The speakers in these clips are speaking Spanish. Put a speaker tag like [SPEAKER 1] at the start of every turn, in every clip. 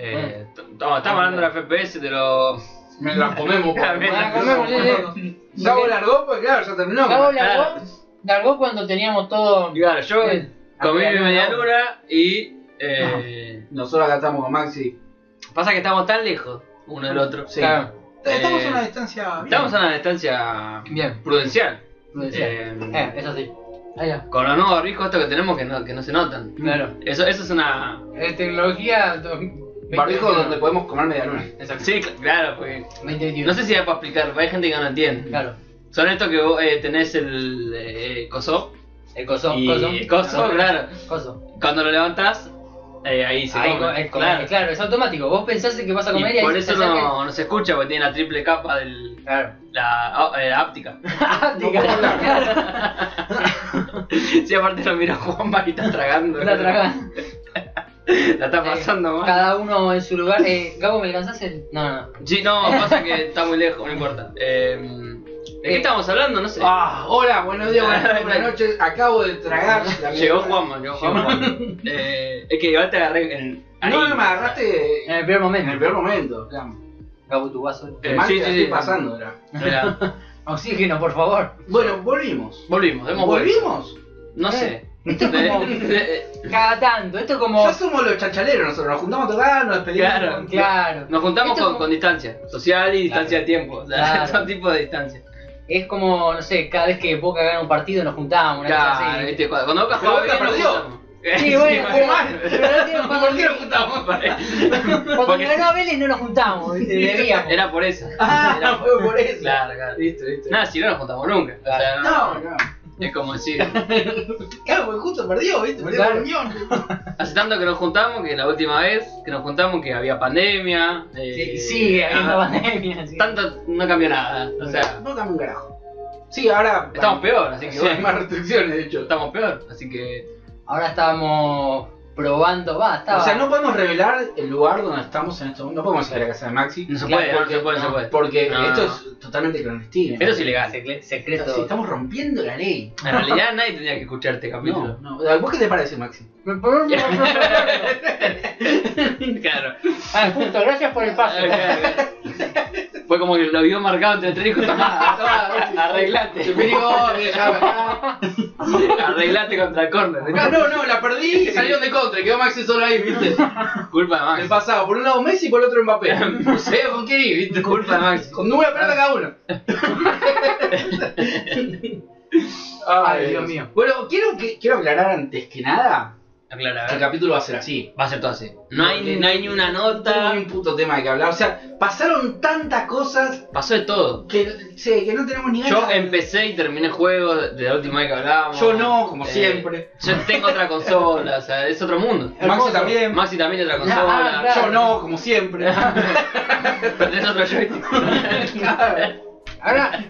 [SPEAKER 1] Eh, No, estamos hablando de la FPS de los.
[SPEAKER 2] Me la comemos.
[SPEAKER 1] La
[SPEAKER 2] pues.
[SPEAKER 1] me la
[SPEAKER 3] comemos, sí,
[SPEAKER 2] Gabo largó, pues claro, ya terminó.
[SPEAKER 3] Largó, largó,
[SPEAKER 1] Claro.
[SPEAKER 3] largó cuando teníamos todo.
[SPEAKER 1] Y claro, Ah. yo
[SPEAKER 3] Bien.
[SPEAKER 1] comí mi
[SPEAKER 3] Medialuna.
[SPEAKER 1] medialuna y. eh,
[SPEAKER 2] Nosotros acá estamos con Maxi.
[SPEAKER 1] Pasa que estamos tan lejos uno del otro.
[SPEAKER 2] Sí.
[SPEAKER 3] Claro,
[SPEAKER 4] Estamos
[SPEAKER 1] Eh,
[SPEAKER 4] a una distancia. bien.
[SPEAKER 1] Estamos a una distancia
[SPEAKER 3] bien.
[SPEAKER 1] prudencial.
[SPEAKER 3] prudencial.
[SPEAKER 1] Eh,
[SPEAKER 3] Eh, eso sí. Ahí va.
[SPEAKER 1] con los nuevos barbijos estos que tenemos que no, que no se notan.
[SPEAKER 3] Claro.
[SPEAKER 1] Eso, eso es una.
[SPEAKER 3] Eh, tecnología. do-
[SPEAKER 2] Barbijo donde podemos comer media luna.
[SPEAKER 3] Exacto.
[SPEAKER 1] Sí, cl- claro, porque.
[SPEAKER 3] 2021.
[SPEAKER 1] No sé si da para explicar, hay gente que no entiende.
[SPEAKER 3] Claro.
[SPEAKER 1] Son estos que vos eh, tenés el eh, coso.
[SPEAKER 3] El coso,
[SPEAKER 1] y-
[SPEAKER 3] coso. Ah,
[SPEAKER 1] coso, claro.
[SPEAKER 3] Coso.
[SPEAKER 1] Cuando lo levantás, eh, ahí se
[SPEAKER 3] Ahí
[SPEAKER 1] come.
[SPEAKER 3] co- el comer,
[SPEAKER 1] claro.
[SPEAKER 3] claro. es automático. Vos pensás que vas a comer y,
[SPEAKER 1] y por
[SPEAKER 3] ahí
[SPEAKER 1] eso
[SPEAKER 3] pensás
[SPEAKER 1] no, no se escucha, porque tiene la triple capa de
[SPEAKER 3] que- Claro.
[SPEAKER 1] la ah, eh, áptica.
[SPEAKER 3] Áptica. Claro.
[SPEAKER 1] sí, aparte lo mira Juanma y está tragando.
[SPEAKER 3] La tragás. Eh,
[SPEAKER 1] La está pasando mal.
[SPEAKER 3] Cada uno en su lugar. Eh, Gabo, ¿me alcanzás el.? No, no, no.
[SPEAKER 1] Sí, no, pasa que está muy lejos, no importa. Eh, ¿De qué
[SPEAKER 3] Eh.
[SPEAKER 1] estábamos hablando? No sé.
[SPEAKER 2] Ah, hola, buenos días, buenas tardes, buenas noches. Acabo de tragar. la
[SPEAKER 1] llegó
[SPEAKER 2] medialuna.
[SPEAKER 1] Juanma, llegó Juanma. eh, es que igual te agarré en. ahí.
[SPEAKER 2] No, no me agarraste
[SPEAKER 3] En el primer
[SPEAKER 2] en
[SPEAKER 3] momento.
[SPEAKER 2] el peor momento. claro.
[SPEAKER 3] Gabo, tu vaso.
[SPEAKER 1] Eh,
[SPEAKER 2] El mal
[SPEAKER 1] sí, sí,
[SPEAKER 2] que estoy
[SPEAKER 1] sí.
[SPEAKER 2] pasando era.
[SPEAKER 1] Espera,
[SPEAKER 3] Oxígeno, por favor.
[SPEAKER 2] Bueno, volvimos.
[SPEAKER 1] Volvimos, hemos vuelto.
[SPEAKER 2] ¿Volvimos?
[SPEAKER 1] No
[SPEAKER 3] Eh.
[SPEAKER 1] sé.
[SPEAKER 3] Esto es como.
[SPEAKER 1] De- de-
[SPEAKER 3] Cada tanto. Esto es como.
[SPEAKER 2] Ya somos los chachaleros nosotros. Nos juntamos a tocar, nos despedimos.
[SPEAKER 1] Claro.
[SPEAKER 3] Claro.
[SPEAKER 1] nos juntamos
[SPEAKER 3] Esto
[SPEAKER 1] con,
[SPEAKER 3] es como-
[SPEAKER 1] con distancia social y distancia de tiempo. O sea,
[SPEAKER 3] Claro.
[SPEAKER 1] Son tipos de distancia.
[SPEAKER 3] Es como, no sé, cada vez que Boca gana un partido nos juntábamos. Una cosa
[SPEAKER 1] Claro, este,
[SPEAKER 3] así.
[SPEAKER 1] viste, cuando, cuando Boca
[SPEAKER 2] Pero
[SPEAKER 1] jugaba
[SPEAKER 2] Boca
[SPEAKER 1] bien, nos
[SPEAKER 2] perdió.
[SPEAKER 1] juntamos.
[SPEAKER 3] Sí, bueno,
[SPEAKER 1] eh, Sí,
[SPEAKER 3] pero,
[SPEAKER 2] mal.
[SPEAKER 3] pero no tiene un
[SPEAKER 1] ¿Por qué nos
[SPEAKER 3] partido.
[SPEAKER 1] juntamos para
[SPEAKER 3] Cuando
[SPEAKER 1] Porque-
[SPEAKER 3] ganó a Vélez no nos juntamos, ¿viste? debíamos. pues.
[SPEAKER 1] Era por eso.
[SPEAKER 2] Ah, fue por eso.
[SPEAKER 1] Claro, claro.
[SPEAKER 2] Listo, listo.
[SPEAKER 1] Nada, si no nos juntamos nunca. O sea,
[SPEAKER 2] No, no.
[SPEAKER 1] Es como decir.
[SPEAKER 2] Claro, porque justo perdió, ¿viste? Perdió
[SPEAKER 3] Claro.
[SPEAKER 2] la reunión.
[SPEAKER 1] Hace tanto que nos juntamos que la última vez que nos juntamos que había pandemia. eh,
[SPEAKER 3] Sí, sigue habiendo
[SPEAKER 1] nada.
[SPEAKER 3] pandemia. sí.
[SPEAKER 1] Tanto no cambió nada. O sea,
[SPEAKER 2] No dame un carajo. Sí, ahora.
[SPEAKER 1] estamos peor, así que
[SPEAKER 2] Sí, hay
[SPEAKER 1] bueno,
[SPEAKER 2] más restricciones, de hecho.
[SPEAKER 1] estamos peor. Así que.
[SPEAKER 3] Ahora estábamos probando, va, estaba.
[SPEAKER 2] O sea, no podemos revelar el lugar donde estamos en este momento. No podemos ir a la casa de Maxi.
[SPEAKER 1] No se
[SPEAKER 3] Claro,
[SPEAKER 1] puede, no se puede, no se puede.
[SPEAKER 2] Porque
[SPEAKER 1] No,
[SPEAKER 2] esto
[SPEAKER 1] no.
[SPEAKER 2] es totalmente clandestino.
[SPEAKER 1] Esto es ilegal.
[SPEAKER 3] Secle-
[SPEAKER 2] Esto-
[SPEAKER 3] secreto.
[SPEAKER 2] sí, estamos rompiendo la ley.
[SPEAKER 1] En realidad nadie tendría que escuchar este
[SPEAKER 2] No,
[SPEAKER 1] capítulo.
[SPEAKER 2] no. O sea, ¿Vos qué te parece, Maxi?
[SPEAKER 1] claro.
[SPEAKER 3] ah, justo, gracias por el paso.
[SPEAKER 1] Fue como que lo vio marcado entre tres hijos. Arreglate.
[SPEAKER 2] Superior, deja
[SPEAKER 1] Arreglate contra el
[SPEAKER 2] Ah,
[SPEAKER 1] corner.
[SPEAKER 2] no, no, la perdí y salieron de contra. Quedó Maxi solo ahí, ¿viste?
[SPEAKER 1] Culpa de
[SPEAKER 2] El
[SPEAKER 1] Max.
[SPEAKER 2] pasado, por un lado Messi y por el otro Mbappé. No sé con qué ir, ¿viste?
[SPEAKER 1] Culpa de Max.
[SPEAKER 2] Con una pelota cada uno.
[SPEAKER 3] Ay, Dios mío.
[SPEAKER 2] Bueno, quiero, que- quiero aclarar antes que nada
[SPEAKER 1] Aclara, a
[SPEAKER 2] que el
[SPEAKER 1] ver.
[SPEAKER 2] capítulo va a ser así.
[SPEAKER 1] Va a ser todo así. No hay, no hay ni una
[SPEAKER 2] No tengo
[SPEAKER 1] nota.
[SPEAKER 2] ni un puto tema de que hablar. O sea, pasaron tantas cosas
[SPEAKER 1] Pasó de todo.
[SPEAKER 2] que, sí, que no tenemos ni ganas.
[SPEAKER 1] Yo em, empecé y terminé juegos de la última vez que hablábamos.
[SPEAKER 2] Yo no, como
[SPEAKER 1] Eh,
[SPEAKER 2] siempre.
[SPEAKER 1] Yo tengo otra consola, o sea, es otro mundo.
[SPEAKER 2] Maxi también.
[SPEAKER 1] Maxi también tiene otra consola.
[SPEAKER 3] Ah, claro.
[SPEAKER 2] Yo no, como siempre.
[SPEAKER 1] Pero tenés otro joystick.
[SPEAKER 3] Ahora,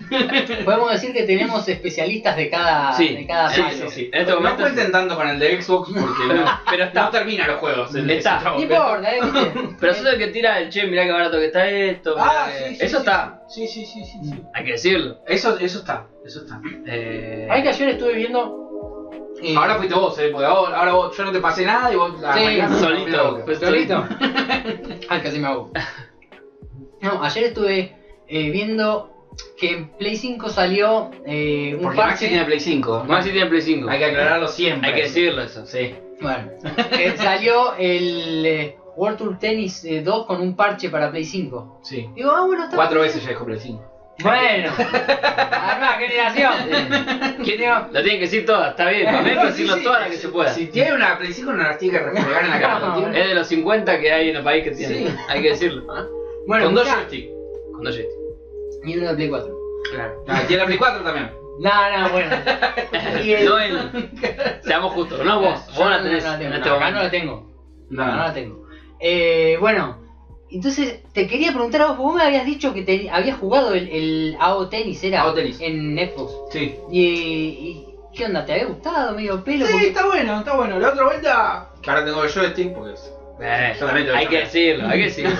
[SPEAKER 3] podemos decir que tenemos especialistas de
[SPEAKER 2] Ah,
[SPEAKER 3] cada.
[SPEAKER 1] Sí,
[SPEAKER 3] de cada
[SPEAKER 1] sí,
[SPEAKER 3] palo.
[SPEAKER 1] sí, sí. En este momento-
[SPEAKER 2] No cuenten tanto con el de Xbox porque no,
[SPEAKER 1] Pero
[SPEAKER 2] no
[SPEAKER 1] está.
[SPEAKER 2] termina los juegos. el-
[SPEAKER 1] Está.
[SPEAKER 2] ese chavo.
[SPEAKER 3] No importa, ¿eh? ¿Viste?
[SPEAKER 1] Pero eso es el que tira el che, mirá qué barato que está esto. mirá
[SPEAKER 2] Ah,
[SPEAKER 1] que-
[SPEAKER 2] sí, sí,
[SPEAKER 1] eso
[SPEAKER 2] sí,
[SPEAKER 1] está,
[SPEAKER 2] Sí, sí, sí, sí. Mm. sí.
[SPEAKER 1] hay que decirlo.
[SPEAKER 2] Eso, eso está, eso está.
[SPEAKER 1] Eh,
[SPEAKER 3] Ay, que ayer estuve viendo. eh,
[SPEAKER 2] Ahora fuiste vos, eh, porque ahora, ahora vos, yo no te pasé nada y vos la
[SPEAKER 3] Sí,
[SPEAKER 2] mañana-
[SPEAKER 1] solito.
[SPEAKER 2] Pero-
[SPEAKER 1] Pues,
[SPEAKER 3] ¿Solito? Ay, Ah, casi me hago. No, ayer estuve eh, viendo que en Play 5 salió eh, un
[SPEAKER 2] Porque Maxi
[SPEAKER 3] parche.
[SPEAKER 2] tiene Play 5.
[SPEAKER 1] Maxi tiene Play 5.
[SPEAKER 2] Hay que aclararlo siempre.
[SPEAKER 1] Hay que decirlo eso.
[SPEAKER 2] Sí.
[SPEAKER 3] Bueno, eh, salió el eh, World Tour Tennis eh, 2 con un parche para Play 5.
[SPEAKER 2] sí.
[SPEAKER 3] Digo, ah, bueno, está.
[SPEAKER 2] Cuatro veces ya dejó Play 5.
[SPEAKER 3] Bueno, armá, generación.
[SPEAKER 1] ¿Quién iba? Lo tienen que decir todas, está bien. Hay que
[SPEAKER 2] No, sí,
[SPEAKER 1] decirlo
[SPEAKER 2] sí.
[SPEAKER 1] todas las que se pueda.
[SPEAKER 2] Si tiene una Play 5 no las tiene que refregar en la cara.
[SPEAKER 3] No.
[SPEAKER 2] ¿entiendes?
[SPEAKER 1] Es de los 50 que hay en el país que tiene.
[SPEAKER 2] Sí.
[SPEAKER 1] Hay que decirlo.
[SPEAKER 3] Bueno,
[SPEAKER 2] Con dos
[SPEAKER 3] mirá.
[SPEAKER 2] joysticks.
[SPEAKER 1] Con dos joysticks.
[SPEAKER 3] Y uno de Play 4.
[SPEAKER 1] Claro.
[SPEAKER 2] Ah, tiene la Play 4 también.
[SPEAKER 3] No, no, bueno. Y el-
[SPEAKER 1] No él. Seamos justos, no vos.
[SPEAKER 3] Yo
[SPEAKER 1] Vos la
[SPEAKER 3] no-
[SPEAKER 1] tenés
[SPEAKER 3] no la tengo,
[SPEAKER 1] en
[SPEAKER 3] no,
[SPEAKER 1] este
[SPEAKER 3] acá
[SPEAKER 1] momento.
[SPEAKER 3] no la tengo.
[SPEAKER 1] Ah.
[SPEAKER 3] No,
[SPEAKER 2] Ah,
[SPEAKER 3] no la tengo. Eh, bueno, entonces te quería preguntar a vos, vos me habías dicho que te, habías jugado el, el AO Tennis, ¿era?
[SPEAKER 2] AO Tennis.
[SPEAKER 3] En Netflix.
[SPEAKER 2] Sí.
[SPEAKER 3] Y, y ¿qué onda? ¿Te había gustado medio pelo?
[SPEAKER 4] Sí,
[SPEAKER 3] Porque-
[SPEAKER 4] está bueno, está bueno. La otra vuelta.
[SPEAKER 2] Que ahora tengo el joystick porque es-
[SPEAKER 1] Eh,
[SPEAKER 2] Yo también lo
[SPEAKER 1] hay
[SPEAKER 2] tengo.
[SPEAKER 1] que decirlo, hay que decirlo.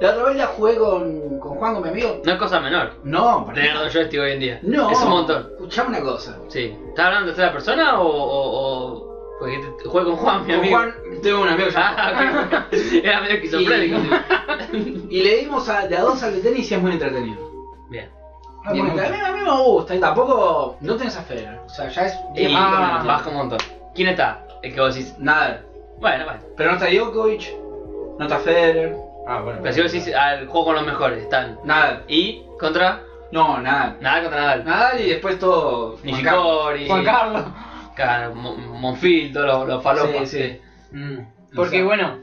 [SPEAKER 2] La otra vez la jugué con, con Juan, con mi amigo.
[SPEAKER 1] No es cosa menor
[SPEAKER 2] No, para
[SPEAKER 1] tener dos joysticks hoy en día.
[SPEAKER 2] No.
[SPEAKER 1] Es un montón.
[SPEAKER 2] Escuchá una cosa.
[SPEAKER 1] Sí. ¿Estás hablando de tercera persona o, o, o Porque te- te- juega con Juan, mi
[SPEAKER 2] Con
[SPEAKER 1] amigo.
[SPEAKER 2] Juan, tengo un amigo que se llama Juan.
[SPEAKER 1] Ah, ok. Era medio esquizofrénico.
[SPEAKER 2] Y le dimos a, de a dos al de tenis y es muy entretenido.
[SPEAKER 1] Bien.
[SPEAKER 4] Ah,
[SPEAKER 2] Bien,
[SPEAKER 4] bueno.
[SPEAKER 2] a, mí, a mí me gusta y tampoco. No tenés affair. O sea, ya es.
[SPEAKER 1] Y
[SPEAKER 2] bien
[SPEAKER 3] Ah.
[SPEAKER 2] bueno.
[SPEAKER 1] baja un montón. ¿Quién está? El que vos decís.
[SPEAKER 2] Nada.
[SPEAKER 1] Bueno, bueno.
[SPEAKER 2] Pero no está Djokovic, no está Federer. Ah, bueno.
[SPEAKER 1] Pero si vos decís al juego con los mejores, están.
[SPEAKER 2] Nadal.
[SPEAKER 1] Y contra.
[SPEAKER 2] No, Nadal.
[SPEAKER 1] Nada contra Nadal.
[SPEAKER 2] Nadal y después todo.
[SPEAKER 1] Nishikori.
[SPEAKER 3] Eh, Juan Carlos.
[SPEAKER 1] Ca- Mon- Monfil, todos los, los
[SPEAKER 2] Palopa.
[SPEAKER 1] falopas.
[SPEAKER 2] Sí, sí. Mm,
[SPEAKER 3] Porque
[SPEAKER 2] o sea,
[SPEAKER 3] bueno,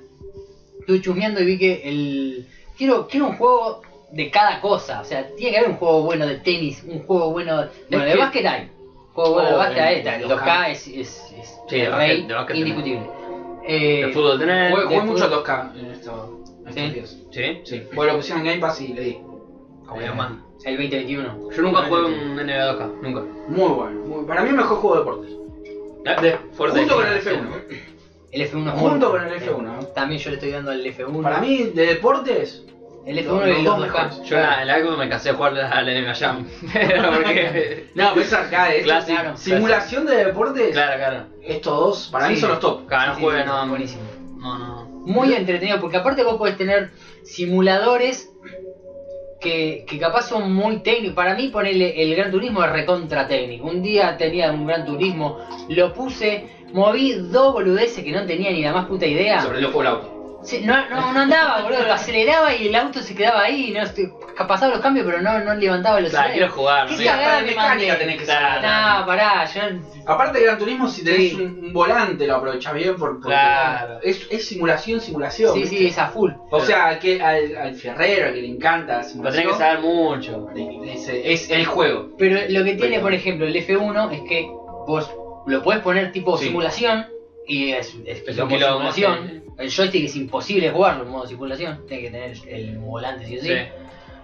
[SPEAKER 3] estuve chusmeando y vi que el. Quiero, quiero un juego de cada cosa. O sea, tiene que haber un juego bueno de tenis, un juego bueno. Bueno, de
[SPEAKER 1] que-
[SPEAKER 3] básquet hay. Juego bueno de
[SPEAKER 2] Oh,
[SPEAKER 3] básquet
[SPEAKER 2] el-
[SPEAKER 3] hay. está, El
[SPEAKER 2] el
[SPEAKER 3] 2K es, es, es
[SPEAKER 1] Sí, de
[SPEAKER 3] el
[SPEAKER 1] básquet-
[SPEAKER 3] rey
[SPEAKER 1] de básquet
[SPEAKER 3] indiscutible. Eh,
[SPEAKER 1] El fútbol tenés.
[SPEAKER 2] Jugué, jugué
[SPEAKER 3] de
[SPEAKER 2] mucho
[SPEAKER 3] fútbol.
[SPEAKER 2] 2K en esto- en estos
[SPEAKER 3] Sí.
[SPEAKER 2] días.
[SPEAKER 1] Sí.
[SPEAKER 2] Sí. Bueno, lo pusieron en Game Pass y le di.
[SPEAKER 1] Como Dios manda.
[SPEAKER 3] El 2021.
[SPEAKER 1] Yo nunca jugué un NBA 2K. Nunca.
[SPEAKER 2] Muy bueno. muy- para mí, el mejor juego de deportes.
[SPEAKER 1] Eh, fuerte.
[SPEAKER 2] junto con el F1.
[SPEAKER 3] El F1 es bueno.
[SPEAKER 2] Junto con el F1,
[SPEAKER 3] Eh, También yo le estoy dando al F1.
[SPEAKER 2] Para mí, de deportes.
[SPEAKER 3] el F1
[SPEAKER 2] los-
[SPEAKER 3] y el
[SPEAKER 2] los dos
[SPEAKER 3] 2K.
[SPEAKER 2] mejores.
[SPEAKER 1] Yo en la, en la época me cansé de jugar al NBA Jam. Pero porque.
[SPEAKER 2] No, pues, pero es arcade. es-
[SPEAKER 1] Clásico.
[SPEAKER 3] claro.
[SPEAKER 2] Simulación de deportes.
[SPEAKER 1] pues, Claro, claro.
[SPEAKER 2] Estos dos, para mí,
[SPEAKER 3] Sí.
[SPEAKER 2] son los top.
[SPEAKER 1] Cada no
[SPEAKER 3] Sí, sí,
[SPEAKER 1] juegue,
[SPEAKER 3] sí,
[SPEAKER 1] no.
[SPEAKER 3] Buenísimo.
[SPEAKER 1] No, no. no.
[SPEAKER 3] muy entretenido, porque aparte vos podés tener simuladores que, que capaz son muy técnicos. Para mí, ponerle el Gran Turismo es recontra técnico. Un día tenía un Gran Turismo, lo puse, moví dos boludeces que no tenía ni la más puta idea.
[SPEAKER 2] Sobre el ojo del auto.
[SPEAKER 3] Sí, no, no, no andaba, boludo, lo aceleraba y el auto se quedaba ahí. No, este, pasaba los cambios, pero no, no levantaba los
[SPEAKER 1] Claro, quiero jugar.
[SPEAKER 3] Pues ¿Qué
[SPEAKER 1] ¿no?
[SPEAKER 2] Sí, hasta
[SPEAKER 3] cagada
[SPEAKER 2] de
[SPEAKER 3] me
[SPEAKER 2] mecánica
[SPEAKER 3] mandé?
[SPEAKER 2] tenés que
[SPEAKER 1] Claro.
[SPEAKER 2] saber.
[SPEAKER 3] No, pará, yo
[SPEAKER 2] Aparte de Gran Turismo, si tenés
[SPEAKER 3] Sí.
[SPEAKER 2] un, un volante, lo aprovechás bien. Por, porque
[SPEAKER 1] Claro.
[SPEAKER 2] es, es simulación, simulación.
[SPEAKER 3] sí,
[SPEAKER 2] ¿viste?
[SPEAKER 3] sí, es a full.
[SPEAKER 2] O sea, al, que, al, al ferrero, al que le encanta
[SPEAKER 1] Lo
[SPEAKER 2] la
[SPEAKER 1] tenés
[SPEAKER 2] simulación.
[SPEAKER 1] que saber mucho.
[SPEAKER 2] Es, es el juego.
[SPEAKER 3] Pero lo que tiene,
[SPEAKER 2] Pero-
[SPEAKER 3] por ejemplo, el F1 es que vos lo podés poner tipo
[SPEAKER 1] Sí.
[SPEAKER 3] simulación y es, es,
[SPEAKER 1] Es
[SPEAKER 3] como
[SPEAKER 1] un quilombo,
[SPEAKER 3] simulación. El joystick es imposible jugarlo en modo simulación, tenés que tener el volante sí o sí.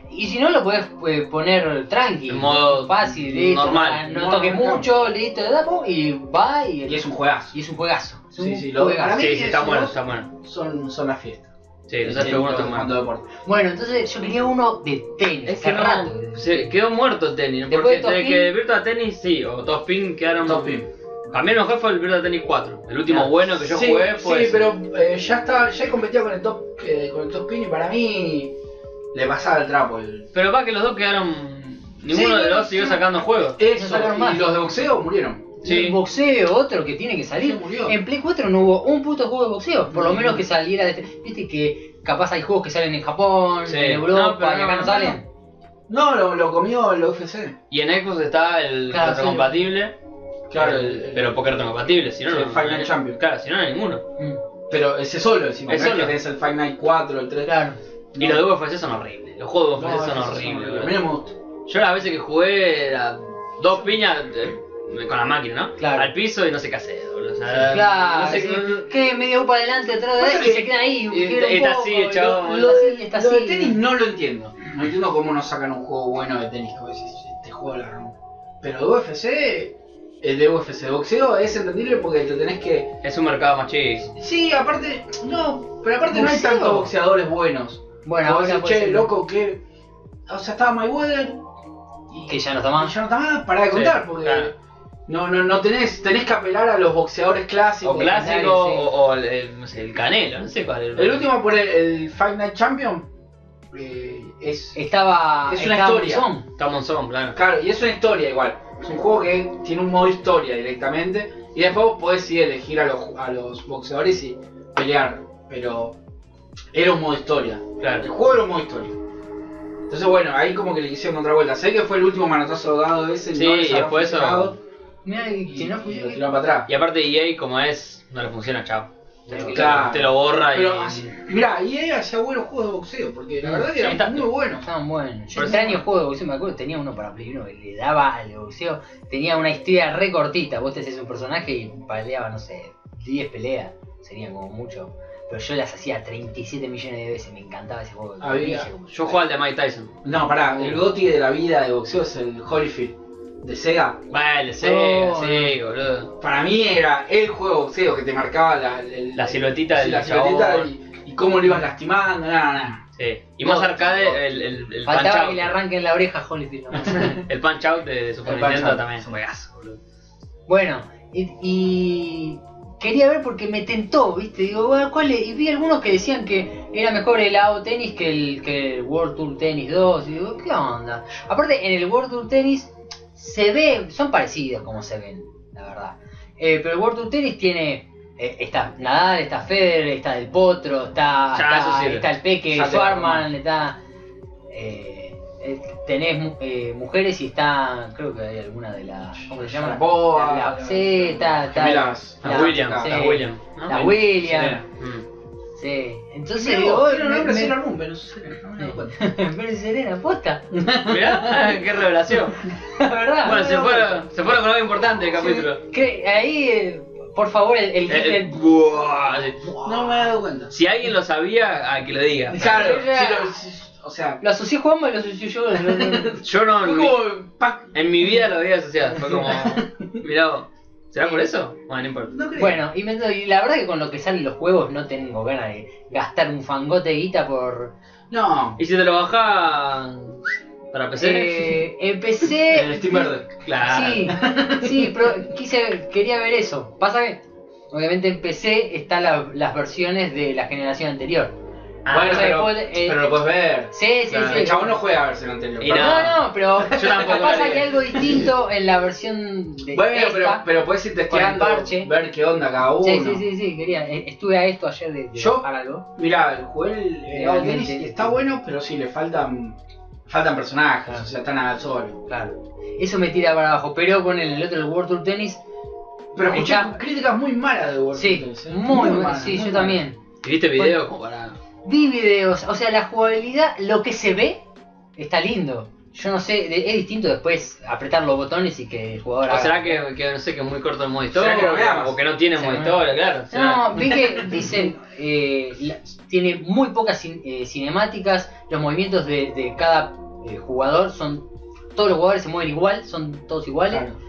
[SPEAKER 3] Y si no, lo podés pues, poner tranqui,
[SPEAKER 1] En modo
[SPEAKER 3] fácil, listo,
[SPEAKER 1] normal.
[SPEAKER 3] no,
[SPEAKER 2] No,
[SPEAKER 3] toques
[SPEAKER 2] no, no.
[SPEAKER 3] mucho, listo, le damos y va y,
[SPEAKER 2] Y es un juegazo.
[SPEAKER 3] y es un juegazo. Es
[SPEAKER 2] Sí,
[SPEAKER 3] un
[SPEAKER 2] sí, lo-
[SPEAKER 3] juegazo.
[SPEAKER 2] para mí
[SPEAKER 1] Sí, sí,
[SPEAKER 2] es
[SPEAKER 1] está
[SPEAKER 2] un-
[SPEAKER 1] bueno, está bueno.
[SPEAKER 2] Son, son las fiestas.
[SPEAKER 1] Sí, los F1 están buenos.
[SPEAKER 2] Cuando deporte.
[SPEAKER 3] Bueno, entonces yo quería uno de tenis,
[SPEAKER 1] Es que
[SPEAKER 3] hace
[SPEAKER 1] no,
[SPEAKER 3] rato.
[SPEAKER 1] se quedó muerto el tenis.
[SPEAKER 3] Después
[SPEAKER 1] Porque
[SPEAKER 3] de Top
[SPEAKER 1] desde
[SPEAKER 3] Pin-
[SPEAKER 1] que el Virtua Tennis, sí, o Top Pin quedaron.
[SPEAKER 2] Top Pin.
[SPEAKER 1] A mí el mejor fue el Virtua Tennis 4. El último
[SPEAKER 3] Ah,
[SPEAKER 1] bueno que yo
[SPEAKER 2] sí,
[SPEAKER 1] jugué fue.
[SPEAKER 2] sí,
[SPEAKER 1] ese.
[SPEAKER 2] pero eh, ya está, ya he competido con el top, eh, con el top pin y para mí le pasaba el trapo. El...
[SPEAKER 1] Pero va que los dos quedaron. Ninguno
[SPEAKER 2] Sí,
[SPEAKER 1] de los dos
[SPEAKER 2] sí.
[SPEAKER 1] siguió sacando juegos.
[SPEAKER 2] Eso,
[SPEAKER 3] sacaron más.
[SPEAKER 2] y los de boxeo murieron. eh,
[SPEAKER 3] Y el
[SPEAKER 1] Sí.
[SPEAKER 3] boxeo, otro que tiene que salir.
[SPEAKER 2] Se murió.
[SPEAKER 3] En Play 4 no hubo un puto juego de boxeo, por lo
[SPEAKER 2] Mm.
[SPEAKER 3] menos que saliera de este. Viste que capaz hay juegos que salen en Japón,
[SPEAKER 1] Sí.
[SPEAKER 3] en Europa,
[SPEAKER 1] No, pero
[SPEAKER 3] que
[SPEAKER 1] no,
[SPEAKER 3] acá no,
[SPEAKER 1] no,
[SPEAKER 3] salen.
[SPEAKER 2] No, lo, lo comió el UFC.
[SPEAKER 1] Y en Xbox está el
[SPEAKER 3] Claro,
[SPEAKER 1] retrocompatible.
[SPEAKER 2] Claro,
[SPEAKER 1] el-
[SPEAKER 2] el- el-
[SPEAKER 1] pero porque retrocompatible, si no,
[SPEAKER 2] Sí,
[SPEAKER 1] no.
[SPEAKER 2] el Final
[SPEAKER 1] no-
[SPEAKER 2] Champion.
[SPEAKER 1] Claro, si no, no hay ninguno.
[SPEAKER 3] Mm,
[SPEAKER 2] Pero ese solo encima,
[SPEAKER 1] Es
[SPEAKER 2] no es
[SPEAKER 1] solo.
[SPEAKER 2] que tenés el Fight Night 4, el 3.
[SPEAKER 3] Claro.
[SPEAKER 1] Y los de UFC son horribles. Los juegos de UFC son horribles.
[SPEAKER 2] A
[SPEAKER 1] boludo.
[SPEAKER 2] mí no me gusta.
[SPEAKER 1] Yo las veces que jugué era dos piñas eh, con la máquina, ¿no?
[SPEAKER 3] Claro.
[SPEAKER 1] Al piso y no sé qué hacer. boludo, O sea,
[SPEAKER 3] claro.
[SPEAKER 1] no sé
[SPEAKER 3] sí.
[SPEAKER 1] qué-
[SPEAKER 3] Que medio para adelante, atrás de
[SPEAKER 2] Pasa
[SPEAKER 3] y
[SPEAKER 2] que-
[SPEAKER 3] se quedan ahí.
[SPEAKER 1] y-
[SPEAKER 3] quiebran un
[SPEAKER 1] está
[SPEAKER 3] poco,
[SPEAKER 1] así,
[SPEAKER 3] y lo-
[SPEAKER 1] chabón.
[SPEAKER 3] lo- sí, está
[SPEAKER 2] Lo de
[SPEAKER 3] así.
[SPEAKER 2] tenis no lo entiendo. No entiendo cómo no sacan un juego bueno de tenis. Que vos decís, este juego la rompe. Pero de UFC, el de UFC de boxeo es entendible porque te tenés que.
[SPEAKER 1] Es un mercado más chico.
[SPEAKER 2] Sí, aparte, no, pero aparte no hay
[SPEAKER 3] ¿Boxeo?
[SPEAKER 2] tantos boxeadores buenos.
[SPEAKER 3] Bueno,
[SPEAKER 2] Vos
[SPEAKER 3] ahora
[SPEAKER 2] decís,
[SPEAKER 3] puede
[SPEAKER 2] che,
[SPEAKER 3] ser
[SPEAKER 2] loco, que. O sea, estaba Mayweather. Y
[SPEAKER 3] que ya no está
[SPEAKER 2] y
[SPEAKER 3] más.
[SPEAKER 2] ya no está más para de contar
[SPEAKER 1] Sí,
[SPEAKER 2] porque.
[SPEAKER 1] claro.
[SPEAKER 2] No, no, no tenés, tenés que apelar a los boxeadores clásicos.
[SPEAKER 1] O clásico,
[SPEAKER 3] sí.
[SPEAKER 1] o, o el, el- no sé, el canelo, no sé cuál es.
[SPEAKER 2] El último por el, el Fight Night Champion eh, es
[SPEAKER 3] Estaba.
[SPEAKER 2] Es una
[SPEAKER 3] estaba
[SPEAKER 2] historia.
[SPEAKER 3] Monzón.
[SPEAKER 1] Está Monzón, claro.
[SPEAKER 2] Claro, y es una historia igual. Es un juego que tiene un modo historia directamente. Y después vos podés sí, elegir a los, a los boxeadores y pelear. Pero era un modo historia. El
[SPEAKER 1] Claro.
[SPEAKER 2] juego era un modo historia. Entonces bueno, ahí como que le hicieron otra vuelta. Sé que fue el último manotazo dado ese.
[SPEAKER 1] Sí,
[SPEAKER 2] no les
[SPEAKER 1] y
[SPEAKER 2] habrá
[SPEAKER 1] después
[SPEAKER 2] funcionado,
[SPEAKER 1] eso-
[SPEAKER 3] Mirá, y
[SPEAKER 2] Y,
[SPEAKER 3] que no
[SPEAKER 2] y lo
[SPEAKER 3] fue.
[SPEAKER 2] tiraron para atrás.
[SPEAKER 1] Y aparte EA como es, no le funciona, chao. Te lo-
[SPEAKER 2] Claro.
[SPEAKER 1] Te lo borra y.
[SPEAKER 2] Pero así- mirá, y él hacía buenos juegos de boxeo. Porque la verdad
[SPEAKER 1] Sí,
[SPEAKER 2] que eran
[SPEAKER 1] está-
[SPEAKER 2] muy buenos.
[SPEAKER 3] Estaban buenos. Yo
[SPEAKER 1] Pero-
[SPEAKER 3] extraño juego de boxeo, me acuerdo, tenía uno para Play 1 que le daba al boxeo, tenía una historia re cortita, vos te hacías un personaje y peleaba, no sé, 10 peleas, serían como mucho. Pero yo las hacía 37 millones de veces, me encantaba ese juego.
[SPEAKER 2] Había-
[SPEAKER 3] Buenísimo.
[SPEAKER 1] Yo juego al de Mike Tyson.
[SPEAKER 2] No, pará, el goti de la vida de boxeo es el Holyfield de Sega.
[SPEAKER 1] Vale, sí,
[SPEAKER 3] Oh,
[SPEAKER 1] sí, boludo.
[SPEAKER 2] Para mí era el juego de boxeo que te marcaba la, el-
[SPEAKER 1] La siluetita
[SPEAKER 2] sí,
[SPEAKER 1] del
[SPEAKER 2] la siluetita
[SPEAKER 1] chabón.
[SPEAKER 2] y, y cómo lo ibas lastimando, nada, nada.
[SPEAKER 1] Sí. Y
[SPEAKER 2] No,
[SPEAKER 1] más arcade,
[SPEAKER 2] no.
[SPEAKER 1] el, el, el punch
[SPEAKER 3] Faltaba
[SPEAKER 1] out.
[SPEAKER 3] que le arranquen la oreja a Holyfield. nomás.
[SPEAKER 1] El punch out de Super
[SPEAKER 2] El Punch
[SPEAKER 1] Nintendo
[SPEAKER 2] Out.
[SPEAKER 1] también es un juegazo, boludo.
[SPEAKER 3] bueno, y, y quería ver porque me tentó, ¿viste? Digo, "Bueno, ¿cuál es?". Y vi algunos que decían que era mejor el AO Tennis que el, que el World Tour Tennis 2. Y digo, ¿qué onda? Aparte, en el World Tour Tennis se ve, son parecidos como se ven, la verdad. Eh, pero el World Tour Tennis tiene. eh, está Nadal, está Federer, está Del Potro, está,
[SPEAKER 1] Ya, eso
[SPEAKER 3] está,
[SPEAKER 1] sirve.
[SPEAKER 3] está el Peque,
[SPEAKER 2] Ya te-
[SPEAKER 3] Schwarman, está. eh, eh, tenés mu- eh, mujeres y está. Creo que hay alguna de las. ¿Cómo se llama?
[SPEAKER 2] Boa,
[SPEAKER 3] La- la- sí, está. está
[SPEAKER 2] Gemelas.
[SPEAKER 1] La William,
[SPEAKER 2] la-
[SPEAKER 3] sí,
[SPEAKER 1] la William. ¿no?
[SPEAKER 3] La William.
[SPEAKER 2] Serena.
[SPEAKER 1] Mm.
[SPEAKER 3] Sí. Entonces
[SPEAKER 4] Mirá
[SPEAKER 3] digo.
[SPEAKER 4] vos,
[SPEAKER 3] "Oy,
[SPEAKER 4] tiene un
[SPEAKER 3] me-
[SPEAKER 4] nombre
[SPEAKER 3] me-
[SPEAKER 4] Sailor Moon, pero no sé, no me doy cuenta.
[SPEAKER 3] Pero es Serena, aposta.
[SPEAKER 1] Mirá, qué revelación.
[SPEAKER 3] La verdad.
[SPEAKER 1] Bueno, se fueron, se fueron con algo importante el capítulo.
[SPEAKER 3] Que ahí, eh, por favor, el.
[SPEAKER 1] El-
[SPEAKER 3] el,
[SPEAKER 1] el-
[SPEAKER 3] el-
[SPEAKER 1] buah, sí.
[SPEAKER 4] No me he dado cuenta.
[SPEAKER 1] Si alguien lo sabía, a que lo diga.
[SPEAKER 2] Claro,
[SPEAKER 3] Era-
[SPEAKER 2] sí, lo- sí, o sea,
[SPEAKER 3] lo asocié Juanma y lo asocié yo.
[SPEAKER 1] Yo no,
[SPEAKER 2] fue
[SPEAKER 1] en mi,
[SPEAKER 2] como pa-
[SPEAKER 1] en mi vida lo había asociado. Fue como, mirá vos. ¿Será por eso? Bueno, no importa.
[SPEAKER 4] No creo.
[SPEAKER 3] bueno, y, me- y la verdad que con lo que salen los juegos no tengo ganas de gastar un fangote de guita por.
[SPEAKER 2] No,
[SPEAKER 1] ¿Y si te lo bajás para PC?
[SPEAKER 3] Eh,
[SPEAKER 2] el
[SPEAKER 3] empecé.
[SPEAKER 2] Steam Verde.
[SPEAKER 1] claro.
[SPEAKER 3] Sí, sí, pero quise, quería ver eso. Pasa que, obviamente, en PC están la- las versiones de la generación anterior.
[SPEAKER 1] Ah,
[SPEAKER 2] bueno,
[SPEAKER 3] o sea,
[SPEAKER 2] pero,
[SPEAKER 3] después, eh,
[SPEAKER 2] pero lo puedes ver.
[SPEAKER 3] Sí, sí,
[SPEAKER 1] Claro,
[SPEAKER 3] sí.
[SPEAKER 2] El chabón no juega a versión anterior.
[SPEAKER 1] Y
[SPEAKER 2] perdón.
[SPEAKER 1] nada.
[SPEAKER 3] No, no, pero
[SPEAKER 1] Yo tampoco la
[SPEAKER 3] pasa
[SPEAKER 1] vi.
[SPEAKER 3] que hay algo distinto en la versión de
[SPEAKER 2] Bueno, pero,
[SPEAKER 3] esta.
[SPEAKER 2] pero puedes ir testeando,
[SPEAKER 3] Con el parche.
[SPEAKER 2] ver qué onda cada uno.
[SPEAKER 3] sí, sí, sí, sí, quería. eh, Estuve a esto ayer de, de
[SPEAKER 2] Yo-
[SPEAKER 3] bajar algo.
[SPEAKER 2] Mirá, jugué el, el Out
[SPEAKER 3] Realmente.
[SPEAKER 2] Tennis y está bueno, pero sí, le faltan faltan personajes, o sea, están al solo.
[SPEAKER 3] Claro. Eso me tira para abajo, pero con el, el otro, el World Tour Tennis,
[SPEAKER 2] Pero escuché
[SPEAKER 3] Está-
[SPEAKER 2] críticas muy malas de World
[SPEAKER 3] sí,
[SPEAKER 2] Tennis, eh.
[SPEAKER 3] muy, bueno,
[SPEAKER 2] malas,
[SPEAKER 3] sí,
[SPEAKER 2] muy
[SPEAKER 3] yo
[SPEAKER 2] malas.
[SPEAKER 3] también.
[SPEAKER 1] ¿Y viste videos como para.?
[SPEAKER 3] Vi videos, o sea, la jugabilidad, lo que se ve, está lindo. Yo no sé, de- es distinto después apretar los botones y que el jugador.
[SPEAKER 1] ¿O
[SPEAKER 3] haga-
[SPEAKER 1] será que, que no sé que es muy corto el modo
[SPEAKER 2] ¿Será
[SPEAKER 1] historia?
[SPEAKER 2] que lo veamos?
[SPEAKER 1] o que no tiene
[SPEAKER 3] Sí,
[SPEAKER 1] modo
[SPEAKER 3] no.
[SPEAKER 1] historia, claro. será.
[SPEAKER 3] No, vi que dicen, eh, la- tiene muy pocas cin- eh, cinemáticas, los movimientos de, de cada eh, jugador son, todos los jugadores se mueven igual, son todos iguales.
[SPEAKER 2] Claro.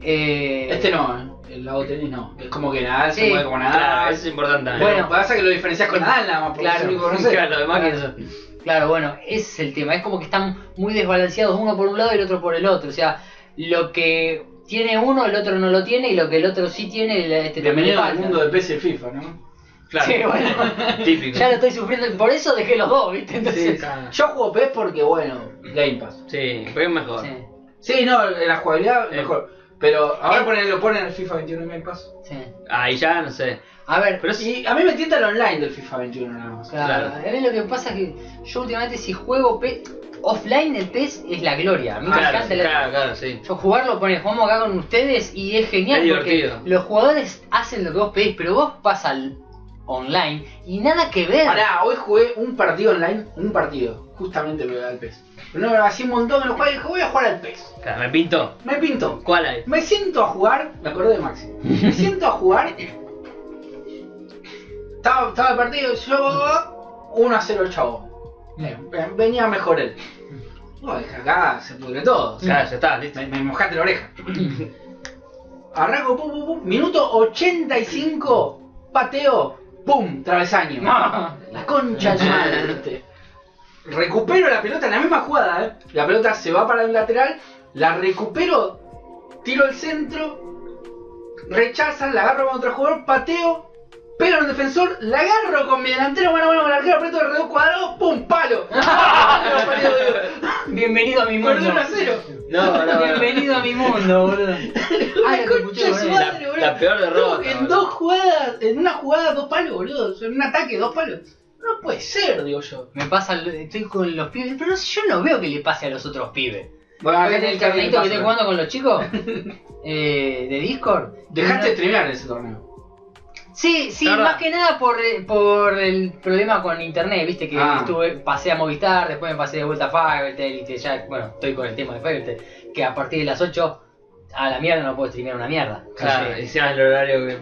[SPEAKER 3] Eh,
[SPEAKER 2] Este no, eh. el Out Tennis no. Es como que Nadal se
[SPEAKER 3] Sí.
[SPEAKER 2] mueve como
[SPEAKER 1] Claro,
[SPEAKER 2] Nadal.
[SPEAKER 1] eso es importante también.
[SPEAKER 2] Bueno,
[SPEAKER 3] Bueno.
[SPEAKER 2] pasa que lo diferencias con Nadal nada más, porque
[SPEAKER 3] Claro.
[SPEAKER 2] es el único que conoces.
[SPEAKER 1] Claro, lo demás que
[SPEAKER 3] Claro.
[SPEAKER 1] eso.
[SPEAKER 3] Claro, bueno, ese es el tema. Es como que están muy desbalanceados uno por un lado y el otro por el otro. O sea, lo que tiene uno, el otro no lo tiene, y lo que el otro sí tiene, el- este también le
[SPEAKER 2] Bienvenido al
[SPEAKER 3] falta.
[SPEAKER 2] mundo de PS y FIFA, ¿no?
[SPEAKER 1] Claro.
[SPEAKER 3] Sí, bueno,
[SPEAKER 1] Típico.
[SPEAKER 3] ya lo estoy sufriendo. Por eso dejé los dos, ¿viste?
[SPEAKER 2] Sí,
[SPEAKER 3] Entonces,
[SPEAKER 1] claro.
[SPEAKER 2] Yo juego PES porque, bueno, Game Pass.
[SPEAKER 1] Sí, pero es mejor.
[SPEAKER 3] sí,
[SPEAKER 2] Sí, no, en la jugabilidad
[SPEAKER 1] Eh.
[SPEAKER 2] mejor. Pero ahora
[SPEAKER 3] Eh.
[SPEAKER 2] ponen- lo ponen en el FIFA 21 en Game Pass.
[SPEAKER 3] sí.
[SPEAKER 1] Ahí ya no sé.
[SPEAKER 3] A ver,
[SPEAKER 1] Pero sí.
[SPEAKER 2] Y a mí me tienta el online del FIFA 21 nada más.
[SPEAKER 3] Claro,
[SPEAKER 1] Claro.
[SPEAKER 3] a mí lo que pasa es que yo últimamente si juego pe- offline el PES es la gloria. A mí me
[SPEAKER 1] Claro,
[SPEAKER 3] encanta la-
[SPEAKER 1] claro, claro, sí.
[SPEAKER 3] Yo jugarlo con el juego acá con ustedes y es genial
[SPEAKER 1] Es
[SPEAKER 3] porque
[SPEAKER 1] divertido.
[SPEAKER 3] los jugadores hacen lo que vos pedís, pero vos pasas al online y nada que ver.
[SPEAKER 2] Pará, hoy jugué un partido online, un partido, justamente me al PES. Pero no, así un montón que lo jugué y dije, voy a jugar al PES.
[SPEAKER 1] Claro, me pinto.
[SPEAKER 2] Me pinto.
[SPEAKER 1] ¿Cuál hay?
[SPEAKER 2] Me siento a jugar, me acordé de Maxi. Me siento a jugar. Estaba, estaba el partido, yo 1 a 0 chavo. Venía mejor él. No, dije, acá se pudre todo. o sea,
[SPEAKER 1] Claro, ya está, listo.
[SPEAKER 2] me, me mojaste la oreja. Arranco, pum, pum, pum. Minuto 85, pateo, pum, travesaño.
[SPEAKER 3] No.
[SPEAKER 2] La concha de su madre, ¿viste? Recupero la pelota en la misma jugada, ¿eh? La pelota se va para el lateral, la recupero, tiro el centro, rechazan, la agarro con otro jugador, pateo, pego al defensor, la agarro con mi delantero, bueno, bueno, con el arquero, aprieto el redondo cuadrado, ¡pum! ¡Palo! ¡Palo, palo, digo!
[SPEAKER 3] Bienvenido a mi
[SPEAKER 2] Perdí
[SPEAKER 3] mundo.
[SPEAKER 2] 1 a 0.
[SPEAKER 1] No, no, no.
[SPEAKER 3] Bienvenido a mi mundo, boludo. Ay,
[SPEAKER 2] La
[SPEAKER 3] lo
[SPEAKER 2] concha
[SPEAKER 3] escuché,
[SPEAKER 2] de su
[SPEAKER 3] boludo.
[SPEAKER 2] madre, boludo.
[SPEAKER 1] la peor derrota,
[SPEAKER 2] No, En
[SPEAKER 1] boludo.
[SPEAKER 2] dos jugadas, en una jugada, dos palos, boludo. O sea, En un ataque, dos palos. No puede ser, digo yo.
[SPEAKER 3] Me pasa, lo- estoy con los pibes, pero no sé, yo no veo que le pase a los otros pibes.
[SPEAKER 2] Bueno,
[SPEAKER 3] Acá en el carnito Ah, que estoy jugando
[SPEAKER 2] jugando.
[SPEAKER 3] con los chicos eh, de Discord.
[SPEAKER 2] Dejaste de streamear en ese torneo.
[SPEAKER 3] Sí, sí,
[SPEAKER 1] La verdad.
[SPEAKER 3] más que nada por, eh, por el problema con internet, viste que
[SPEAKER 2] Ah.
[SPEAKER 3] estuve, pasé a Movistar, después me pasé de vuelta a Fivertel y que ya, bueno, estoy con el tema de Fivertel, que a partir de las 8 a la mierda no puedo streamear una mierda.
[SPEAKER 1] Claro,
[SPEAKER 3] Sí.
[SPEAKER 1] encima el horario que.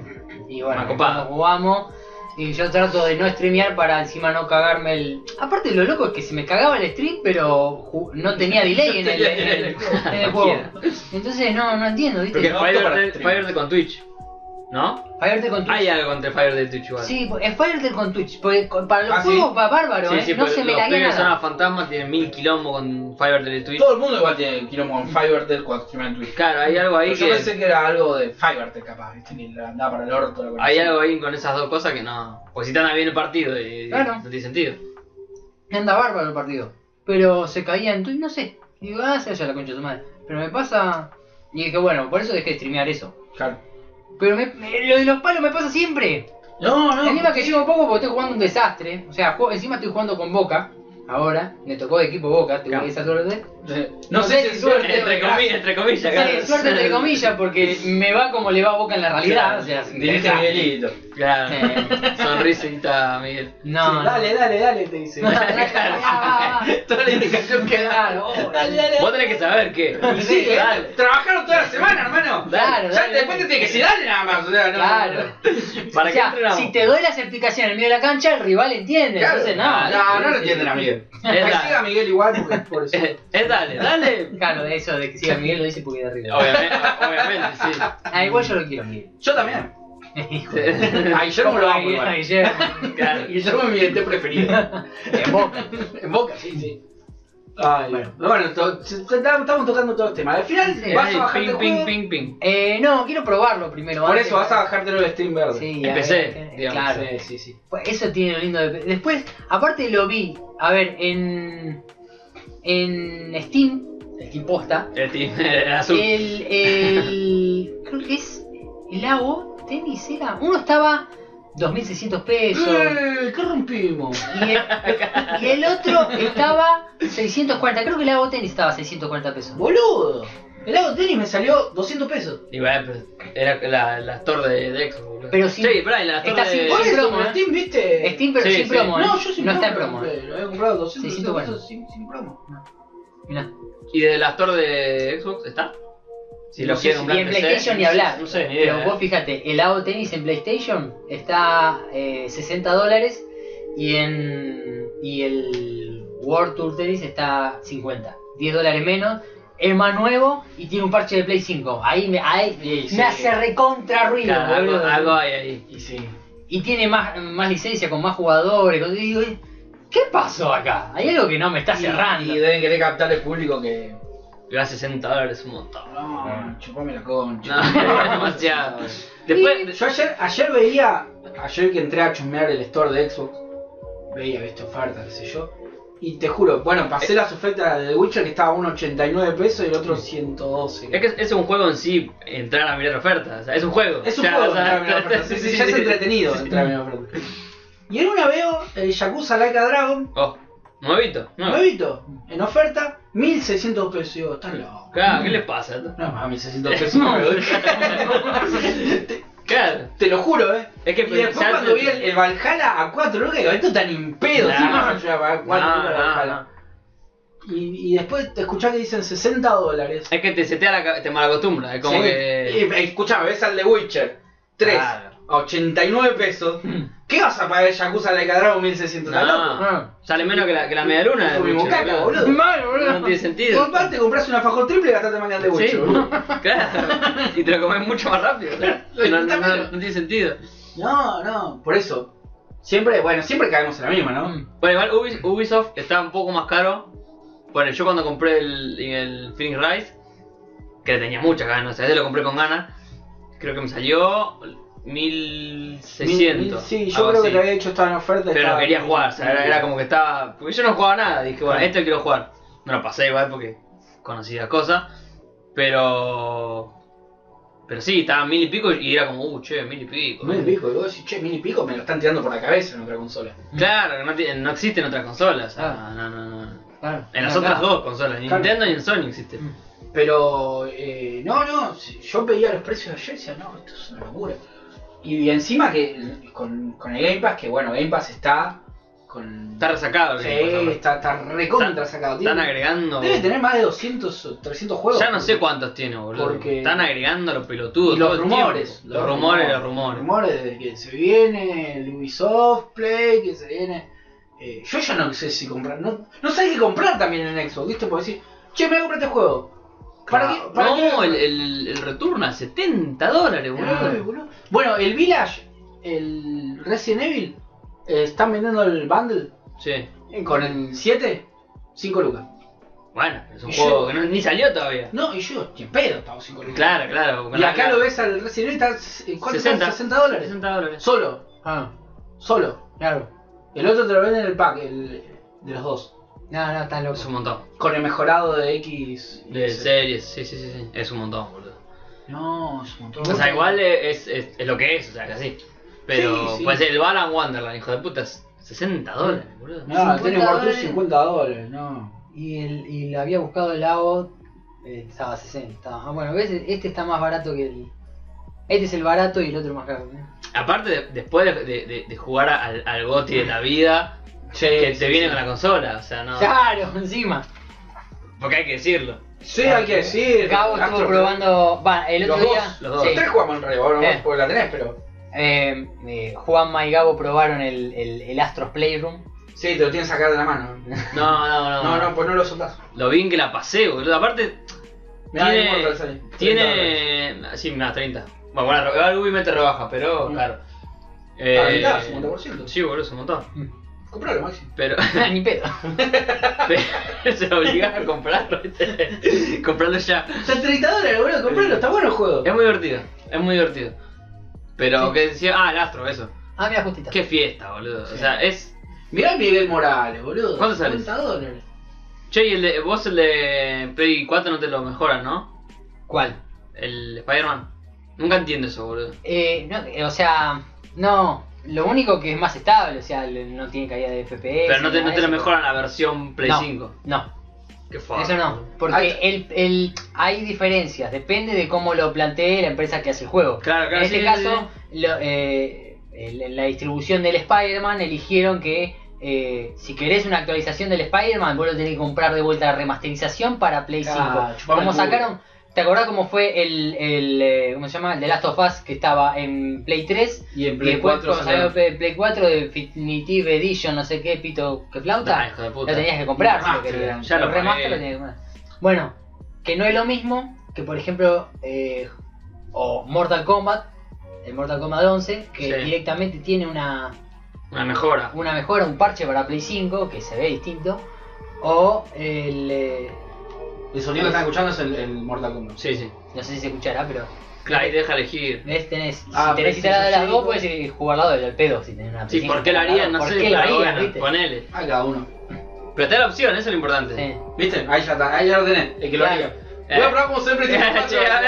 [SPEAKER 3] Y bueno,
[SPEAKER 1] una copada.
[SPEAKER 3] cuando jugamos y yo trato de no streamear para encima no cagarme el... Aparte lo loco es que se me cagaba el stream, pero ju- no tenía delay en el, en el- en el juego. Entonces no, no entiendo, viste.
[SPEAKER 1] Porque
[SPEAKER 2] no apto para
[SPEAKER 1] Fiverr
[SPEAKER 2] streaming.
[SPEAKER 1] Fiverr con Twitch. ¿No?
[SPEAKER 3] Firetel con Twitch.
[SPEAKER 1] Hay algo entre Fire de Twitch igual.
[SPEAKER 3] Sí, pues, es Firetel con Twitch. Porque con- para los
[SPEAKER 4] Ah,
[SPEAKER 3] juegos
[SPEAKER 4] sí.
[SPEAKER 3] va bárbaro,
[SPEAKER 1] Sí,
[SPEAKER 3] ¿eh?
[SPEAKER 1] sí,
[SPEAKER 3] no
[SPEAKER 1] porque
[SPEAKER 3] se me
[SPEAKER 1] los
[SPEAKER 3] laguea
[SPEAKER 1] pibes son
[SPEAKER 3] nada.
[SPEAKER 1] a fantasma, tienen mil quilombo con Fiverr de Twitch.
[SPEAKER 4] Todo el mundo igual tiene quilombo con Fivertel cuando streaman en Twitch.
[SPEAKER 1] Claro, hay algo ahí
[SPEAKER 4] Pero yo
[SPEAKER 1] que.
[SPEAKER 4] pensé que era algo de Fivertel capaz, viste, que la andaba para el orto. la
[SPEAKER 1] Hay
[SPEAKER 4] conexión.
[SPEAKER 1] algo ahí con esas dos cosas que no. Porque si tan bien el partido, y, y
[SPEAKER 3] Claro.
[SPEAKER 1] no tiene sentido.
[SPEAKER 3] Anda bárbaro el partido. Pero se caía en Twitch, no sé. Y digo, ah, se vaya la concha de su madre. Pero me pasa. Y dije, bueno, por eso dejé de streamear eso.
[SPEAKER 4] Claro.
[SPEAKER 3] Pero me- me- lo de los palos me pasa siempre.
[SPEAKER 4] No,
[SPEAKER 1] Ah.
[SPEAKER 4] no.
[SPEAKER 3] El tema es que llevo poco porque estoy jugando un desastre. O sea, juego- encima estoy jugando con Boca. Ahora, me tocó de equipo Boca, tuve
[SPEAKER 1] Claro.
[SPEAKER 3] esa suerte.
[SPEAKER 1] Eh,
[SPEAKER 4] No sé si suerte.
[SPEAKER 1] Entre comillas, entre comillas,
[SPEAKER 3] Sí, suerte entre comillas, porque me va como le va a Boca en la realidad. O sea,
[SPEAKER 4] Dice
[SPEAKER 3] ya.
[SPEAKER 4] Miguelito.
[SPEAKER 1] Claro, sonrisita, Miguel.
[SPEAKER 3] No, no.
[SPEAKER 2] Dale, dale, dale, te dice.
[SPEAKER 1] Toda la indicación que da.
[SPEAKER 3] Dale, dale.
[SPEAKER 1] Vos tenés que saber qué.
[SPEAKER 3] Sí,
[SPEAKER 1] Dale.
[SPEAKER 4] eh, Trabajaron toda la semana, hermano.
[SPEAKER 3] Claro,
[SPEAKER 4] Ya
[SPEAKER 3] dale,
[SPEAKER 4] después
[SPEAKER 3] dale.
[SPEAKER 4] te tiene que decir dale nada más. O sea, no,
[SPEAKER 3] Claro.
[SPEAKER 1] ¿Para
[SPEAKER 3] O
[SPEAKER 1] qué
[SPEAKER 3] sea,
[SPEAKER 1] entrenamos?
[SPEAKER 3] si te doy las explicaciones en medio de la cancha, el rival entiende.
[SPEAKER 4] Claro.
[SPEAKER 3] Entonces, no.
[SPEAKER 4] No, no lo entienden a Miguel.
[SPEAKER 1] Es
[SPEAKER 4] Que siga
[SPEAKER 1] dale.
[SPEAKER 4] Miguel igual porque por eso.
[SPEAKER 1] Es es dale, dale.
[SPEAKER 3] Claro, de eso de que siga Miguel lo dice porque de arriba.
[SPEAKER 1] Obviamente, obviamente, sí.
[SPEAKER 3] Ah, igual yo lo quiero, Miguel.
[SPEAKER 4] Yo también.
[SPEAKER 3] Hijo.
[SPEAKER 4] A Guillermo lo amo
[SPEAKER 3] Ay,
[SPEAKER 4] igual.
[SPEAKER 3] Guillermo.
[SPEAKER 1] Claro.
[SPEAKER 4] Guillermo es mi diente preferido.
[SPEAKER 3] En Boca.
[SPEAKER 4] En Boca, sí, sí.
[SPEAKER 2] Ay,
[SPEAKER 3] Bueno.
[SPEAKER 2] bueno, to- se- se- estamos tocando todos los temas. Al final
[SPEAKER 3] Sí,
[SPEAKER 2] vas a
[SPEAKER 1] Ahí,
[SPEAKER 2] bajarte el
[SPEAKER 1] ping, ping,
[SPEAKER 2] juego.
[SPEAKER 1] ping, ping.
[SPEAKER 3] Eh, no, quiero probarlo primero.
[SPEAKER 2] Por
[SPEAKER 3] antes.
[SPEAKER 2] eso vas a bajártelo el Steam verde.
[SPEAKER 3] Sí, a
[SPEAKER 1] Empecé,
[SPEAKER 3] ver,
[SPEAKER 1] digamos,
[SPEAKER 3] Claro.
[SPEAKER 2] Sí, sí, sí.
[SPEAKER 3] Pues Eso tiene lo lindo de... Después, aparte lo vi, a ver, en... En Steam, Steam Posta,
[SPEAKER 1] El team, el azul.
[SPEAKER 3] el... el creo que es el AO Tennis era... Uno estaba 2.600 pesos.
[SPEAKER 2] Eh, ¿Qué rompimos?
[SPEAKER 3] Y el, y el otro estaba 640. Creo que el AO Tennis estaba 640 pesos.
[SPEAKER 2] Boludo. El lago tenis me salió 200 pesos.
[SPEAKER 1] Y bueno, pero era la, la torre de, de Xbox, boludo.
[SPEAKER 3] Pero sin-
[SPEAKER 1] Sí, pero en la
[SPEAKER 3] está
[SPEAKER 1] torre
[SPEAKER 3] sin-
[SPEAKER 1] de...
[SPEAKER 2] Por eso,
[SPEAKER 3] promo,
[SPEAKER 2] pero
[SPEAKER 3] ¿eh?
[SPEAKER 2] Steam, viste.
[SPEAKER 3] Steam, pero
[SPEAKER 1] sí,
[SPEAKER 3] sin
[SPEAKER 1] sí.
[SPEAKER 3] promo, ¿eh?
[SPEAKER 2] No, yo sin
[SPEAKER 3] No
[SPEAKER 2] promo.
[SPEAKER 3] está en
[SPEAKER 2] lo
[SPEAKER 3] promo. ¿eh?
[SPEAKER 2] compré. Lo había comprado 200,
[SPEAKER 3] 600
[SPEAKER 2] pesos sin, sin promo.
[SPEAKER 3] Mirá.
[SPEAKER 1] ¿Y de la torre de Xbox está? Si
[SPEAKER 3] No
[SPEAKER 1] lo
[SPEAKER 3] sé
[SPEAKER 1] quieren
[SPEAKER 3] si-
[SPEAKER 1] comprar
[SPEAKER 3] y en PlayStation ni hablar.
[SPEAKER 1] No sé, ni idea.
[SPEAKER 3] Pero vos fíjate, el AO Tennis en PlayStation está eh, 60 dólares y en y el World Tour Tennis está 50, 10 dólares menos. Es más nuevo y tiene un parche de Play 5. Ahí me, ahí
[SPEAKER 4] Sí, sí.
[SPEAKER 3] me hace recontra
[SPEAKER 1] eh.
[SPEAKER 3] ruido,
[SPEAKER 1] Claro, algo,
[SPEAKER 3] boludo.
[SPEAKER 1] algo hay ahí.
[SPEAKER 4] Y sí.
[SPEAKER 3] Y tiene más, más licencia con más jugadores. cosas- y digo, eh, ¿qué pasó acá? Hay algo que no me está
[SPEAKER 4] Y-
[SPEAKER 3] cerrando.
[SPEAKER 4] Y deben querer captar el público que.
[SPEAKER 1] Le da 60 dólares un montón.
[SPEAKER 4] No, chupame la concha.
[SPEAKER 1] No, demasiado. Después,
[SPEAKER 2] Yo ayer, ayer veía, ayer que entré a chusmear el store de Xbox, veía, viste, ofertas, qué sé yo. Y te juro, bueno, pasé las ofertas de The Witcher que estaba a 1,89 pesos y el otro 112.
[SPEAKER 1] es que es un juego en sí, entrar a mirar ofertas. O sea, es un juego.
[SPEAKER 2] Es un
[SPEAKER 1] O sea,
[SPEAKER 2] juego,
[SPEAKER 1] o sea,
[SPEAKER 2] entrar a mirar ofertas. Sí, sí, ya es entretenido entrar a mirar ofertas. Y en una veo el Yakuza Laika Dragon,
[SPEAKER 1] Oh, nuevito. Nuevo.
[SPEAKER 2] nuevito, en oferta, 1.600 pesos. Y digo, estás loco.
[SPEAKER 1] Claro, ¿qué les pasa?
[SPEAKER 2] No, más 1.600 pesos. no me doy.
[SPEAKER 1] Claro.
[SPEAKER 2] Te lo juro, eh.
[SPEAKER 1] Es que
[SPEAKER 2] y después
[SPEAKER 1] ya-
[SPEAKER 2] cuando vi el, el Valhalla a 4 lucas, digo, esto tan impedo,
[SPEAKER 1] Nah.
[SPEAKER 2] sí, no, yo voy a pagar 4
[SPEAKER 1] No,
[SPEAKER 2] lucas el
[SPEAKER 1] no,
[SPEAKER 2] Valhalla.
[SPEAKER 1] no.
[SPEAKER 2] Y, y después te escuchás que dicen 60 dólares.
[SPEAKER 1] Es que te setea la ca- te malacostumbra, es como
[SPEAKER 2] Sí.
[SPEAKER 1] que.
[SPEAKER 2] Y, eh, escuchame, ves al de Witcher 3
[SPEAKER 1] Claro.
[SPEAKER 2] a 89 pesos. ¿Qué vas a pagar el Yakuza de Cadrago 1600
[SPEAKER 1] No.
[SPEAKER 2] dólares?
[SPEAKER 3] Ah.
[SPEAKER 1] Sale menos que la, que la media luna.
[SPEAKER 2] Es como
[SPEAKER 1] de
[SPEAKER 2] mi
[SPEAKER 1] Witcher,
[SPEAKER 2] bocaca,
[SPEAKER 1] claro.
[SPEAKER 2] boludo.
[SPEAKER 3] Mal, boludo.
[SPEAKER 1] No tiene sentido.
[SPEAKER 2] Comparte, compras una fajol triple y gastaste más que el de Witcher.
[SPEAKER 1] Sí,
[SPEAKER 2] boludo.
[SPEAKER 1] claro. Y te lo comes mucho más rápido. No, no, no, no tiene sentido.
[SPEAKER 2] No, no, por eso. Siempre, bueno, siempre caemos en la misma, ¿no?
[SPEAKER 3] Mm.
[SPEAKER 1] Bueno, igual Ubis- Ubisoft está un poco más caro. Bueno, yo cuando compré el, el Phoenix Rise, que le tenía muchas ganas, o sea, ese lo compré con ganas, creo que me salió 1600.
[SPEAKER 2] Sí,
[SPEAKER 1] algo
[SPEAKER 2] yo creo que
[SPEAKER 1] así.
[SPEAKER 2] te había hecho esta en oferta.
[SPEAKER 1] Pero no
[SPEAKER 2] estaba-
[SPEAKER 1] quería jugar, o sea, era, era como que estaba. Porque yo no jugaba nada, dije, bueno,
[SPEAKER 2] Claro.
[SPEAKER 1] esto quiero jugar. No lo pasé igual porque conocí las cosas, pero. Pero sí, estaba mil y pico y era como, uh, che, mil y pico.
[SPEAKER 2] Mil y pico, y vos decís, che, mil y pico me lo están tirando por la cabeza en otra consola.
[SPEAKER 1] Claro, no, ti- no existen otras consolas, o sea,
[SPEAKER 3] Ah.
[SPEAKER 1] no, no, no.
[SPEAKER 3] Claro. Mm.
[SPEAKER 1] En las
[SPEAKER 2] Claro,
[SPEAKER 1] otras
[SPEAKER 2] claro.
[SPEAKER 1] dos consolas, en
[SPEAKER 2] Claro.
[SPEAKER 1] Nintendo y en Sony existen.
[SPEAKER 2] Pero, eh, no, no, si- yo pedía los precios de ayer y decía, no, esto es una locura. Y encima que con, con el Game Pass, que bueno, Game Pass está con...
[SPEAKER 1] Está resacado,
[SPEAKER 2] Sí,
[SPEAKER 1] que, por favor.
[SPEAKER 2] está, está recontra
[SPEAKER 1] Están-
[SPEAKER 2] sacado.
[SPEAKER 1] están
[SPEAKER 2] Tiene-
[SPEAKER 1] agregando.
[SPEAKER 2] Debe tener más de 200 o 300 juegos.
[SPEAKER 1] Ya no sé cuántos tiene, boludo.
[SPEAKER 2] Porque-
[SPEAKER 1] Están agregando los pelotudos.
[SPEAKER 2] Y los
[SPEAKER 1] todo el tiempo.
[SPEAKER 2] rumores,
[SPEAKER 1] Los, rumores, los rumores.
[SPEAKER 2] rumores de que se viene el Ubisoft Play, que se viene... eh, yo ya no sé si comprar, no, no sé qué comprar también en Xbox, ¿viste? Porque decir, che, me voy a comprar este juego. ¿Para
[SPEAKER 1] Ah,
[SPEAKER 2] qué- para
[SPEAKER 1] no,
[SPEAKER 2] qué- Ah,
[SPEAKER 1] el, el, el Returnal, 70 dólares,
[SPEAKER 2] Ay,
[SPEAKER 1] boludo.
[SPEAKER 2] boludo. Bueno, el Village, el Resident Evil, eh, están vendiendo el bundle
[SPEAKER 1] Sí.
[SPEAKER 2] con el 7, 5 lucas.
[SPEAKER 1] Bueno, es un
[SPEAKER 2] Y
[SPEAKER 1] juego
[SPEAKER 2] yo-
[SPEAKER 1] que no- ni salió todavía.
[SPEAKER 2] No, y yo, ¿qué pedo? Estaba 5 lucas.
[SPEAKER 1] Claro, claro.
[SPEAKER 2] Y
[SPEAKER 1] claro,
[SPEAKER 2] acá
[SPEAKER 1] claro.
[SPEAKER 2] lo ves al Resident Evil, está en cuánto
[SPEAKER 1] 60.
[SPEAKER 2] está? 60 dólares.
[SPEAKER 1] 60 dólares.
[SPEAKER 2] Solo,
[SPEAKER 3] Ah,
[SPEAKER 2] solo.
[SPEAKER 3] claro.
[SPEAKER 2] El otro te lo venden en el pack, el de los dos.
[SPEAKER 3] No, no, estás
[SPEAKER 1] Es un
[SPEAKER 3] loco.
[SPEAKER 1] montón.
[SPEAKER 2] Con el mejorado de X. y
[SPEAKER 1] De
[SPEAKER 2] S.
[SPEAKER 1] series, sí, sí, sí, sí. Es un montón, boludo.
[SPEAKER 2] No, es un montón.
[SPEAKER 1] O sea, igual es, es, es lo que es, o sea, casi. Pero
[SPEAKER 2] Sí, sí.
[SPEAKER 1] pues el Balan Wonderland, hijo de putas. 60 dólares, boludo.
[SPEAKER 2] No, el
[SPEAKER 3] 50
[SPEAKER 2] Tennis World Tour
[SPEAKER 3] dólares.
[SPEAKER 2] 50 dólares, no.
[SPEAKER 3] Y, el, y lo había buscado el AO, eh, estaba a 60. Ah, bueno, ¿ves? Este está más barato que el. Este es el barato y el otro más caro. ¿eh?
[SPEAKER 1] Aparte, de- después de, de- de- de jugar al, al Goti de la vida, que te viene con la consola, o sea, no.
[SPEAKER 3] Claro, encima.
[SPEAKER 1] Porque hay que decirlo.
[SPEAKER 2] Sí, hay que decir.
[SPEAKER 3] Cabo estuvo
[SPEAKER 2] Astro-
[SPEAKER 3] probando. Va, el otro
[SPEAKER 2] Los
[SPEAKER 3] día.
[SPEAKER 2] dos,
[SPEAKER 1] los dos.
[SPEAKER 3] sí.
[SPEAKER 2] Tres jugamos en Rebo, no
[SPEAKER 3] Eh.
[SPEAKER 2] porque la tenés, pero.
[SPEAKER 3] Eh, eh, Juanma y Gabo probaron el, el, el Astros Playroom.
[SPEAKER 2] Sí, te lo tienes que sacar de la mano.
[SPEAKER 1] No, no, no.
[SPEAKER 2] No, no, pues no lo soltás.
[SPEAKER 1] Lo bien que la pasé, boludo. Aparte,
[SPEAKER 2] Mirá,
[SPEAKER 1] Tiene-
[SPEAKER 2] el Immortals ahí, 30 dólares.
[SPEAKER 1] tiene. Sí, más 30. Bueno, bueno, el Ubi te rebaja, pero
[SPEAKER 2] Mm.
[SPEAKER 1] claro. Eh,
[SPEAKER 2] Ah, mirá, 50%.
[SPEAKER 1] sí, boludo, es un montón.
[SPEAKER 2] Compralo, Maxi.
[SPEAKER 1] Pero.
[SPEAKER 3] Ni pedo.
[SPEAKER 1] Pero se obliga a comprarlo, ¿viste? comprarlo ya.
[SPEAKER 2] Está 30 dólares, boludo, compralo, está bueno el juego.
[SPEAKER 1] Es muy divertido, es muy divertido. Pero que decía, ah, el astro, eso.
[SPEAKER 3] Ah, mira, justita.
[SPEAKER 1] Qué fiesta, boludo. O sea, es.
[SPEAKER 2] Mirá el Miguel Morales, boludo.
[SPEAKER 1] ¿Cuánto sale?
[SPEAKER 2] 50 dólares.
[SPEAKER 1] Che, y el de, vos el de Play 4 no te lo mejoran, ¿no?
[SPEAKER 3] ¿Cuál?
[SPEAKER 1] El Spider-Man. Nunca entiendo eso, boludo.
[SPEAKER 3] Eh, no, eh, o sea, no. Lo único que es más estable, o sea, le- no tiene caída de FPS.
[SPEAKER 1] Pero no te, no
[SPEAKER 3] nada de
[SPEAKER 1] te lo
[SPEAKER 3] eso.
[SPEAKER 1] mejoran la versión Play
[SPEAKER 3] No.
[SPEAKER 1] 5.
[SPEAKER 3] No,
[SPEAKER 1] Qué fuerte.
[SPEAKER 3] eso no.
[SPEAKER 2] Ahí
[SPEAKER 3] Porque
[SPEAKER 2] está.
[SPEAKER 3] el, el, hay diferencias, depende de cómo lo plantee la empresa que hace el juego.
[SPEAKER 1] Claro, claro,
[SPEAKER 3] en este
[SPEAKER 1] sí,
[SPEAKER 3] caso, lo- eh, el- en la distribución del Spider-Man eligieron que eh, si querés una actualización del Spider-Man, vos lo tenés que comprar de vuelta la remasterización para Play
[SPEAKER 2] Ah,
[SPEAKER 3] 5.
[SPEAKER 2] chupame
[SPEAKER 3] Como
[SPEAKER 2] el culo.
[SPEAKER 3] sacaron, ¿te acordás cómo fue el, el eh, ¿cómo se llama? El de Last of Us que estaba en Play 3?
[SPEAKER 2] Y en
[SPEAKER 3] Y después cuando salió Play- Play 4 de Definitive Edition, no sé qué, pito que flauta.
[SPEAKER 1] Ah, hijo de puta.
[SPEAKER 3] Lo tenías que comprar, si lo
[SPEAKER 1] Remaster,
[SPEAKER 3] querías.
[SPEAKER 1] ya lo
[SPEAKER 3] El remaster
[SPEAKER 1] pagué.
[SPEAKER 3] lo tenías que comprar. Bueno, que no es lo mismo que, por ejemplo, eh, o Mortal Kombat, el Mortal Kombat 11, que
[SPEAKER 1] Sí.
[SPEAKER 3] directamente tiene una,
[SPEAKER 1] Una mejora.
[SPEAKER 3] una mejora, un parche para Play 5, que se ve distinto, o el... eh,
[SPEAKER 2] El sonido que están escuchando es el, el Mortal Kombat.
[SPEAKER 1] Sí, sí.
[SPEAKER 3] no sé si se escuchará, pero...
[SPEAKER 1] Claro, y te deja elegir.
[SPEAKER 3] ¿Ves? Tenés,
[SPEAKER 2] Ah,
[SPEAKER 3] si tenés
[SPEAKER 2] PlayStation
[SPEAKER 3] instalada las dos,
[SPEAKER 2] cinco.
[SPEAKER 3] puedes ir jugar al lado del pedo si tenés una
[SPEAKER 1] Sí,
[SPEAKER 3] Play
[SPEAKER 1] ¿por qué lo
[SPEAKER 3] cinco instalada.
[SPEAKER 1] harían? No
[SPEAKER 3] ¿Por
[SPEAKER 1] sé,
[SPEAKER 3] qué lo
[SPEAKER 1] pero
[SPEAKER 3] harían,
[SPEAKER 1] bueno,
[SPEAKER 3] viste?
[SPEAKER 1] ponele.
[SPEAKER 2] Ah, cada uno.
[SPEAKER 1] Pero te da la opción, eso es lo importante.
[SPEAKER 3] Sí.
[SPEAKER 2] ¿Viste? Ahí ya está, ahí ya lo tenés. El que lo
[SPEAKER 3] Claro.
[SPEAKER 2] haría. Voy a probar como siempre. este
[SPEAKER 1] Che, a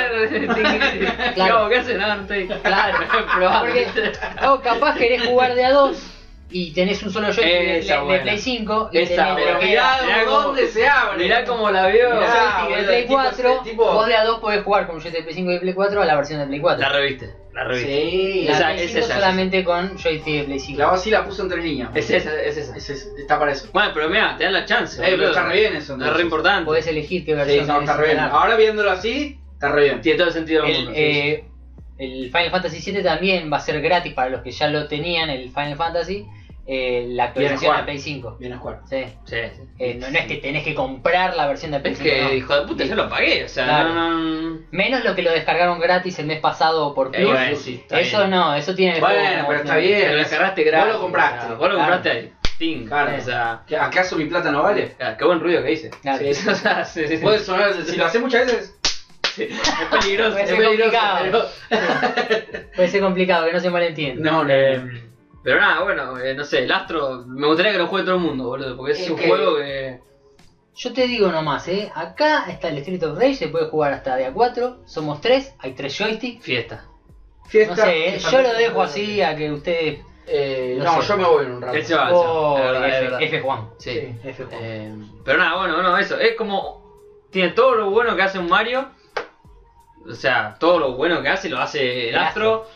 [SPEAKER 1] ver,
[SPEAKER 3] Claro.
[SPEAKER 1] ¿Cómo? ¿Qué haces? No, no estoy.
[SPEAKER 3] Claro,
[SPEAKER 1] Probable.
[SPEAKER 3] porque o capaz querés jugar de a dos y tenés un solo joystick de,
[SPEAKER 1] Esa
[SPEAKER 3] de
[SPEAKER 1] buena.
[SPEAKER 3] Play 5 y
[SPEAKER 1] Esa buena.
[SPEAKER 3] tenés
[SPEAKER 2] Pero
[SPEAKER 3] lo que
[SPEAKER 2] mirá,
[SPEAKER 3] era
[SPEAKER 1] mirá cómo-
[SPEAKER 2] dónde se abre.
[SPEAKER 1] Mirá cómo la vio.
[SPEAKER 3] un
[SPEAKER 2] mirá,
[SPEAKER 3] joystick de
[SPEAKER 2] boludo,
[SPEAKER 3] Play
[SPEAKER 2] el tipo-
[SPEAKER 3] 4,
[SPEAKER 2] el tipo-
[SPEAKER 3] vos de a dos podés jugar con un joystick de Play 5 y de Play 4 a la versión de Play 4.
[SPEAKER 1] La reviste, la reviste.
[SPEAKER 2] Sí.
[SPEAKER 3] Y la
[SPEAKER 1] esa-
[SPEAKER 3] Play
[SPEAKER 1] es
[SPEAKER 3] 5
[SPEAKER 1] esa, es
[SPEAKER 3] solamente con joystick de Play 5.
[SPEAKER 2] La así la puso entre líneas.
[SPEAKER 1] Es esa, es esa.
[SPEAKER 2] Es- es- está para eso.
[SPEAKER 1] Bueno, pero mira, te dan la chance.
[SPEAKER 2] Eh, pero
[SPEAKER 1] boludo.
[SPEAKER 2] está re bien eso.
[SPEAKER 1] Es re
[SPEAKER 2] entonces.
[SPEAKER 1] importante.
[SPEAKER 3] Podés elegir qué
[SPEAKER 2] Sí,
[SPEAKER 3] versión
[SPEAKER 2] no,
[SPEAKER 3] querés
[SPEAKER 2] está re bien.
[SPEAKER 3] instalar.
[SPEAKER 2] Ahora viéndolo así, está re bien.
[SPEAKER 1] Tiene todo el sentido del
[SPEAKER 3] el,
[SPEAKER 1] mundo.
[SPEAKER 3] eh, el Final Fantasy VII también va a ser gratis para los que ya lo tenían, el Final Fantasy, eh, la actualización
[SPEAKER 2] jugar.
[SPEAKER 3] de Play 5.
[SPEAKER 2] Bien a jugar.
[SPEAKER 3] Sí.
[SPEAKER 1] Sí, sí.
[SPEAKER 3] Eh, no, no es que tenés que comprar la versión de Play
[SPEAKER 1] Es
[SPEAKER 3] 5.
[SPEAKER 1] que,
[SPEAKER 3] no.
[SPEAKER 1] hijo de puta, yo lo pagué. O sea,
[SPEAKER 3] Claro.
[SPEAKER 1] no, no, no.
[SPEAKER 3] Menos lo que lo descargaron gratis el mes pasado por
[SPEAKER 1] Eh,
[SPEAKER 3] Plus.
[SPEAKER 1] bueno, sí, está
[SPEAKER 3] eso
[SPEAKER 1] bien.
[SPEAKER 3] no, eso tiene.
[SPEAKER 2] Bueno, pero está bien.
[SPEAKER 1] Pero lo descargaste gratis.
[SPEAKER 2] Vos lo compraste.
[SPEAKER 1] o sea, vos lo
[SPEAKER 3] Claro.
[SPEAKER 1] compraste ahí. Ting.
[SPEAKER 2] Claro.
[SPEAKER 1] O sea,
[SPEAKER 2] ¿Qué- ¿Acaso mi plata no vale?
[SPEAKER 1] ah, qué buen ruido que hice.
[SPEAKER 3] Claro.
[SPEAKER 2] Sí,
[SPEAKER 1] O sea, sí, sí, sí.
[SPEAKER 2] Puede sonar, si lo haces muchas veces,
[SPEAKER 1] Es peligroso.
[SPEAKER 3] Puede
[SPEAKER 1] es
[SPEAKER 3] ser
[SPEAKER 1] peligroso.
[SPEAKER 3] complicado. Puede ser complicado, que no se malentienda.
[SPEAKER 2] no, no,
[SPEAKER 1] Eh,
[SPEAKER 2] no.
[SPEAKER 1] pero nada, bueno, eh, no sé, el Astro, me gustaría que lo juegue todo el mundo, boludo, porque es,
[SPEAKER 3] Es
[SPEAKER 1] un
[SPEAKER 3] que-
[SPEAKER 1] juego que...
[SPEAKER 3] Yo te digo nomás, ¿eh? Acá está el Street of Rage, se puede jugar hasta de a 4. Somos 3, hay 3 joysticks.
[SPEAKER 1] Fiesta.
[SPEAKER 2] Fiesta.
[SPEAKER 3] No sé, ¿eh?
[SPEAKER 2] fiesta-
[SPEAKER 3] yo lo dejo así a que ustedes.
[SPEAKER 2] Eh,
[SPEAKER 3] no
[SPEAKER 2] no,
[SPEAKER 3] sé.
[SPEAKER 2] yo me voy en un rato.
[SPEAKER 1] Él se va,
[SPEAKER 3] Oh,
[SPEAKER 1] se va, es verdad, es
[SPEAKER 3] F,
[SPEAKER 1] verdad.
[SPEAKER 3] F Juan.
[SPEAKER 1] Sí.
[SPEAKER 2] Sí.
[SPEAKER 3] F Juan.
[SPEAKER 1] Eh, pero nada, bueno, bueno, eso, es como... Tiene todo lo bueno que hace un Mario, o sea, todo lo bueno que hace lo hace el
[SPEAKER 3] El
[SPEAKER 1] Astro,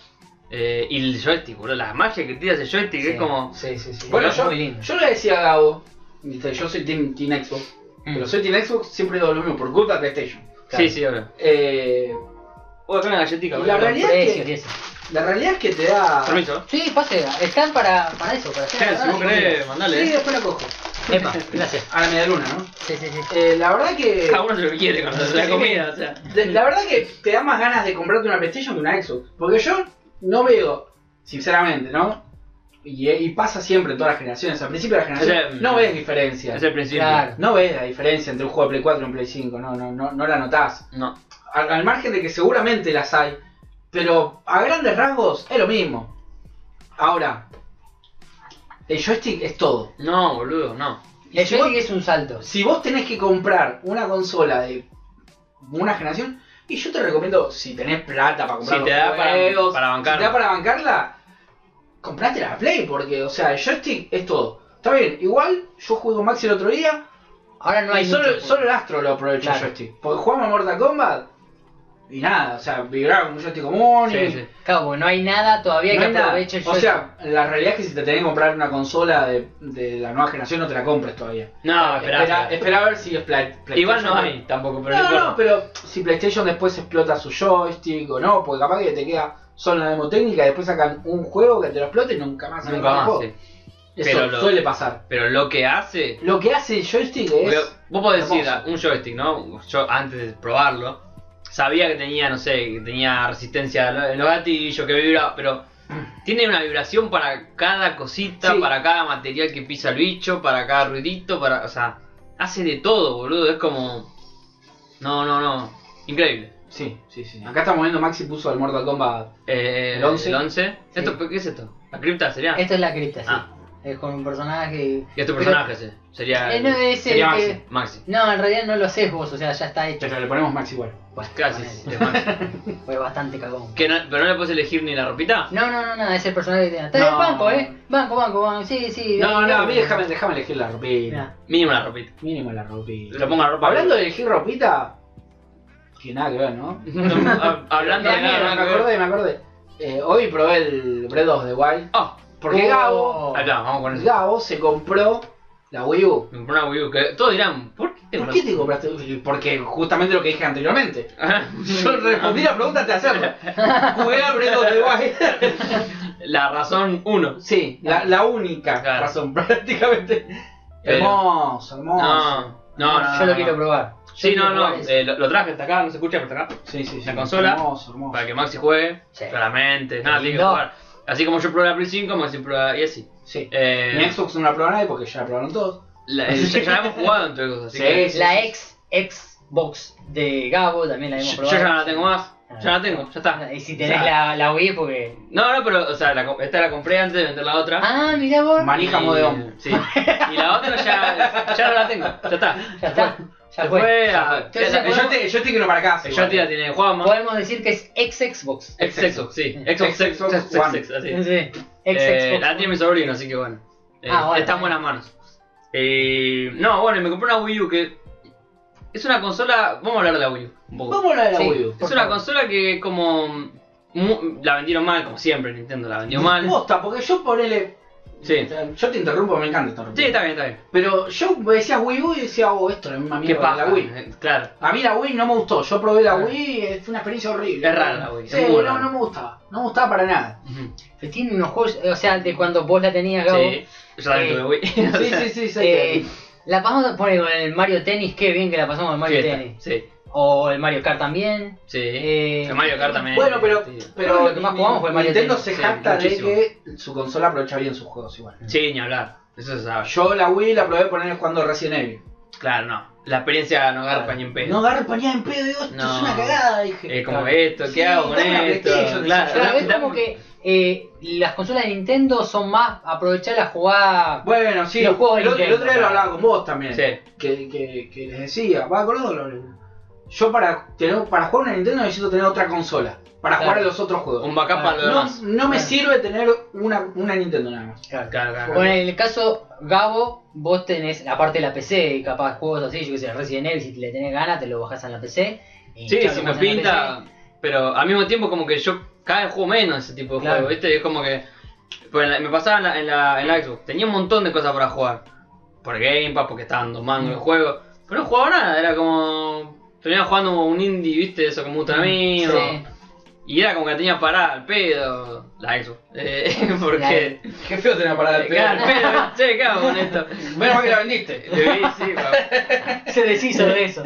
[SPEAKER 1] eh, y el joystick, boludo, las magias que tira ese joystick
[SPEAKER 3] Sí.
[SPEAKER 1] es como...
[SPEAKER 2] Sí, sí, sí.
[SPEAKER 3] Bueno,
[SPEAKER 2] Bueno,
[SPEAKER 3] es
[SPEAKER 2] yo,
[SPEAKER 3] muy lindo.
[SPEAKER 2] yo le decía a Gabo, viste, yo soy Team, team Xbox,
[SPEAKER 3] Mm.
[SPEAKER 2] pero soy Team Xbox siempre digo lo mismo, por culpa de PlayStation.
[SPEAKER 3] Claro.
[SPEAKER 1] Sí, sí, ahora.
[SPEAKER 2] Eh,
[SPEAKER 1] Uy, acá una galletita,
[SPEAKER 2] Y
[SPEAKER 1] boludo.
[SPEAKER 2] la realidad-
[SPEAKER 3] Precios
[SPEAKER 2] que-
[SPEAKER 3] y eso.
[SPEAKER 2] la realidad es que te da...
[SPEAKER 1] Permiso.
[SPEAKER 3] Sí, pase, están para, para eso, para hacer.
[SPEAKER 1] Claro, si vos querés, mandale. eh.
[SPEAKER 2] Sí, después lo cojo.
[SPEAKER 3] Epa, gracias.
[SPEAKER 2] A la media luna, ¿no?
[SPEAKER 3] Sí, sí, sí.
[SPEAKER 2] Eh, la verdad que.
[SPEAKER 1] Cada uno hace lo que quiere con la- la
[SPEAKER 2] Sí.
[SPEAKER 1] comida, o sea.
[SPEAKER 2] de- La verdad que te da más ganas de comprarte una PlayStation que una Xbox. Porque yo no veo, sinceramente, ¿no? Y, y pasa siempre en todas las generaciones. Al principio de la generación
[SPEAKER 1] O sea,
[SPEAKER 2] no ves diferencia.
[SPEAKER 1] Es el principio.
[SPEAKER 3] Claro.
[SPEAKER 2] No ves la diferencia entre un juego de Play 4 y un Play 5. No, no, no, no la notás.
[SPEAKER 1] No.
[SPEAKER 2] al, al margen de que seguramente las hay, pero a grandes rasgos es lo mismo. Ahora, el joystick es todo.
[SPEAKER 1] No, boludo, no.
[SPEAKER 3] El
[SPEAKER 2] si vos-
[SPEAKER 3] joystick es un salto.
[SPEAKER 2] Si vos tenés que comprar una consola de una generación, y yo te recomiendo, si tenés plata para comprar
[SPEAKER 1] Si te
[SPEAKER 2] los
[SPEAKER 1] da para-
[SPEAKER 2] juegos,
[SPEAKER 1] para bancarla.
[SPEAKER 2] si te da para bancarla, comprate la Play, porque, o sea, el joystick es todo. Está bien, igual yo jugué con Maxi el otro día,
[SPEAKER 3] Ahora no hay.
[SPEAKER 2] y solo,
[SPEAKER 3] mucho.
[SPEAKER 2] solo el astro lo aprovecha
[SPEAKER 3] Claro.
[SPEAKER 2] el joystick. Porque jugamos a Mortal Kombat y nada, o sea, vibraba con un joystick común.
[SPEAKER 1] Sí,
[SPEAKER 2] y
[SPEAKER 1] sí.
[SPEAKER 3] Claro, porque no hay nada todavía
[SPEAKER 2] no
[SPEAKER 3] que
[SPEAKER 2] hay nada.
[SPEAKER 3] aproveche el
[SPEAKER 2] O
[SPEAKER 3] joystick.
[SPEAKER 2] sea, la realidad es que si te tenés que comprar una consola de, de la nueva generación, no te la compres todavía.
[SPEAKER 1] No, espera.
[SPEAKER 2] Espera, espera a ver si es Play- PlayStation.
[SPEAKER 1] Ah, Igual no hay tampoco, pero
[SPEAKER 2] no,
[SPEAKER 1] importa.
[SPEAKER 2] no, pero si PlayStation después explota su joystick o no, porque capaz que te queda solo la demo técnica y después sacan un juego que te lo explote y nunca más.
[SPEAKER 1] Nunca más,
[SPEAKER 2] juego.
[SPEAKER 1] sí.
[SPEAKER 2] Eso
[SPEAKER 1] Pero lo-
[SPEAKER 2] suele pasar.
[SPEAKER 1] Pero lo que hace.
[SPEAKER 2] Lo que hace el joystick es.
[SPEAKER 1] Pero vos podés decir,
[SPEAKER 2] hermoso.
[SPEAKER 1] un joystick, ¿no? Yo antes de probarlo, sabía que tenía, no sé, que tenía resistencia en lo- en los gatillos, que vibraba, pero tiene una vibración para cada cosita,
[SPEAKER 2] Sí.
[SPEAKER 1] para cada material que pisa el bicho, para cada ruidito, para. O sea, hace de todo, boludo. Es como. No, no, no. Increíble.
[SPEAKER 2] Sí, sí, sí. Acá estamos viendo Maxi puso el Mortal Kombat
[SPEAKER 1] Eh,
[SPEAKER 2] ¿El once?
[SPEAKER 1] ¿El 11?
[SPEAKER 2] Sí.
[SPEAKER 1] ¿Esto, ¿Qué es esto? ¿La cripta sería?
[SPEAKER 3] Esto es la cripta, sí.
[SPEAKER 1] Ah.
[SPEAKER 3] Es con un personaje.
[SPEAKER 1] ¿Y este
[SPEAKER 3] Pero-
[SPEAKER 1] personaje ese? Sería.
[SPEAKER 3] Eh, no, es el
[SPEAKER 2] sería
[SPEAKER 3] que-
[SPEAKER 2] Maxi.
[SPEAKER 1] Maxi.
[SPEAKER 3] No, en realidad no lo haces vos, o sea, ya está hecho.
[SPEAKER 2] Pero le ponemos Maxi igual.
[SPEAKER 1] Pues casi.
[SPEAKER 3] ponele.
[SPEAKER 1] es Maxi.
[SPEAKER 3] Fue bastante cagón.
[SPEAKER 1] Que no- pero no le puedes elegir ni la ropita.
[SPEAKER 3] No, no, no, no, es el personaje que tiene. Está
[SPEAKER 2] No.
[SPEAKER 3] bien, banco, eh. Banco, banco, banco. Sí, sí.
[SPEAKER 2] No, no,
[SPEAKER 3] eh,
[SPEAKER 2] a mí déjame, déjame elegir la ropita.
[SPEAKER 3] Mirá.
[SPEAKER 1] Mínimo la ropita.
[SPEAKER 2] Mínimo la ropita.
[SPEAKER 1] Le pongo la ropa.
[SPEAKER 2] Hablando de elegir ropita, que nada que ver, ¿no?
[SPEAKER 1] No, ha- hablando de
[SPEAKER 2] Mira,
[SPEAKER 1] nada,
[SPEAKER 2] me
[SPEAKER 1] nada que ver.
[SPEAKER 2] acordé, me acordé. Eh, hoy probé el Breath of the Wild.
[SPEAKER 1] Ah,
[SPEAKER 2] Porque
[SPEAKER 3] Oh.
[SPEAKER 2] Gabo,
[SPEAKER 1] acá, vamos con eso.
[SPEAKER 2] Gabo se compró la Wii U.
[SPEAKER 1] Me pone una Wii U que todos dirán, ¿por qué te
[SPEAKER 2] ¿Por
[SPEAKER 1] compraste?
[SPEAKER 2] qué te compraste? Porque justamente lo que dije anteriormente.
[SPEAKER 1] Ajá.
[SPEAKER 2] Yo respondí la pregunta antes de hacerla. Jugué al Breath of the Wild.
[SPEAKER 1] La razón 1.
[SPEAKER 2] Sí, la, la única
[SPEAKER 1] Claro.
[SPEAKER 2] razón prácticamente.
[SPEAKER 1] Pero-
[SPEAKER 2] Hermoso, hermoso.
[SPEAKER 1] No, no, no.
[SPEAKER 3] Ah,
[SPEAKER 1] no,
[SPEAKER 3] Yo lo quiero
[SPEAKER 1] no.
[SPEAKER 3] probar. Yo
[SPEAKER 1] Sí,
[SPEAKER 3] quiero
[SPEAKER 1] no, no.
[SPEAKER 3] probar eso.
[SPEAKER 1] eh, lo, lo traje hasta acá, no se escucha, pero está acá.
[SPEAKER 2] Sí, sí, sí.
[SPEAKER 1] La consola.
[SPEAKER 2] Hermoso, hermoso.
[SPEAKER 1] Para que Maxi juegue,
[SPEAKER 3] Sí.
[SPEAKER 1] claramente. Nada, tiene que
[SPEAKER 3] Lindo.
[SPEAKER 1] jugar. Así como yo probé la Play 5, Maxi prueba y así.
[SPEAKER 2] Sí. Mi
[SPEAKER 1] Eh,
[SPEAKER 2] Xbox no la probó nadie porque ya la probaron todos.
[SPEAKER 1] la- eh, ya, ya la hemos jugado entre cosas. así
[SPEAKER 2] Sí,
[SPEAKER 1] que-
[SPEAKER 2] sí,
[SPEAKER 3] La
[SPEAKER 2] sí.
[SPEAKER 3] ex Xbox de Gabo también la hemos
[SPEAKER 1] yo, yo
[SPEAKER 3] probado. Ah.
[SPEAKER 1] ya no la tengo más. Ya la tengo, ya está.
[SPEAKER 3] Y si tenés la, la Wii, porque.
[SPEAKER 1] No, no, pero, o sea, la com- esta la compré antes de vender la otra.
[SPEAKER 3] Ah, mirá vos.
[SPEAKER 2] Ma- Manija
[SPEAKER 1] Y-
[SPEAKER 2] modeón.
[SPEAKER 1] Sí. Y la otra ya, ya no la tengo. Ya está. ah,
[SPEAKER 3] Ya está.
[SPEAKER 1] Se
[SPEAKER 3] Ya
[SPEAKER 1] fue.
[SPEAKER 3] fue.
[SPEAKER 1] a-
[SPEAKER 3] Entonces,
[SPEAKER 1] la-
[SPEAKER 2] El
[SPEAKER 1] yo
[SPEAKER 2] joystick- el joystick no para acá.
[SPEAKER 1] te- Eh, yo te la tiene Juanma.
[SPEAKER 3] Podemos decir que es ex Xbox.
[SPEAKER 1] Ex sexo, sí. Ex
[SPEAKER 2] Ex-
[SPEAKER 1] sexo,
[SPEAKER 2] Xbox
[SPEAKER 1] ex-
[SPEAKER 2] One.
[SPEAKER 1] sexo, así.
[SPEAKER 3] Sí. Ex
[SPEAKER 1] Eh,
[SPEAKER 3] Xbox.
[SPEAKER 1] La tiene mi sobrino, así que bueno. Eh,
[SPEAKER 3] Ah, bueno.
[SPEAKER 1] Está en buenas manos. Eh, no, bueno, y me compré una Wii U que es una consola. Vamos a hablar de la Wii U un poco.
[SPEAKER 2] ¿Cómo la de la
[SPEAKER 3] Sí.
[SPEAKER 2] Wii U?
[SPEAKER 1] Es una consola que, como. mu- la vendieron mal, como siempre, Nintendo la vendió mal.
[SPEAKER 2] Posta, porque yo ponele.
[SPEAKER 1] Sí.
[SPEAKER 2] Yo te interrumpo, me encanta interrumpir.
[SPEAKER 1] Sí, está bien, está bien.
[SPEAKER 2] Pero yo me decía Wii U y decía, oh, esto es la misma
[SPEAKER 1] Qué
[SPEAKER 2] mierda que
[SPEAKER 1] paja.
[SPEAKER 2] la Wii.
[SPEAKER 1] eh, Claro.
[SPEAKER 2] A mí la Wii no me gustó. Yo probé la
[SPEAKER 1] Ah.
[SPEAKER 2] Wii y fue una experiencia horrible.
[SPEAKER 1] Es rara la Wii, es
[SPEAKER 2] Sí,
[SPEAKER 1] muy
[SPEAKER 2] no,
[SPEAKER 1] rara.
[SPEAKER 2] no me gustaba. No me gustaba para nada.
[SPEAKER 1] Ujú.
[SPEAKER 3] Pero Tiene unos juegos, eh, o sea, de cuando vos la tenías, Gabo.
[SPEAKER 1] Sí. Yo también
[SPEAKER 3] Eh,
[SPEAKER 1] tuve Wii.
[SPEAKER 2] Sí, sí, sí, sí.
[SPEAKER 3] Eh, la pasamos por con el Mario Tennis, qué bien que la pasamos con el Mario
[SPEAKER 1] Fiesta,
[SPEAKER 3] Tennis.
[SPEAKER 1] Sí.
[SPEAKER 3] O el Mario Kart también.
[SPEAKER 1] Sí.
[SPEAKER 3] Eh,
[SPEAKER 1] el Mario Kart también.
[SPEAKER 2] Bueno, pero,
[SPEAKER 1] Sí,
[SPEAKER 2] pero
[SPEAKER 3] Bueno, lo que más jugamos fue Mario
[SPEAKER 2] Nintendo
[SPEAKER 3] Tennis.
[SPEAKER 2] se
[SPEAKER 1] Sí,
[SPEAKER 2] jacta de
[SPEAKER 1] muchísimo.
[SPEAKER 2] que su consola aprovecha bien sus juegos igual.
[SPEAKER 1] Sí, ni hablar. Eso se sabe.
[SPEAKER 2] Yo la Wii la probé poner jugando Resident Evil.
[SPEAKER 1] Claro, no. La experiencia no garpa ni en pedo.
[SPEAKER 2] No agarro pañada en pedo, digo, esto
[SPEAKER 1] No.
[SPEAKER 2] es una cagada, dije.
[SPEAKER 1] Es como
[SPEAKER 2] Claro.
[SPEAKER 1] esto, ¿qué
[SPEAKER 2] Sí,
[SPEAKER 1] hago con
[SPEAKER 2] dame la
[SPEAKER 1] esto?
[SPEAKER 2] PlayStation,
[SPEAKER 1] Claro,
[SPEAKER 3] Pero
[SPEAKER 1] dame-
[SPEAKER 3] es como que eh, las consolas de Nintendo son más aprovechar la jugada.
[SPEAKER 2] Bueno, sí,
[SPEAKER 3] Los juegos de
[SPEAKER 2] el, otro- el
[SPEAKER 3] Nintendo,
[SPEAKER 2] otro día lo
[SPEAKER 3] claro.
[SPEAKER 2] hablaba con vos también.
[SPEAKER 1] Sí.
[SPEAKER 2] Que, que, que les decía, va con los dolores. Yo para, tener, para jugar una Nintendo necesito tener otra consola. Para
[SPEAKER 3] Claro.
[SPEAKER 2] jugar a los otros juegos.
[SPEAKER 1] Un backup para lo
[SPEAKER 2] No,
[SPEAKER 1] demás.
[SPEAKER 2] no me
[SPEAKER 3] Claro.
[SPEAKER 2] sirve tener una, una Nintendo nada más.
[SPEAKER 3] Claro.
[SPEAKER 1] Claro, claro.
[SPEAKER 3] Bueno, en el caso Gabo, vos tenés la parte de la PC, y capaz juegos así, yo que sé, Resident Evil, si le tenés ganas, te lo bajás en la PC. y
[SPEAKER 1] sí,
[SPEAKER 3] ya lo
[SPEAKER 1] si me
[SPEAKER 3] jugás en la
[SPEAKER 1] pinta.
[SPEAKER 3] PC.
[SPEAKER 1] Pero al mismo tiempo, como que yo cada vez juego menos ese tipo de
[SPEAKER 3] Claro.
[SPEAKER 1] juego, ¿viste? Es como que. pues, en la- me pasaba en la, en, la, en la Xbox. Tenía un montón de cosas para jugar. Por Game Pass, porque estaban dos mangos de
[SPEAKER 2] Mm.
[SPEAKER 1] juego. Pero no
[SPEAKER 2] Mm,
[SPEAKER 1] jugaba nada, era como. Terminaba jugando un indie, ¿viste? Eso que me gusta a mí. o-
[SPEAKER 3] Sí.
[SPEAKER 1] Y era como que la tenía parada al pedo. La EXO. Eh, porque.
[SPEAKER 2] Qué feo tener parada de
[SPEAKER 1] Cada al
[SPEAKER 2] pegar.
[SPEAKER 1] pedo, che, ¿qué hago con esto?
[SPEAKER 2] Menos mal que la vendiste.
[SPEAKER 1] Sí, sí, pa-
[SPEAKER 3] Se deshizo de eso.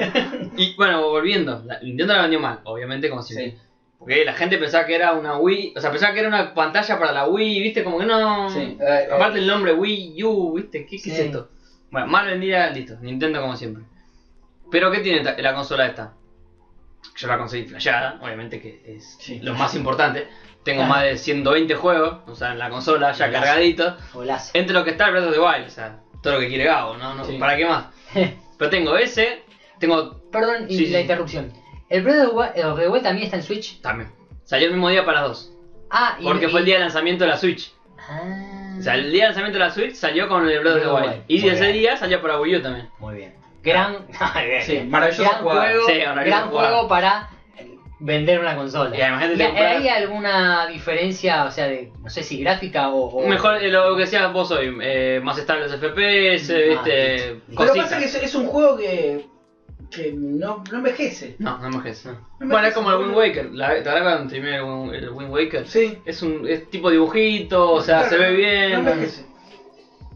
[SPEAKER 1] Y bueno, volviendo, la- Nintendo la vendió mal, obviamente, como si.
[SPEAKER 2] Sí.
[SPEAKER 1] Porque la gente pensaba que era una Wii, o sea, pensaba que era una pantalla para la Wii, viste, como que no.
[SPEAKER 2] Sí. Eh,
[SPEAKER 1] Aparte el nombre Wii U, viste, ¿qué, qué es
[SPEAKER 3] Sí.
[SPEAKER 1] esto? Bueno, mal vendida, listo, Nintendo como siempre. Pero ¿qué tiene ta- la consola esta? Yo la conseguí flashada, obviamente que es
[SPEAKER 2] Sí.
[SPEAKER 1] lo más importante. Tengo
[SPEAKER 3] Claro.
[SPEAKER 1] más de 120 juegos, o sea, en la consola ya
[SPEAKER 3] Golazo.
[SPEAKER 1] cargadito.
[SPEAKER 3] Golazo.
[SPEAKER 1] Entre lo que está el Breath of the Wild, o sea, todo lo que quiere Gabo, ¿no? no
[SPEAKER 2] Sí.
[SPEAKER 1] ¿Para qué más? Pero tengo ese, tengo
[SPEAKER 3] Perdón y
[SPEAKER 1] Sí,
[SPEAKER 3] la
[SPEAKER 1] sí.
[SPEAKER 3] interrupción. El Breath of Wi- of the Wild también está en Switch.
[SPEAKER 1] también. Salió el mismo día para las dos.
[SPEAKER 3] Ah, y.
[SPEAKER 1] Porque
[SPEAKER 3] y-
[SPEAKER 1] fue el día de lanzamiento de la Switch.
[SPEAKER 3] Ah.
[SPEAKER 1] O sea, el día de lanzamiento de la Switch salió con el Breath of the
[SPEAKER 3] Breath of the
[SPEAKER 1] Wild.
[SPEAKER 3] Wild.
[SPEAKER 1] Y
[SPEAKER 3] Muy
[SPEAKER 1] ese
[SPEAKER 3] bien.
[SPEAKER 1] día salió para Wii U también.
[SPEAKER 3] Muy bien. Gran.
[SPEAKER 1] Ah,
[SPEAKER 2] Eh, Sí, maravilloso
[SPEAKER 3] gran
[SPEAKER 2] jugada.
[SPEAKER 3] juego,
[SPEAKER 1] Sí, maravilloso
[SPEAKER 3] gran
[SPEAKER 1] jugada.
[SPEAKER 3] juego para vender una consola.
[SPEAKER 1] Y además gente
[SPEAKER 3] ¿Y
[SPEAKER 1] te compra-
[SPEAKER 3] ¿Hay alguna diferencia, o sea, de, no sé si gráfica o. o-
[SPEAKER 1] Mejor eh, lo que decías vos hoy, eh, más estables FPS,
[SPEAKER 3] Ah,
[SPEAKER 1] viste,
[SPEAKER 3] listo.
[SPEAKER 2] Pero lo que
[SPEAKER 1] cositas.
[SPEAKER 2] pasa es que es, es un juego que, que no, no envejece.
[SPEAKER 1] No, no envejece.
[SPEAKER 2] No
[SPEAKER 1] Bueno, es
[SPEAKER 2] envejece,
[SPEAKER 1] como el Wind
[SPEAKER 2] boludo.
[SPEAKER 1] Waker, la, ¿te acordás cuando streameé el, Wind- el Wind Waker?
[SPEAKER 2] Sí.
[SPEAKER 1] Es un es tipo dibujito, o sea,
[SPEAKER 2] Claro,
[SPEAKER 1] se ve
[SPEAKER 2] No
[SPEAKER 1] bien.
[SPEAKER 2] envejece.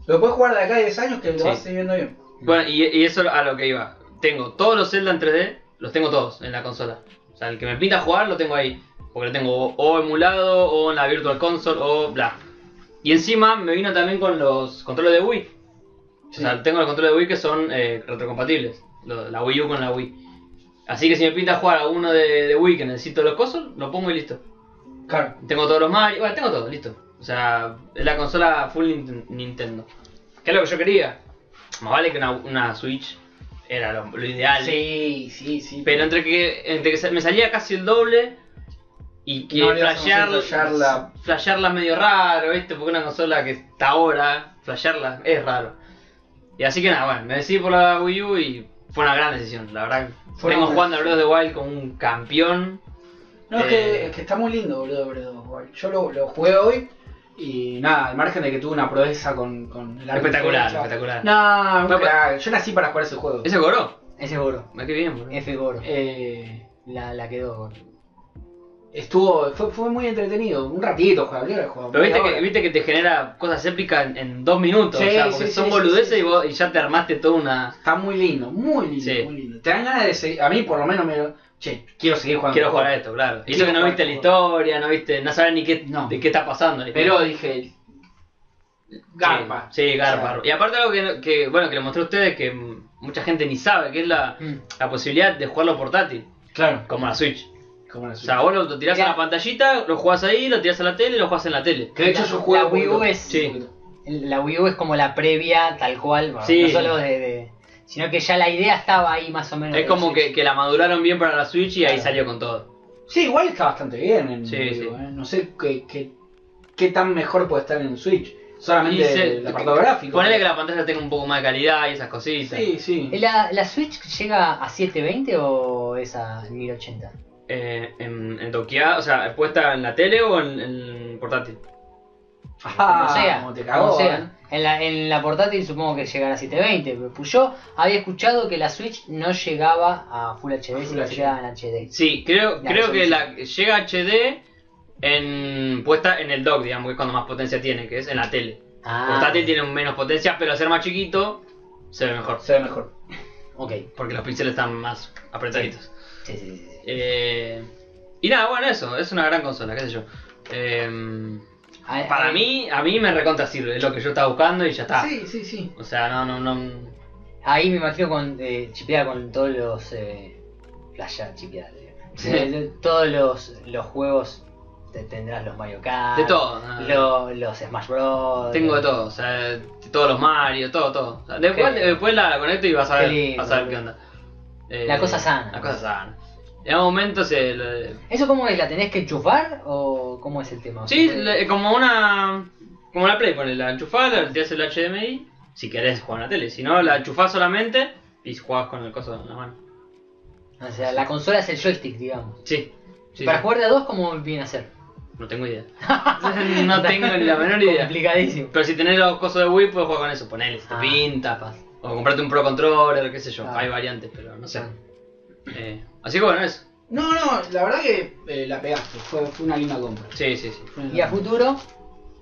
[SPEAKER 2] Lo puedes jugar de acá a 10 años que lo
[SPEAKER 1] Sí.
[SPEAKER 2] vas a seguir viendo bien.
[SPEAKER 1] Bueno, y, y eso a lo que iba. Tengo todos los Zelda en 3D, los tengo todos en la consola. O sea, el que me pinta jugar lo tengo ahí. Porque lo tengo o, o emulado, o en la Virtual Console, o bla. Y encima me vino también con los controles de Wii.
[SPEAKER 2] Sí.
[SPEAKER 1] O sea, tengo los controles de Wii que son eh, retrocompatibles. Lo- la Wii U con la Wii. Así que si me pinta jugar a uno de, de Wii que necesito los cosos, lo pongo y listo.
[SPEAKER 2] Claro.
[SPEAKER 1] Tengo todos los Mario, bueno, tengo todo, listo. O sea, es la consola full Nin- Nintendo. Que es lo que yo quería. Más vale que una, una Switch era lo, lo ideal.
[SPEAKER 2] Sí, sí, sí.
[SPEAKER 1] Pero entre que, entre que sa- me salía casi el doble y que
[SPEAKER 2] No le hacemos
[SPEAKER 1] flashear,
[SPEAKER 2] el flashearla.
[SPEAKER 1] flashearla medio raro, ¿viste? Porque una consola que está ahora, flashearla es raro. Y así que nada, bueno, me decidí por la Wii U y fue una gran decisión, la verdad.
[SPEAKER 2] Fue
[SPEAKER 1] Vengo
[SPEAKER 2] una
[SPEAKER 1] jugando al
[SPEAKER 2] gran
[SPEAKER 1] Breath of the Wild como un campeón.
[SPEAKER 2] No, es,
[SPEAKER 1] Eh.
[SPEAKER 2] que, es que está muy lindo, boludo, boludo. Yo lo, lo jugué hoy y nada, al margen de que tuve una proeza con, con el arte
[SPEAKER 1] Espectacular,
[SPEAKER 2] hecha.
[SPEAKER 1] espectacular.
[SPEAKER 2] No, un
[SPEAKER 1] Papá.
[SPEAKER 2] crack. yo nací para jugar ese juego.
[SPEAKER 1] ¿Ese goró?
[SPEAKER 3] Ese Goro.
[SPEAKER 1] Me qué bien, boludo.
[SPEAKER 3] F Goro.
[SPEAKER 2] Eh,
[SPEAKER 3] La, la quedó Goro.
[SPEAKER 2] estuvo, fue, fue muy entretenido, un ratito jugué, ¿qué hora jugaba?
[SPEAKER 1] Pero viste
[SPEAKER 2] Media
[SPEAKER 1] que,
[SPEAKER 2] hora.
[SPEAKER 1] viste que te genera cosas épicas en, en dos minutos.
[SPEAKER 2] Sí,
[SPEAKER 1] o sea, porque
[SPEAKER 2] sí,
[SPEAKER 1] son
[SPEAKER 2] sí, sí,
[SPEAKER 1] boludeces
[SPEAKER 2] sí, sí.
[SPEAKER 1] Y, vos, y ya te armaste toda una.
[SPEAKER 2] Está muy lindo, muy lindo,
[SPEAKER 1] Sí.
[SPEAKER 2] muy lindo. Te dan ganas de seguir, a mí por lo menos me... Che, quiero seguir jugando. este
[SPEAKER 1] Quiero jugar a esto, claro. Y eso
[SPEAKER 2] Quiero
[SPEAKER 1] que no
[SPEAKER 2] jugar
[SPEAKER 1] viste la
[SPEAKER 2] al
[SPEAKER 1] historia, no viste, no sabes ni qué,
[SPEAKER 2] No.
[SPEAKER 1] de qué está pasando.
[SPEAKER 2] Pero dije... Garpa.
[SPEAKER 1] Sí, sí, garpa.
[SPEAKER 2] O
[SPEAKER 1] Y aparte algo que, no- que, bueno, que le mostré a ustedes que mm, mucha gente ni sabe, que es la, la posibilidad de jugarlo portátil,
[SPEAKER 2] Claro.
[SPEAKER 1] como la Switch.
[SPEAKER 2] Como la
[SPEAKER 1] O sea, vos lo, lo tirás a
[SPEAKER 3] Mirá.
[SPEAKER 1] la pantallita, lo jugás ahí, lo tirás a la tele y lo jugás en la tele.
[SPEAKER 2] que de hecho
[SPEAKER 3] la-
[SPEAKER 2] yo jugué...
[SPEAKER 3] la Wii U
[SPEAKER 2] con-
[SPEAKER 3] es-
[SPEAKER 1] Sí.
[SPEAKER 3] La Wii U es como la previa, tal cual. bueno,
[SPEAKER 1] Sí.
[SPEAKER 3] No solo de, de- Sino que ya la idea estaba ahí más o menos.
[SPEAKER 1] Es
[SPEAKER 3] del
[SPEAKER 1] como
[SPEAKER 3] Switch.
[SPEAKER 1] que, que la maduraron bien para la Switch y ahí
[SPEAKER 3] Claro.
[SPEAKER 1] salió con todo.
[SPEAKER 2] Sí, igual está bastante bien en
[SPEAKER 1] Sí,
[SPEAKER 2] Wii U,
[SPEAKER 1] sí.
[SPEAKER 2] eh. No sé qué, qué, qué tan mejor puede estar en Switch. Solamente
[SPEAKER 1] Y se-
[SPEAKER 2] el apartado gráfico.
[SPEAKER 1] Ponele que la pantalla tenga un poco más de calidad y esas cositas.
[SPEAKER 2] Sí, sí.
[SPEAKER 3] ¿La, la Switch llega a 720 o es a 1080?
[SPEAKER 1] Eh, en, en doqueada, o sea, puesta en la tele o en, en portátil.
[SPEAKER 2] Ah,
[SPEAKER 3] Como sea,
[SPEAKER 2] como te cagó.
[SPEAKER 3] como sea.
[SPEAKER 2] eh.
[SPEAKER 3] En, la, en la portátil supongo que llegará a 720, pero pues yo había escuchado que la Switch no llegaba a Full HD,
[SPEAKER 2] Full
[SPEAKER 3] sino que
[SPEAKER 2] HD.
[SPEAKER 3] llegaba en HD.
[SPEAKER 1] Sí, creo,
[SPEAKER 3] La
[SPEAKER 1] creo que la, llega
[SPEAKER 3] resolución.
[SPEAKER 1] HD en puesta en el dock, digamos, que es cuando más potencia tiene, que es en la tele.
[SPEAKER 3] Ah,
[SPEAKER 1] Portátil tiene menos potencia, pero al ser más chiquito se ve mejor,
[SPEAKER 2] Se ve mejor.
[SPEAKER 3] Ok,
[SPEAKER 1] porque los píxeles están más apretaditos.
[SPEAKER 3] sí, sí, sí, sí.
[SPEAKER 1] Eh, y nada, bueno, eso, es una gran consola, qué sé yo. Em,
[SPEAKER 3] A-
[SPEAKER 1] para
[SPEAKER 3] a-
[SPEAKER 1] mí, a mí me recontra sirve, es lo que yo estaba buscando y ya está.
[SPEAKER 2] Sí, sí, sí.
[SPEAKER 1] O sea, no, no, no.
[SPEAKER 3] Ahí me imagino con eh, chipeada con todos los. Eh, flasheada, chipeada. digo. Eh, de- todos los, los juegos te- tendrás los Mario Kart.
[SPEAKER 1] De todo. nada.
[SPEAKER 3] lo- los Smash Bros.
[SPEAKER 1] Tengo de todo, o sea, todos los Mario, todo, todo. O sea, después,
[SPEAKER 3] Qué-
[SPEAKER 1] después la conecto y vas a
[SPEAKER 3] qué
[SPEAKER 1] ver,
[SPEAKER 3] lindo,
[SPEAKER 1] vas a ver qué
[SPEAKER 3] boludo.
[SPEAKER 1] onda. Eh,
[SPEAKER 3] La cosa sana.
[SPEAKER 1] La cosa sana. En algún momento se. le-
[SPEAKER 3] ¿Eso cómo es? ¿La tenés que enchufar o cómo es el tema?
[SPEAKER 1] sí, eh,
[SPEAKER 3] ¿Se puede?
[SPEAKER 1] le- como una. Como la Play, ponele la enchufada, le tirás el HDMI. Si querés jugar en la tele, si no, la enchufás solamente y jugás con el coso en la mano.
[SPEAKER 3] O sea, la consola es el joystick, digamos.
[SPEAKER 1] Sí, sí.
[SPEAKER 3] Para
[SPEAKER 1] sí.
[SPEAKER 3] jugar de a dos, ¿cómo viene a ser?
[SPEAKER 1] No tengo idea. no tengo ni la menor idea.
[SPEAKER 3] Complicadísimo.
[SPEAKER 1] Pero si tenés los cosos de Wii, puedes jugar con eso, ponele, si te
[SPEAKER 3] Ah.
[SPEAKER 1] pinta. O comprarte un Pro Controller, qué sé yo.
[SPEAKER 3] Ah.
[SPEAKER 1] Hay variantes, pero no sé.
[SPEAKER 3] Ah.
[SPEAKER 1] Eh, así que bueno, eso.
[SPEAKER 2] No, no, la verdad que eh, la pegaste. Fue, fue una linda compra.
[SPEAKER 1] Sí, sí, sí.
[SPEAKER 2] Fue una
[SPEAKER 3] Y a
[SPEAKER 2] linda
[SPEAKER 3] futuro.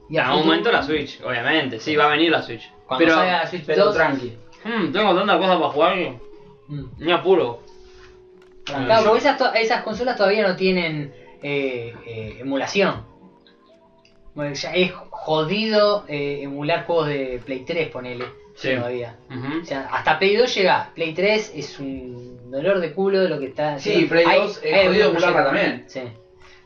[SPEAKER 3] Y
[SPEAKER 1] En
[SPEAKER 3] a
[SPEAKER 1] algún
[SPEAKER 3] futuro-
[SPEAKER 1] momento la Switch, obviamente. Sí, va a venir la Switch.
[SPEAKER 3] Cuando
[SPEAKER 1] pero,
[SPEAKER 3] salga la Switch
[SPEAKER 2] compra. Pero
[SPEAKER 3] 2.
[SPEAKER 2] tranqui.
[SPEAKER 1] mm, tengo tantas cosas para jugar. que
[SPEAKER 3] Mm.
[SPEAKER 1] Ni apuro.
[SPEAKER 2] tranqui.
[SPEAKER 3] Claro, porque esas, to- esas consolas todavía no tienen eh, eh, emulación. Bueno, ya es jodido eh, emular juegos de Play 3, ponele.
[SPEAKER 1] Sí.
[SPEAKER 3] Todavía.
[SPEAKER 1] Ujú.
[SPEAKER 3] O sea, hasta Play 2 llega. Play 3 es un dolor de culo de lo que está.
[SPEAKER 4] Sí, Play 2 es jodido
[SPEAKER 3] algunos
[SPEAKER 4] emularla
[SPEAKER 3] proyectos- Sí.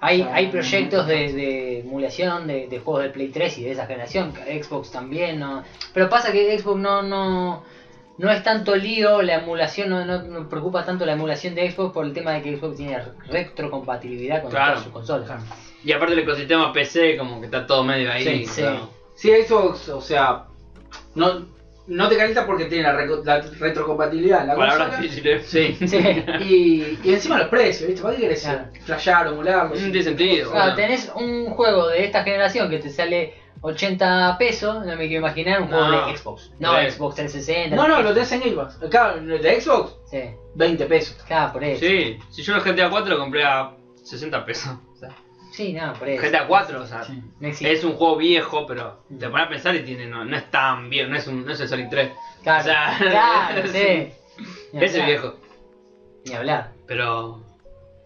[SPEAKER 3] Hay,
[SPEAKER 4] O sea,
[SPEAKER 3] hay
[SPEAKER 4] no-
[SPEAKER 3] proyectos de, de emulación de, de juegos de Play 3 y de esa generación. Xbox también, ¿no? Pero pasa que Xbox no, no, no es tanto lío, la emulación, no, no, no preocupa tanto la emulación de Xbox por el tema de que Xbox tiene retrocompatibilidad con
[SPEAKER 1] Claro.
[SPEAKER 3] todas sus consolas.
[SPEAKER 2] Claro.
[SPEAKER 1] Y aparte el ecosistema PC, como que está todo medio ahí.
[SPEAKER 3] Sí, sí.
[SPEAKER 1] claro.
[SPEAKER 2] Sí, eso, o sea, no, no te calientas porque tiene la, reco- la retrocompatibilidad en la
[SPEAKER 1] Palabras
[SPEAKER 2] consola.
[SPEAKER 1] difíciles. Sí. ¿eh?
[SPEAKER 3] Sí.
[SPEAKER 2] Y, y encima los precios, ¿viste? ¿Para qué querés
[SPEAKER 3] Claro.
[SPEAKER 2] flashear o emularlo?
[SPEAKER 1] No Mm, tiene sentido.
[SPEAKER 3] Claro,
[SPEAKER 1] boludo.
[SPEAKER 3] tenés un juego de esta generación que te sale 80 pesos, no me quiero imaginar, un juego
[SPEAKER 1] No.
[SPEAKER 3] de Xbox. No,
[SPEAKER 1] Sí.
[SPEAKER 3] Xbox 360.
[SPEAKER 2] No, no, lo tenés en Game Pass. Acá, el de Xbox,
[SPEAKER 3] Sí,
[SPEAKER 2] 20 pesos.
[SPEAKER 3] claro, por eso. Sí,
[SPEAKER 1] Sí, si yo el GTA 4 lo compré a 60 pesos. O sea,
[SPEAKER 3] no, por eso.
[SPEAKER 1] GTA 4, o sea,
[SPEAKER 3] No existe.
[SPEAKER 1] es un juego viejo, pero
[SPEAKER 3] Mm.
[SPEAKER 1] te pones a pensar y tiene, no, no es tan viejo, no es, un, no es el Sonic 3.
[SPEAKER 3] Claro,
[SPEAKER 1] o sea,
[SPEAKER 3] claro, sí.
[SPEAKER 1] sí.
[SPEAKER 3] Ni
[SPEAKER 1] Es el
[SPEAKER 3] hablar,
[SPEAKER 1] viejo,
[SPEAKER 3] Ni hablar.
[SPEAKER 1] pero.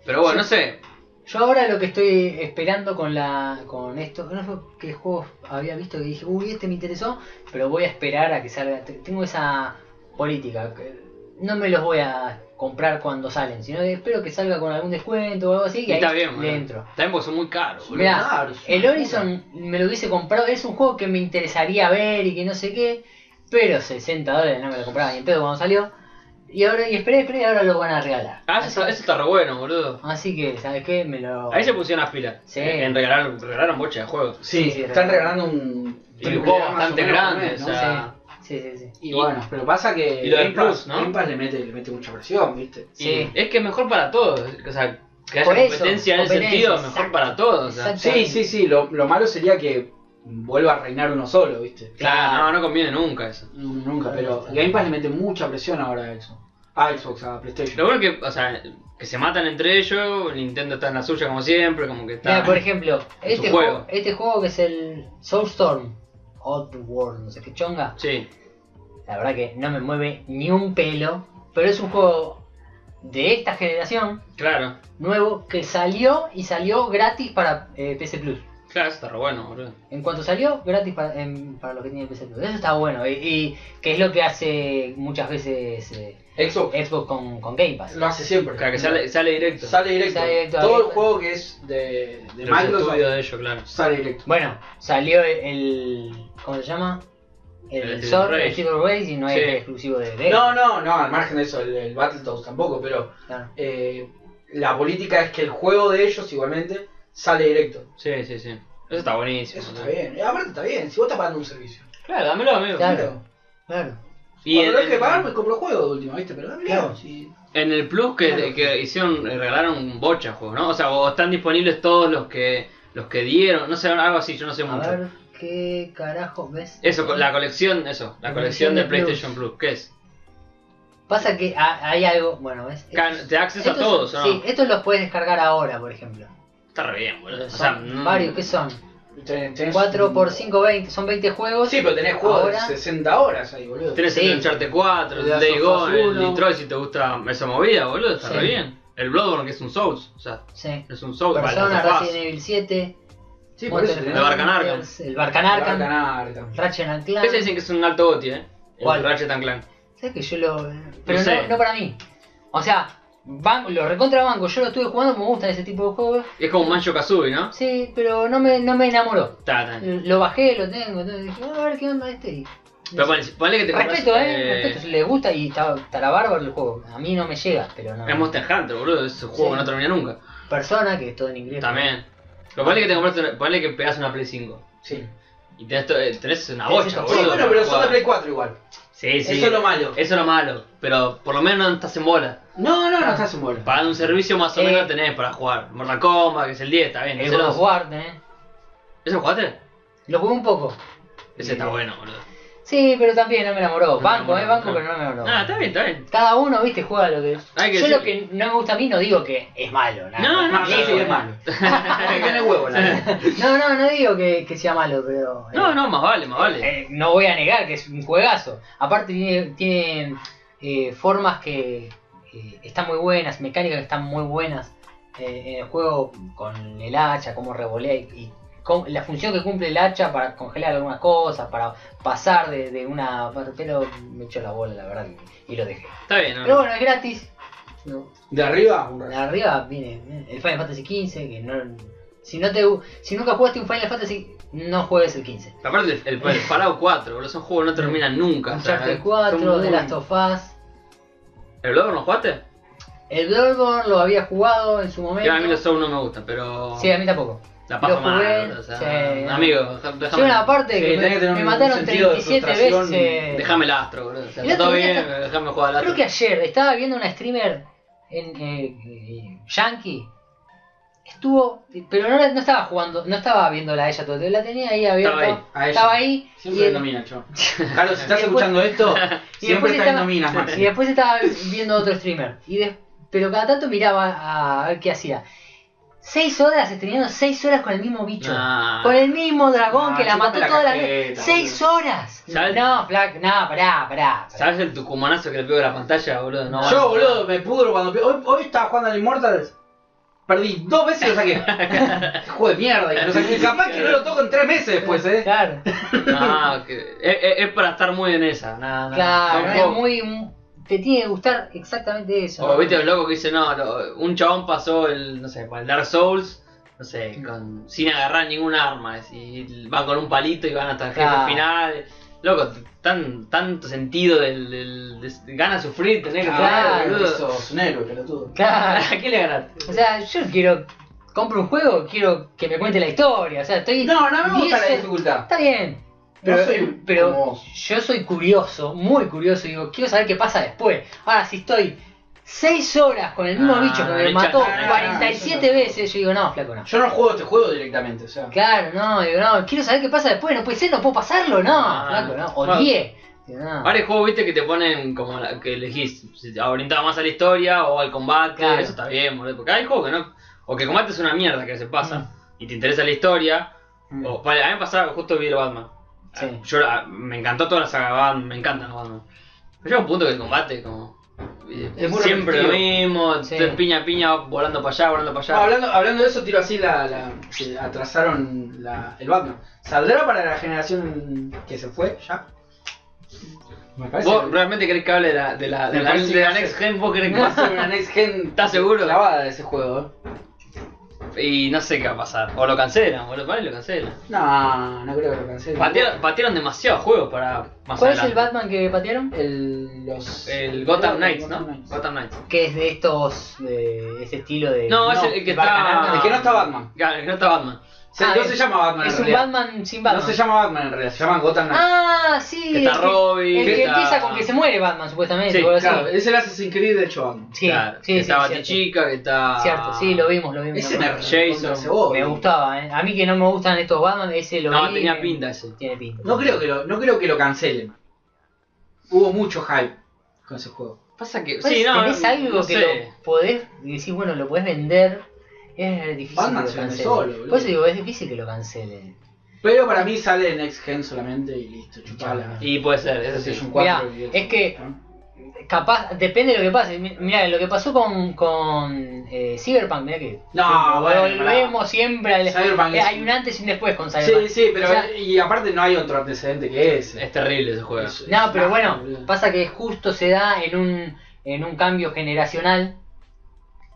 [SPEAKER 1] Pero bueno, no sé.
[SPEAKER 3] Yo ahora lo que estoy esperando con la con esto, no sé qué juegos había visto que dije, uy, este me interesó, pero voy a esperar a que salga. Te- Tengo esa política, que no me los voy a comprar cuando salen, sino que espero que salga con algún descuento o algo así y,
[SPEAKER 1] está
[SPEAKER 3] ahí
[SPEAKER 1] bien,
[SPEAKER 3] le
[SPEAKER 1] boludo.
[SPEAKER 3] entro.
[SPEAKER 1] Está bien porque son muy caros, boludo.
[SPEAKER 3] Mirá,
[SPEAKER 2] Claro, es una
[SPEAKER 3] el Horizon me lo hubiese comprado, es un juego que me interesaría ver y que no sé qué, pero 60 dólares no me lo compraba ni en pedo cuando salió. Y ahora, y esperé, esperé, y ahora lo van a regalar.
[SPEAKER 1] Ah, eso, está- eso está re bueno, boludo.
[SPEAKER 3] Así que, ¿sabes qué? Me lo.
[SPEAKER 1] Ahí se pusieron las pilas.
[SPEAKER 3] Oh. Sí.
[SPEAKER 1] En regalar, regalaron bocha de juegos.
[SPEAKER 3] Sí, sí,
[SPEAKER 2] están
[SPEAKER 3] regalando.
[SPEAKER 2] regalando un
[SPEAKER 1] Y
[SPEAKER 2] triple
[SPEAKER 1] juegos
[SPEAKER 2] A más
[SPEAKER 1] bastante
[SPEAKER 2] o menos por
[SPEAKER 1] grandes,
[SPEAKER 2] mes,
[SPEAKER 1] o
[SPEAKER 2] ¿no?
[SPEAKER 1] sea.
[SPEAKER 3] Sí, sí, sí.
[SPEAKER 2] Y bueno, pero pasa que
[SPEAKER 1] Y lo del
[SPEAKER 2] Game
[SPEAKER 1] Plus,
[SPEAKER 2] Pass-
[SPEAKER 1] ¿no?
[SPEAKER 2] Game Pass le mete, le mete mucha presión, ¿viste?
[SPEAKER 1] y
[SPEAKER 3] Sí.
[SPEAKER 1] Es que es mejor para todos. O sea, que haya
[SPEAKER 3] Por eso,
[SPEAKER 1] competencia en ese
[SPEAKER 3] competencia,
[SPEAKER 1] sentido,
[SPEAKER 3] exacto.
[SPEAKER 1] mejor para todos. O sea.
[SPEAKER 3] Exacto.
[SPEAKER 2] Sí, sí, sí, lo, lo malo sería que vuelva a reinar uno solo, ¿viste?
[SPEAKER 1] Claro, no, no conviene nunca eso.
[SPEAKER 2] Nunca, pero Game Pass le mete mucha presión ahora a eso. A Xbox, a PlayStation.
[SPEAKER 1] Lo bueno es que, o sea, que se matan entre ellos, Nintendo está en la suya como siempre, como que está...
[SPEAKER 3] Mira, por ejemplo,
[SPEAKER 1] Es un
[SPEAKER 3] este
[SPEAKER 1] juego.
[SPEAKER 3] juego. este juego que es el Soulstorm, World, no sé qué chonga,
[SPEAKER 1] Sí,
[SPEAKER 3] la verdad que no me mueve ni un pelo, pero es un juego de esta generación,
[SPEAKER 1] claro.
[SPEAKER 3] nuevo, que salió y salió gratis para eh, PC Plus.
[SPEAKER 1] Claro, eso está re bueno, boludo.
[SPEAKER 3] En cuanto salió, gratis para, en- para los que tienen PC Plus. Eso está bueno, y, y que es lo que hace muchas veces eh,
[SPEAKER 2] Xbox
[SPEAKER 3] Xbox con, con Game Pass.
[SPEAKER 2] lo hace siempre.
[SPEAKER 1] O sea, que sale, sale directo.
[SPEAKER 2] Sale directo.
[SPEAKER 3] Sale directo
[SPEAKER 2] Todo
[SPEAKER 3] ahí.
[SPEAKER 2] el juego que es de, de
[SPEAKER 1] de los
[SPEAKER 2] Microsoft
[SPEAKER 1] estudios de ellos, claro.
[SPEAKER 2] sale directo.
[SPEAKER 3] Bueno, salió el. ¿Cómo se llama?
[SPEAKER 1] El
[SPEAKER 3] El
[SPEAKER 1] Street
[SPEAKER 3] Sword,
[SPEAKER 1] Rage.
[SPEAKER 3] el Street Rage, y no es
[SPEAKER 1] Sí.
[SPEAKER 3] exclusivo de. de-
[SPEAKER 2] No, no, no, al margen de eso, el, el Battletoads tampoco, pero
[SPEAKER 3] Claro.
[SPEAKER 2] eh, la política es que el juego de ellos igualmente sale directo.
[SPEAKER 1] Sí, sí, sí. Eso está buenísimo.
[SPEAKER 2] Eso está
[SPEAKER 1] boludo.
[SPEAKER 2] bien. Y aparte está bien, si vos estás pagando un servicio.
[SPEAKER 1] Claro, dámelo, amigo.
[SPEAKER 3] Claro.
[SPEAKER 2] Claro.
[SPEAKER 3] Claro.
[SPEAKER 1] Y
[SPEAKER 2] Cuando
[SPEAKER 1] en,
[SPEAKER 2] lo hay que
[SPEAKER 1] en-
[SPEAKER 2] pagar, me compro juego de última, ¿viste? Pero dámelo,
[SPEAKER 3] Claro.
[SPEAKER 2] si-
[SPEAKER 1] en el Plus que,
[SPEAKER 2] Claro.
[SPEAKER 1] que hicieron, eh, regalaron bocha de juegos, ¿no? O sea, o están disponibles todos los que los que dieron, no sé, algo así, yo no sé
[SPEAKER 3] A
[SPEAKER 1] mucho.
[SPEAKER 3] ver, ¿qué carajo ves?
[SPEAKER 1] Eso, co- la colección, eso, la colección
[SPEAKER 3] La colección
[SPEAKER 1] de
[SPEAKER 3] de Plus.
[SPEAKER 1] PlayStation Plus, ¿qué es?
[SPEAKER 3] Pasa que ha- hay algo. Bueno, ¿ves?
[SPEAKER 1] Can- te da acceso a
[SPEAKER 3] Estos-
[SPEAKER 1] todos, ¿o ¿no?
[SPEAKER 3] Sí, estos los puedes descargar ahora, por ejemplo.
[SPEAKER 1] Está re bien, boludo. O
[SPEAKER 3] Son
[SPEAKER 1] sea, no-
[SPEAKER 3] varios, ¿qué son?
[SPEAKER 2] tenés- tenés
[SPEAKER 3] 4
[SPEAKER 2] un-
[SPEAKER 3] por 5, 20. Son 20 juegos.
[SPEAKER 2] Sí, pero tenés juegos
[SPEAKER 3] Ahora-
[SPEAKER 2] de 60 horas ahí, boludo.
[SPEAKER 1] Tenés
[SPEAKER 3] Sí.
[SPEAKER 1] el Uncharted 4, el
[SPEAKER 2] El
[SPEAKER 1] Day
[SPEAKER 2] Last of Us
[SPEAKER 1] Gone, el
[SPEAKER 2] 1.
[SPEAKER 1] Detroit si te gusta esa movida, boludo, está
[SPEAKER 3] Sí.
[SPEAKER 1] re bien. El Bloodborne que es un Souls, o sea,
[SPEAKER 3] Sí.
[SPEAKER 1] es un Souls, vale,
[SPEAKER 3] Persona,
[SPEAKER 1] Last of Us.
[SPEAKER 3] Resident Evil 7.
[SPEAKER 2] Sí, por eso
[SPEAKER 3] Monster
[SPEAKER 2] tenés-
[SPEAKER 1] El Barcan Arkham.
[SPEAKER 3] Hunters, El Barcan Arkham.
[SPEAKER 2] Arkham.
[SPEAKER 3] Ratchet and Clank.
[SPEAKER 1] Ese dicen que es un alto goti, eh. El
[SPEAKER 3] ¿Cuál?
[SPEAKER 1] Ratchet and Clank.
[SPEAKER 3] ¿Sabes que yo lo.? Pero no,
[SPEAKER 1] sé.
[SPEAKER 3] no para mí. O sea, ban- lo recontra banco. Yo lo estuve jugando, me gustan ese tipo de juegos.
[SPEAKER 1] Es como un Mancho Kazooie, ¿no?
[SPEAKER 3] Sí, pero no me, no me enamoró.
[SPEAKER 1] Está, está.
[SPEAKER 3] Lo bajé, lo tengo. Entonces dije, a ver qué onda este. Y-
[SPEAKER 1] Pero ponele, ponele que te compras,
[SPEAKER 3] respeto, eh.
[SPEAKER 1] eh,
[SPEAKER 3] Respeto, si les gusta y está, estará bárbaro el juego. A mí no me llega, pero no.
[SPEAKER 1] Es Monster Hunter, boludo, ese juego
[SPEAKER 3] Sí.
[SPEAKER 1] que no termina nunca.
[SPEAKER 3] Persona, que es todo en inglés.
[SPEAKER 1] También. Pero ponele que te compraste, una- ponele que pegás una Play 5.
[SPEAKER 2] Sí.
[SPEAKER 1] Y tenés, to- eh, tenés una
[SPEAKER 3] Tenés
[SPEAKER 1] bocha,
[SPEAKER 3] esos
[SPEAKER 1] boludo.
[SPEAKER 2] Sí, bueno,
[SPEAKER 1] para
[SPEAKER 2] pero son de
[SPEAKER 1] jugar.
[SPEAKER 2] Play 4 igual.
[SPEAKER 1] Sí, sí.
[SPEAKER 2] Eso es lo malo.
[SPEAKER 1] Eso es lo malo. Pero por lo menos no estás en bola.
[SPEAKER 2] No, no, no estás en bola.
[SPEAKER 1] Pagando un servicio más o
[SPEAKER 3] Eh.
[SPEAKER 1] menos tenés para jugar. Mortal Kombat, que es el 10, está bien.
[SPEAKER 3] El
[SPEAKER 1] Ese
[SPEAKER 3] God
[SPEAKER 1] no-
[SPEAKER 3] of War, ¿eh?
[SPEAKER 1] ¿Ese lo jugaste?
[SPEAKER 3] Lo jugué un poco.
[SPEAKER 1] Ese está bueno, boludo.
[SPEAKER 3] Sí, pero también no me enamoró.
[SPEAKER 1] No me
[SPEAKER 3] Banco,
[SPEAKER 1] enamoró,
[SPEAKER 3] eh, banco,
[SPEAKER 1] no.
[SPEAKER 3] pero no me enamoró.
[SPEAKER 1] Ah, está bien, está bien.
[SPEAKER 3] Cada uno, viste, juega lo que.
[SPEAKER 1] Hay que
[SPEAKER 3] Yo lo que
[SPEAKER 1] decir-
[SPEAKER 3] no me gusta a mí no digo que es malo. nada.
[SPEAKER 1] No, no,
[SPEAKER 2] Ah, sí,
[SPEAKER 1] claro.
[SPEAKER 2] sí, es malo. Tiene huevo la verdad.
[SPEAKER 3] No, no, no digo que, que sea malo, pero. eh,
[SPEAKER 1] No, no, más vale, más vale.
[SPEAKER 3] eh, no voy a negar que es un juegazo. Aparte, tiene, tiene eh, formas que eh, están muy buenas, mecánicas que están muy buenas eh, en el juego con el hacha, cómo revolea y, y cómo- la función que cumple el hacha para congelar algunas cosas, para pasar de, de una. Pero me echó la bola, la verdad, y, y lo dejé.
[SPEAKER 1] Está bien,
[SPEAKER 3] Pero
[SPEAKER 1] no.
[SPEAKER 3] bueno, es gratis. No,
[SPEAKER 2] De arriba, un
[SPEAKER 3] de arriba viene el Final Fantasy XV, que no, si, no te, si nunca jugaste un Final Fantasy, no juegues el XV.
[SPEAKER 1] Aparte, el, el, el Fallout 4, boludo, esos juegos no terminan nunca. o sea,
[SPEAKER 2] eh,
[SPEAKER 3] Uncharted
[SPEAKER 1] son
[SPEAKER 3] 4,
[SPEAKER 1] muy-
[SPEAKER 3] The Last of Us.
[SPEAKER 1] ¿El Bloodborne no jugaste?
[SPEAKER 3] El Bloodborne lo había jugado en su momento.
[SPEAKER 1] Ya, a mí los Souls no me gustan, pero.
[SPEAKER 3] Sí, a mí tampoco.
[SPEAKER 1] la paso
[SPEAKER 3] lo jugué,
[SPEAKER 1] mal. O sea,
[SPEAKER 3] sí.
[SPEAKER 1] Amigo, deja-
[SPEAKER 3] Yo
[SPEAKER 1] déjame.
[SPEAKER 3] una parte
[SPEAKER 2] Sí,
[SPEAKER 3] que
[SPEAKER 2] tenés que
[SPEAKER 3] me,
[SPEAKER 2] tener
[SPEAKER 3] me
[SPEAKER 2] un
[SPEAKER 3] mataron
[SPEAKER 2] sentido de
[SPEAKER 3] 37
[SPEAKER 2] frustración,
[SPEAKER 3] veces.
[SPEAKER 1] Déjame el astro, boludo. O sea,
[SPEAKER 3] El
[SPEAKER 1] está
[SPEAKER 3] otro
[SPEAKER 1] todo
[SPEAKER 3] día
[SPEAKER 1] bien,
[SPEAKER 3] está-
[SPEAKER 1] déjame jugar al astro.
[SPEAKER 3] Creo que ayer estaba viendo una streamer en eh, eh, Yankee. Estuvo, pero no, la- no estaba jugando, no estaba viéndola a ella todo el tiempo, la tenía ahí
[SPEAKER 1] Estaba
[SPEAKER 3] abierta.
[SPEAKER 1] ahí,
[SPEAKER 2] a ella.
[SPEAKER 3] estaba ahí
[SPEAKER 2] Siempre
[SPEAKER 3] y-
[SPEAKER 2] en domina, chon. Carlos, si estás
[SPEAKER 3] Y después-
[SPEAKER 2] escuchando esto,
[SPEAKER 3] y después
[SPEAKER 2] siempre estás en
[SPEAKER 3] estaba-
[SPEAKER 2] domina, Maxi.
[SPEAKER 3] Y después estaba viendo otro streamer. Y des- pero cada tanto miraba a ver qué hacía. Seis horas, estrenando seis horas con el mismo bicho.
[SPEAKER 2] Ah.
[SPEAKER 1] Nah.
[SPEAKER 3] Con el mismo dragón
[SPEAKER 2] Nah,
[SPEAKER 3] que la
[SPEAKER 2] chupame
[SPEAKER 3] mató
[SPEAKER 2] Ah, la
[SPEAKER 3] toda la
[SPEAKER 2] cajeta,
[SPEAKER 3] vida. Seis horas.
[SPEAKER 1] ¿Sabes?
[SPEAKER 3] No, flac, no, pará, pará.
[SPEAKER 1] ¿Sabes el tucumanazo que le pego a la pantalla, boludo? No,
[SPEAKER 2] Yo,
[SPEAKER 1] bueno.
[SPEAKER 2] boludo, me pudro cuando. pe- Hoy, hoy estaba jugando al Immortals. Perdí dos veces y lo saqué. Hijo de mierda. Y lo saqué. Capaz que no lo toco en tres meses después, eh.
[SPEAKER 3] Claro,
[SPEAKER 1] No, que- es, es- es para estar muy en esa. Nada, nada.
[SPEAKER 3] claro,
[SPEAKER 1] Son
[SPEAKER 3] es
[SPEAKER 1] juegos-
[SPEAKER 3] muy. mu- Te tiene que gustar exactamente eso.
[SPEAKER 1] O viste los locos que dicen, no, lo- un chabón pasó el, no sé, por el Dark Souls, no sé, con, sin agarrar ningún arma, es- y van con un palito y van hasta el jefe
[SPEAKER 3] Claro.
[SPEAKER 1] final. Loco, tan, tanto sentido del, del, des- gana sufrir, tenés que
[SPEAKER 3] Claro,
[SPEAKER 1] jugar, boludo.
[SPEAKER 2] sos un héroe, pelotudo.
[SPEAKER 3] Claro.
[SPEAKER 1] ¿A qué le ganaste?
[SPEAKER 3] O sea, yo quiero. Compro un juego, quiero que me cuente la historia. O sea, estoy.
[SPEAKER 2] No, no me gusta la
[SPEAKER 3] diez-
[SPEAKER 2] dificultad.
[SPEAKER 3] Está bien.
[SPEAKER 2] No
[SPEAKER 3] Pero,
[SPEAKER 2] soy
[SPEAKER 3] pero
[SPEAKER 2] como vos.
[SPEAKER 3] yo soy curioso, muy curioso, y digo, quiero saber qué pasa después. Ahora, si estoy seis horas con el mismo
[SPEAKER 1] Ah,
[SPEAKER 3] bicho que
[SPEAKER 1] le
[SPEAKER 3] me
[SPEAKER 1] echaste
[SPEAKER 3] mató
[SPEAKER 1] la-
[SPEAKER 3] 47
[SPEAKER 2] eso no.
[SPEAKER 3] veces, yo digo, no, flaco, no.
[SPEAKER 2] Yo no juego este juego directamente, o sea.
[SPEAKER 3] Claro, no, digo, no, quiero saber qué pasa después, no puede ser, no puedo pasarlo, no,
[SPEAKER 1] Ah,
[SPEAKER 3] flaco, no. O
[SPEAKER 1] bueno.
[SPEAKER 3] 10. Digo, no.
[SPEAKER 1] Varios juegos, viste, que te ponen como la- que elegís, si te orientado más a la historia o al combate,
[SPEAKER 3] Claro.
[SPEAKER 1] eso está bien, boludo, porque hay juegos que no, o que el combate es una mierda que se pasa,
[SPEAKER 3] Mm.
[SPEAKER 1] y te interesa la historia,
[SPEAKER 2] Oh.
[SPEAKER 1] O, vale, a mí me pasaba, justo vi el Batman.
[SPEAKER 3] Sí.
[SPEAKER 1] Ah, Yo ah, me encantó toda la saga Batman, me encantan los Batman. Pero llega un punto que el combate, como. eh,
[SPEAKER 2] Es muy
[SPEAKER 1] siempre lo mismo,
[SPEAKER 3] Sí.
[SPEAKER 1] entonces piña a piña, volando para allá, volando para allá.
[SPEAKER 2] No, hablando, hablando de eso, tiro así la. la que atrasaron la, el Batman. ¿Saldrá para la generación que se fue ya? Me parece.
[SPEAKER 1] ¿Vos
[SPEAKER 2] que-
[SPEAKER 1] realmente querés que hable de la, de la, de
[SPEAKER 2] Me
[SPEAKER 1] la,
[SPEAKER 2] parece
[SPEAKER 1] de
[SPEAKER 2] que
[SPEAKER 1] la
[SPEAKER 2] hace-
[SPEAKER 1] Next Gen? ¿Vos querés que
[SPEAKER 2] Va a ser una next gen.
[SPEAKER 1] ¿Estás seguro?
[SPEAKER 2] Clavada de ese juego, eh.
[SPEAKER 1] Y no sé qué va a pasar. O lo cancelan, boludo, vale, lo cancelan.
[SPEAKER 2] No, no creo que lo cancelen.
[SPEAKER 1] Patearon, patearon demasiados juegos para más
[SPEAKER 3] ¿Cuál es el
[SPEAKER 1] adelante.
[SPEAKER 3] Batman que patearon?
[SPEAKER 2] El, los,
[SPEAKER 1] El Gotham Knights, ¿no?
[SPEAKER 2] Gotham Knights.
[SPEAKER 1] Gotham Knights.
[SPEAKER 3] Que es de estos, de ese estilo de...
[SPEAKER 1] No, es el- el que está-
[SPEAKER 3] Bacanal,
[SPEAKER 2] El que no está Batman.
[SPEAKER 1] Claro, que no está Batman.
[SPEAKER 2] Se-
[SPEAKER 3] Ah,
[SPEAKER 2] no
[SPEAKER 3] es-
[SPEAKER 2] se llama Batman en
[SPEAKER 3] Es un
[SPEAKER 2] realidad.
[SPEAKER 3] Batman sin Batman.
[SPEAKER 2] No se llama Batman en realidad, se llama Gotham Knights.
[SPEAKER 3] Ah, sí.
[SPEAKER 1] Que está
[SPEAKER 3] el que-
[SPEAKER 1] Robin,
[SPEAKER 3] El que,
[SPEAKER 1] que está-
[SPEAKER 3] empieza con que se muere Batman,
[SPEAKER 1] Sí,
[SPEAKER 3] supuestamente. o algo así.
[SPEAKER 2] claro, es el Assassin's Creed de hecho Batman.
[SPEAKER 3] Sí,
[SPEAKER 1] claro, que
[SPEAKER 3] sí, sí,
[SPEAKER 1] está
[SPEAKER 3] cierto.
[SPEAKER 1] Batichica, que está.
[SPEAKER 3] Cierto, sí, lo vimos, lo vimos.
[SPEAKER 2] Ese
[SPEAKER 3] lo
[SPEAKER 2] me
[SPEAKER 3] vimos.
[SPEAKER 1] Jason.
[SPEAKER 3] Me gustaba, ¿eh? A mí que no me gustan estos Batman, ese lo
[SPEAKER 1] No,
[SPEAKER 3] vi,
[SPEAKER 1] tenía
[SPEAKER 3] me-
[SPEAKER 1] pinta ese.
[SPEAKER 3] Tiene pinta.
[SPEAKER 2] No creo, que lo, no creo que lo cancelen. Hubo mucho hype con ese juego.
[SPEAKER 1] Pasa que.
[SPEAKER 3] Pues,
[SPEAKER 1] Sí, no,
[SPEAKER 3] tenés
[SPEAKER 1] no-
[SPEAKER 3] algo
[SPEAKER 1] no
[SPEAKER 3] que
[SPEAKER 1] sé.
[SPEAKER 3] lo podés, y decís, bueno, lo podés vender, es difícil
[SPEAKER 2] Batman
[SPEAKER 3] que
[SPEAKER 2] se
[SPEAKER 3] lo
[SPEAKER 2] vende
[SPEAKER 3] cancelen.
[SPEAKER 2] solo, boludo.
[SPEAKER 3] Por eso digo, es difícil que lo cancelen.
[SPEAKER 2] Pero para mí sale en Next Gen solamente y listo, chupala.
[SPEAKER 1] Y puede ser, eso sí.
[SPEAKER 2] PlayStation
[SPEAKER 3] Mirá,
[SPEAKER 2] 4 y-
[SPEAKER 3] es que- Capaz, depende de lo que pase. Mi- Mirá, lo que pasó con, con eh, Cyberpunk, mirá que...
[SPEAKER 2] No, bueno,
[SPEAKER 3] Volvemos siempre al...
[SPEAKER 2] Cyberpunk
[SPEAKER 3] eh,
[SPEAKER 2] es-
[SPEAKER 3] hay un antes y un después con
[SPEAKER 2] Sí,
[SPEAKER 3] Cyberpunk.
[SPEAKER 2] sí, pero
[SPEAKER 3] O sea- este,
[SPEAKER 2] y aparte no hay otro antecedente que ese.
[SPEAKER 1] Es terrible ese juego.
[SPEAKER 2] Es-
[SPEAKER 3] No, pero
[SPEAKER 2] es-
[SPEAKER 3] bueno,
[SPEAKER 2] Ah, boludo.
[SPEAKER 3] pasa que justo se da en un, en un cambio generacional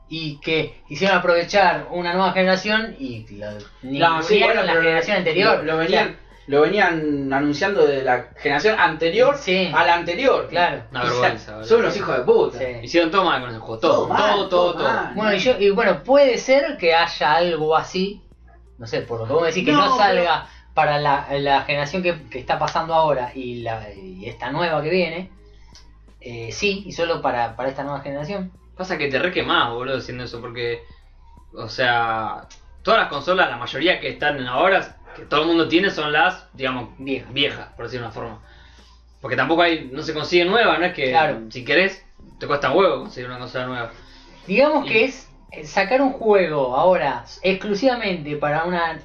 [SPEAKER 3] y que quisieron aprovechar una nueva generación y lo ningunearon
[SPEAKER 2] sí, bueno,
[SPEAKER 3] la
[SPEAKER 2] pero
[SPEAKER 3] generación anterior.
[SPEAKER 2] Lo, lo venían, lo venían anunciando de la generación anterior
[SPEAKER 3] Sí.
[SPEAKER 2] a la anterior.
[SPEAKER 3] Claro.
[SPEAKER 1] Una
[SPEAKER 2] O sea,
[SPEAKER 1] vergüenza, boludo.
[SPEAKER 2] son unos hijos de puta.
[SPEAKER 3] Sí.
[SPEAKER 1] Hicieron todo mal con ese juego.
[SPEAKER 2] Todo
[SPEAKER 1] Todo,
[SPEAKER 2] mal,
[SPEAKER 1] todo, todo,
[SPEAKER 2] todo
[SPEAKER 1] todo.
[SPEAKER 2] mal.
[SPEAKER 3] Bueno, y, yo, y bueno, puede ser que haya algo así, no sé, por lo que vos decís, que no,
[SPEAKER 2] No, pero-
[SPEAKER 3] salga para la, la generación que, que está pasando ahora y, la, y esta nueva que viene. Eh, sí, y solo para, para esta nueva generación.
[SPEAKER 1] Pasa que te re quemás, boludo, haciendo eso, porque. O sea. Todas las consolas, la mayoría que están ahora, que todo el mundo tiene, son las, digamos,
[SPEAKER 3] Vieja.
[SPEAKER 1] viejas, por decir una forma. Porque tampoco hay, no se consigue nueva, no es que
[SPEAKER 3] Claro.
[SPEAKER 1] si querés te cuesta un huevo conseguir una consola nueva.
[SPEAKER 3] Digamos
[SPEAKER 1] Y-
[SPEAKER 3] que es eh, sacar un juego ahora exclusivamente para una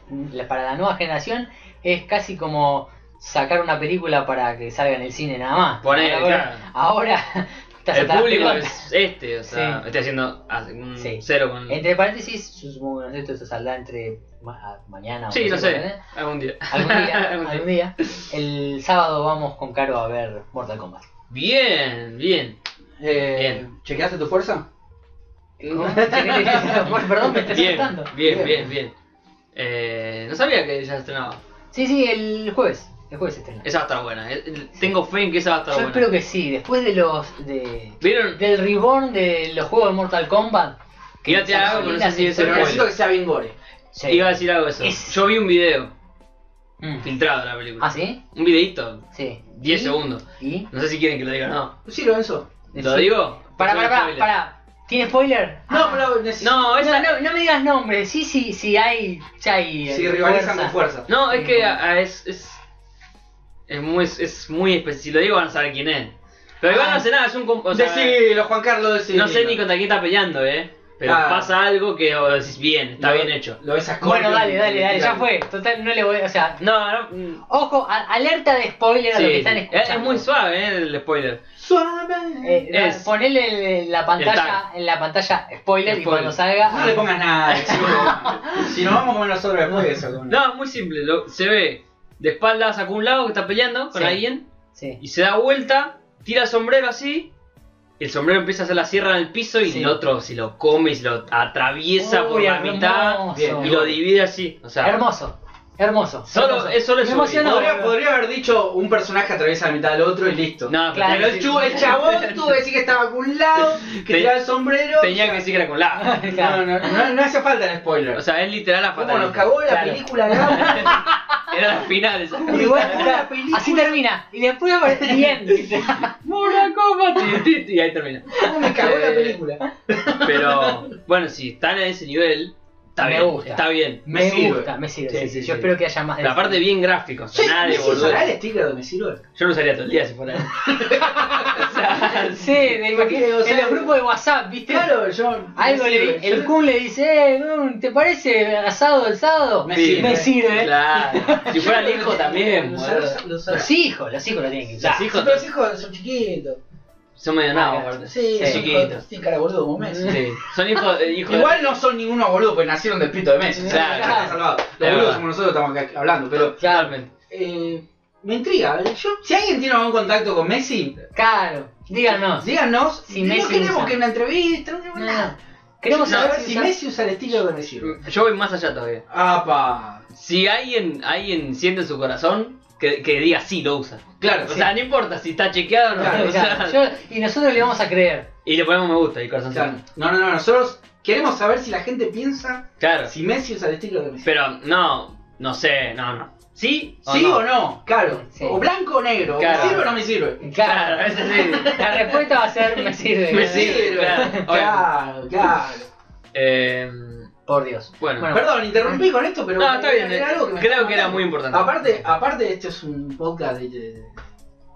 [SPEAKER 3] para la nueva generación es casi como sacar una película para que salga en el cine nada más.
[SPEAKER 1] Ponele,
[SPEAKER 3] ahora,
[SPEAKER 1] claro.
[SPEAKER 3] ahora estás
[SPEAKER 1] El
[SPEAKER 3] hasta las
[SPEAKER 1] público
[SPEAKER 3] pelotas.
[SPEAKER 1] es este, o sea,
[SPEAKER 3] Sí.
[SPEAKER 1] estoy haciendo ah, un
[SPEAKER 3] Sí.
[SPEAKER 1] cero con...
[SPEAKER 3] Entre paréntesis, yo supongo que no sé, esto se saldrá entre ma- ah, mañana o
[SPEAKER 1] Sí, no
[SPEAKER 3] ¿eh?
[SPEAKER 1] sé, algún día.
[SPEAKER 3] Algún día,
[SPEAKER 1] Algún día.
[SPEAKER 3] algún día. El sábado vamos con Caro a ver Mortal Kombat.
[SPEAKER 1] Bien, bien.
[SPEAKER 2] Eh,
[SPEAKER 1] Bien.
[SPEAKER 2] ¿Chequeaste tu fuerza?
[SPEAKER 3] ¿Cómo? Perdón, me estás
[SPEAKER 1] Bien,
[SPEAKER 3] asustando.
[SPEAKER 1] bien,
[SPEAKER 2] Bien.
[SPEAKER 1] bien, bien. Eh, no sabía que ya estrenaba.
[SPEAKER 3] Sí, sí, el jueves. El jueves se estrena.
[SPEAKER 1] Esa va a estar buena. eh, eh, Tengo fe en que esa va a estar
[SPEAKER 3] Yo
[SPEAKER 1] buena.
[SPEAKER 3] espero que sí, después de los de,
[SPEAKER 1] ¿Vieron?
[SPEAKER 3] del reborn de los juegos de Mortal Kombat.
[SPEAKER 1] Iba a tirar algo, pero no sé si es el
[SPEAKER 2] Pero
[SPEAKER 1] Bueno.
[SPEAKER 2] necesito que sea bien gore.
[SPEAKER 3] Sí.
[SPEAKER 1] Iba a decir algo de eso.
[SPEAKER 3] Es-
[SPEAKER 1] Yo vi un video
[SPEAKER 3] Mm.
[SPEAKER 1] filtrado de la película.
[SPEAKER 3] ¿Ah, sí?
[SPEAKER 1] Un videito,
[SPEAKER 3] Sí.
[SPEAKER 1] 10
[SPEAKER 3] ¿Y?
[SPEAKER 1] segundos.
[SPEAKER 3] ¿Y?
[SPEAKER 1] No sé si quieren que lo diga o no.
[SPEAKER 2] Sí, Lorenzo.
[SPEAKER 1] ¿Lo digo?
[SPEAKER 3] Para,
[SPEAKER 1] No
[SPEAKER 3] para,
[SPEAKER 1] spoiler.
[SPEAKER 3] para, para. ¿Tiene spoiler?
[SPEAKER 2] No,
[SPEAKER 3] Ah.
[SPEAKER 2] pero necesito.
[SPEAKER 1] No,
[SPEAKER 3] No,
[SPEAKER 1] esa no.
[SPEAKER 3] no, no me digas nombre, sí, sí, sí hay. Sí, hay
[SPEAKER 2] Si
[SPEAKER 3] eh,
[SPEAKER 2] rivalizan con fuerza.
[SPEAKER 1] No, es que ah, es, es. Es muy. Es muy espe- Si lo digo van a saber quién es. Pero igual
[SPEAKER 3] Ah.
[SPEAKER 1] no hace nada, es un. comp- O sea,
[SPEAKER 2] Decilo, Juan Carlos, decilo.
[SPEAKER 1] No sé ni contra quién está peleando, eh. Pero
[SPEAKER 2] Ah.
[SPEAKER 1] pasa algo que o decís bien, está
[SPEAKER 2] Lo-
[SPEAKER 1] bien hecho.
[SPEAKER 2] Lo ves a
[SPEAKER 3] Bueno,
[SPEAKER 2] Scorpion
[SPEAKER 3] dale, dale,
[SPEAKER 2] y-
[SPEAKER 3] dale, ya
[SPEAKER 2] y-
[SPEAKER 3] fue. Total, no le voy. O sea,
[SPEAKER 1] No, no. mm,
[SPEAKER 3] ojo, a- alerta de spoiler a
[SPEAKER 1] sí,
[SPEAKER 3] lo que están
[SPEAKER 1] sí. es,
[SPEAKER 3] escuchando.
[SPEAKER 1] es muy suave, eh, el spoiler.
[SPEAKER 2] Suave.
[SPEAKER 3] Eh, da-
[SPEAKER 1] es-
[SPEAKER 3] ponele el- la pantalla, en la pantalla spoiler y
[SPEAKER 1] Spoiler.
[SPEAKER 3] cuando salga. ah,
[SPEAKER 2] No le pongas nada, chico. si nos vamos a comer nosotros después de eso.
[SPEAKER 1] No, es muy simple. lo- se ve de espaldas a un lado que está peleando con
[SPEAKER 3] Sí.
[SPEAKER 1] alguien.
[SPEAKER 3] Sí.
[SPEAKER 1] Y se da vuelta, tira el sombrero así. y El sombrero empieza a hacer la sierra en el piso y
[SPEAKER 3] Sí.
[SPEAKER 1] el otro se lo come y se lo atraviesa por
[SPEAKER 3] Uy,
[SPEAKER 1] la mitad
[SPEAKER 3] hermoso.
[SPEAKER 2] Bien,
[SPEAKER 1] y lo divide así. O sea,
[SPEAKER 3] Hermoso, hermoso.
[SPEAKER 1] Solo-
[SPEAKER 3] hermoso.
[SPEAKER 1] es solo
[SPEAKER 3] Me
[SPEAKER 1] eso.
[SPEAKER 3] emocionó.
[SPEAKER 2] podría, podría haber dicho un personaje atraviesa la mitad del otro y listo.
[SPEAKER 1] No,
[SPEAKER 3] Claro,
[SPEAKER 2] Pero el, chu- el chabón tuvo que decir que estaba con un lado, que
[SPEAKER 1] Te-
[SPEAKER 2] tiraba el sombrero.
[SPEAKER 1] tenía que decir que era con la.
[SPEAKER 2] No, no, no, no hace falta el spoiler.
[SPEAKER 1] O sea, es literal la
[SPEAKER 2] ¿Cómo nos
[SPEAKER 1] fatalidad.
[SPEAKER 2] cagó la
[SPEAKER 3] Claro.
[SPEAKER 2] película? ¿no?
[SPEAKER 1] Era la final esa.
[SPEAKER 3] Y bueno, está- así termina. Y después aparece bien.
[SPEAKER 1] Mortal Kombat, ti, ti, ti, Y ahí termina.
[SPEAKER 2] ¿Cómo me cagó la
[SPEAKER 1] Eh,
[SPEAKER 2] película?
[SPEAKER 1] Pero bueno, si están a ese nivel, está
[SPEAKER 3] Me
[SPEAKER 1] bien.
[SPEAKER 3] gusta.
[SPEAKER 1] Está bien.
[SPEAKER 3] Me,
[SPEAKER 2] sirve.
[SPEAKER 3] gusta, me sirve.
[SPEAKER 1] Sí,
[SPEAKER 3] sí,
[SPEAKER 1] sí,
[SPEAKER 3] sí. Yo
[SPEAKER 1] sí.
[SPEAKER 3] espero que haya más. de
[SPEAKER 1] La
[SPEAKER 3] eso.
[SPEAKER 1] parte bien gráfica, o sea, nada de
[SPEAKER 2] ¿Me sirve
[SPEAKER 1] boludo.
[SPEAKER 2] usar el sticker este de me sirve?
[SPEAKER 1] Yo lo usaría todo el día si fuera. él. o sea,
[SPEAKER 3] Sí, de,
[SPEAKER 2] Porque, o
[SPEAKER 3] en
[SPEAKER 2] sea,
[SPEAKER 3] los grupos de WhatsApp, ¿viste?
[SPEAKER 2] Claro, yo.
[SPEAKER 3] Algo
[SPEAKER 2] me
[SPEAKER 3] le,
[SPEAKER 2] sirve.
[SPEAKER 3] el
[SPEAKER 2] Yo-
[SPEAKER 3] Kun le dice, eh, Kun, ¿te parece asado el sábado?
[SPEAKER 2] Me
[SPEAKER 1] Sí.
[SPEAKER 2] sirve.
[SPEAKER 3] Me sirve.
[SPEAKER 1] Claro. Si fuera el hijo también,
[SPEAKER 2] Los-
[SPEAKER 1] boludo.
[SPEAKER 2] los- los-
[SPEAKER 3] Los hijos, los hijos lo tienen que usar.
[SPEAKER 1] Los hijos
[SPEAKER 2] Sí, pero los hijos son chiquitos.
[SPEAKER 1] son medio
[SPEAKER 3] Ah,
[SPEAKER 1] nabos, aparte.
[SPEAKER 2] Sí,
[SPEAKER 3] Sí,
[SPEAKER 2] son
[SPEAKER 1] chiquitos.
[SPEAKER 2] chiquitos. Tienen cara de boludo como Messi.
[SPEAKER 1] Sí. Son hijos eh, hijos de-
[SPEAKER 2] Igual no son ninguno boludo, porque nacieron del pito de Messi.
[SPEAKER 1] Claro.
[SPEAKER 2] Está salvado. Los
[SPEAKER 1] verdad.
[SPEAKER 2] boludos somos nosotros, estamos acá hablando, pero.
[SPEAKER 1] Totalmente.
[SPEAKER 2] eh, me intriga. Yo, si alguien tiene algún contacto con Messi,
[SPEAKER 3] Claro, díganos.
[SPEAKER 2] díganos.
[SPEAKER 3] Si
[SPEAKER 2] no
[SPEAKER 3] Messi
[SPEAKER 2] queremos
[SPEAKER 3] usa.
[SPEAKER 2] que una entrevista, no queremos
[SPEAKER 3] No,
[SPEAKER 2] nada.
[SPEAKER 3] no. Queremos
[SPEAKER 2] No,
[SPEAKER 3] saber
[SPEAKER 2] a ver si
[SPEAKER 3] usa-
[SPEAKER 2] Messi usa el sticker de Messi.
[SPEAKER 1] Yo voy más allá todavía.
[SPEAKER 2] ¡Apa!
[SPEAKER 1] Si alguien, alguien siente en su corazón, que, que diga sí, lo usa.
[SPEAKER 2] Claro,
[SPEAKER 1] O
[SPEAKER 2] sí.
[SPEAKER 1] sea, no importa si está chequeado o no.
[SPEAKER 2] Claro,
[SPEAKER 1] o sea,
[SPEAKER 3] Claro, yo- y nosotros le vamos a creer.
[SPEAKER 1] Y le ponemos me gusta y
[SPEAKER 2] O
[SPEAKER 1] corazón.
[SPEAKER 2] sea, no, no, no, nosotros queremos saber si la gente piensa
[SPEAKER 1] Claro.
[SPEAKER 2] si Messi usa el estilo de Messi.
[SPEAKER 1] Pero no, no sé, no, no. ¿Sí? o
[SPEAKER 2] ¿Sí
[SPEAKER 1] no?
[SPEAKER 2] o no? Claro.
[SPEAKER 3] Sí.
[SPEAKER 2] O blanco o negro.
[SPEAKER 1] Claro.
[SPEAKER 2] ¿Me sirve o no me sirve?
[SPEAKER 1] Claro,
[SPEAKER 3] Claro,
[SPEAKER 1] a veces sí.
[SPEAKER 3] la respuesta va a ser me sirve.
[SPEAKER 1] Me sirve. claro,
[SPEAKER 2] Claro, claro.
[SPEAKER 1] Eh,
[SPEAKER 3] Por Dios.
[SPEAKER 1] bueno.
[SPEAKER 3] Bueno,
[SPEAKER 2] Perdón, interrumpí con esto, pero.
[SPEAKER 1] No, está bien. eh,
[SPEAKER 2] era algo que me
[SPEAKER 1] Creo
[SPEAKER 2] estaba
[SPEAKER 1] que era
[SPEAKER 2] matando.
[SPEAKER 1] muy importante.
[SPEAKER 2] Aparte, aparte, esto es un podcast de. de,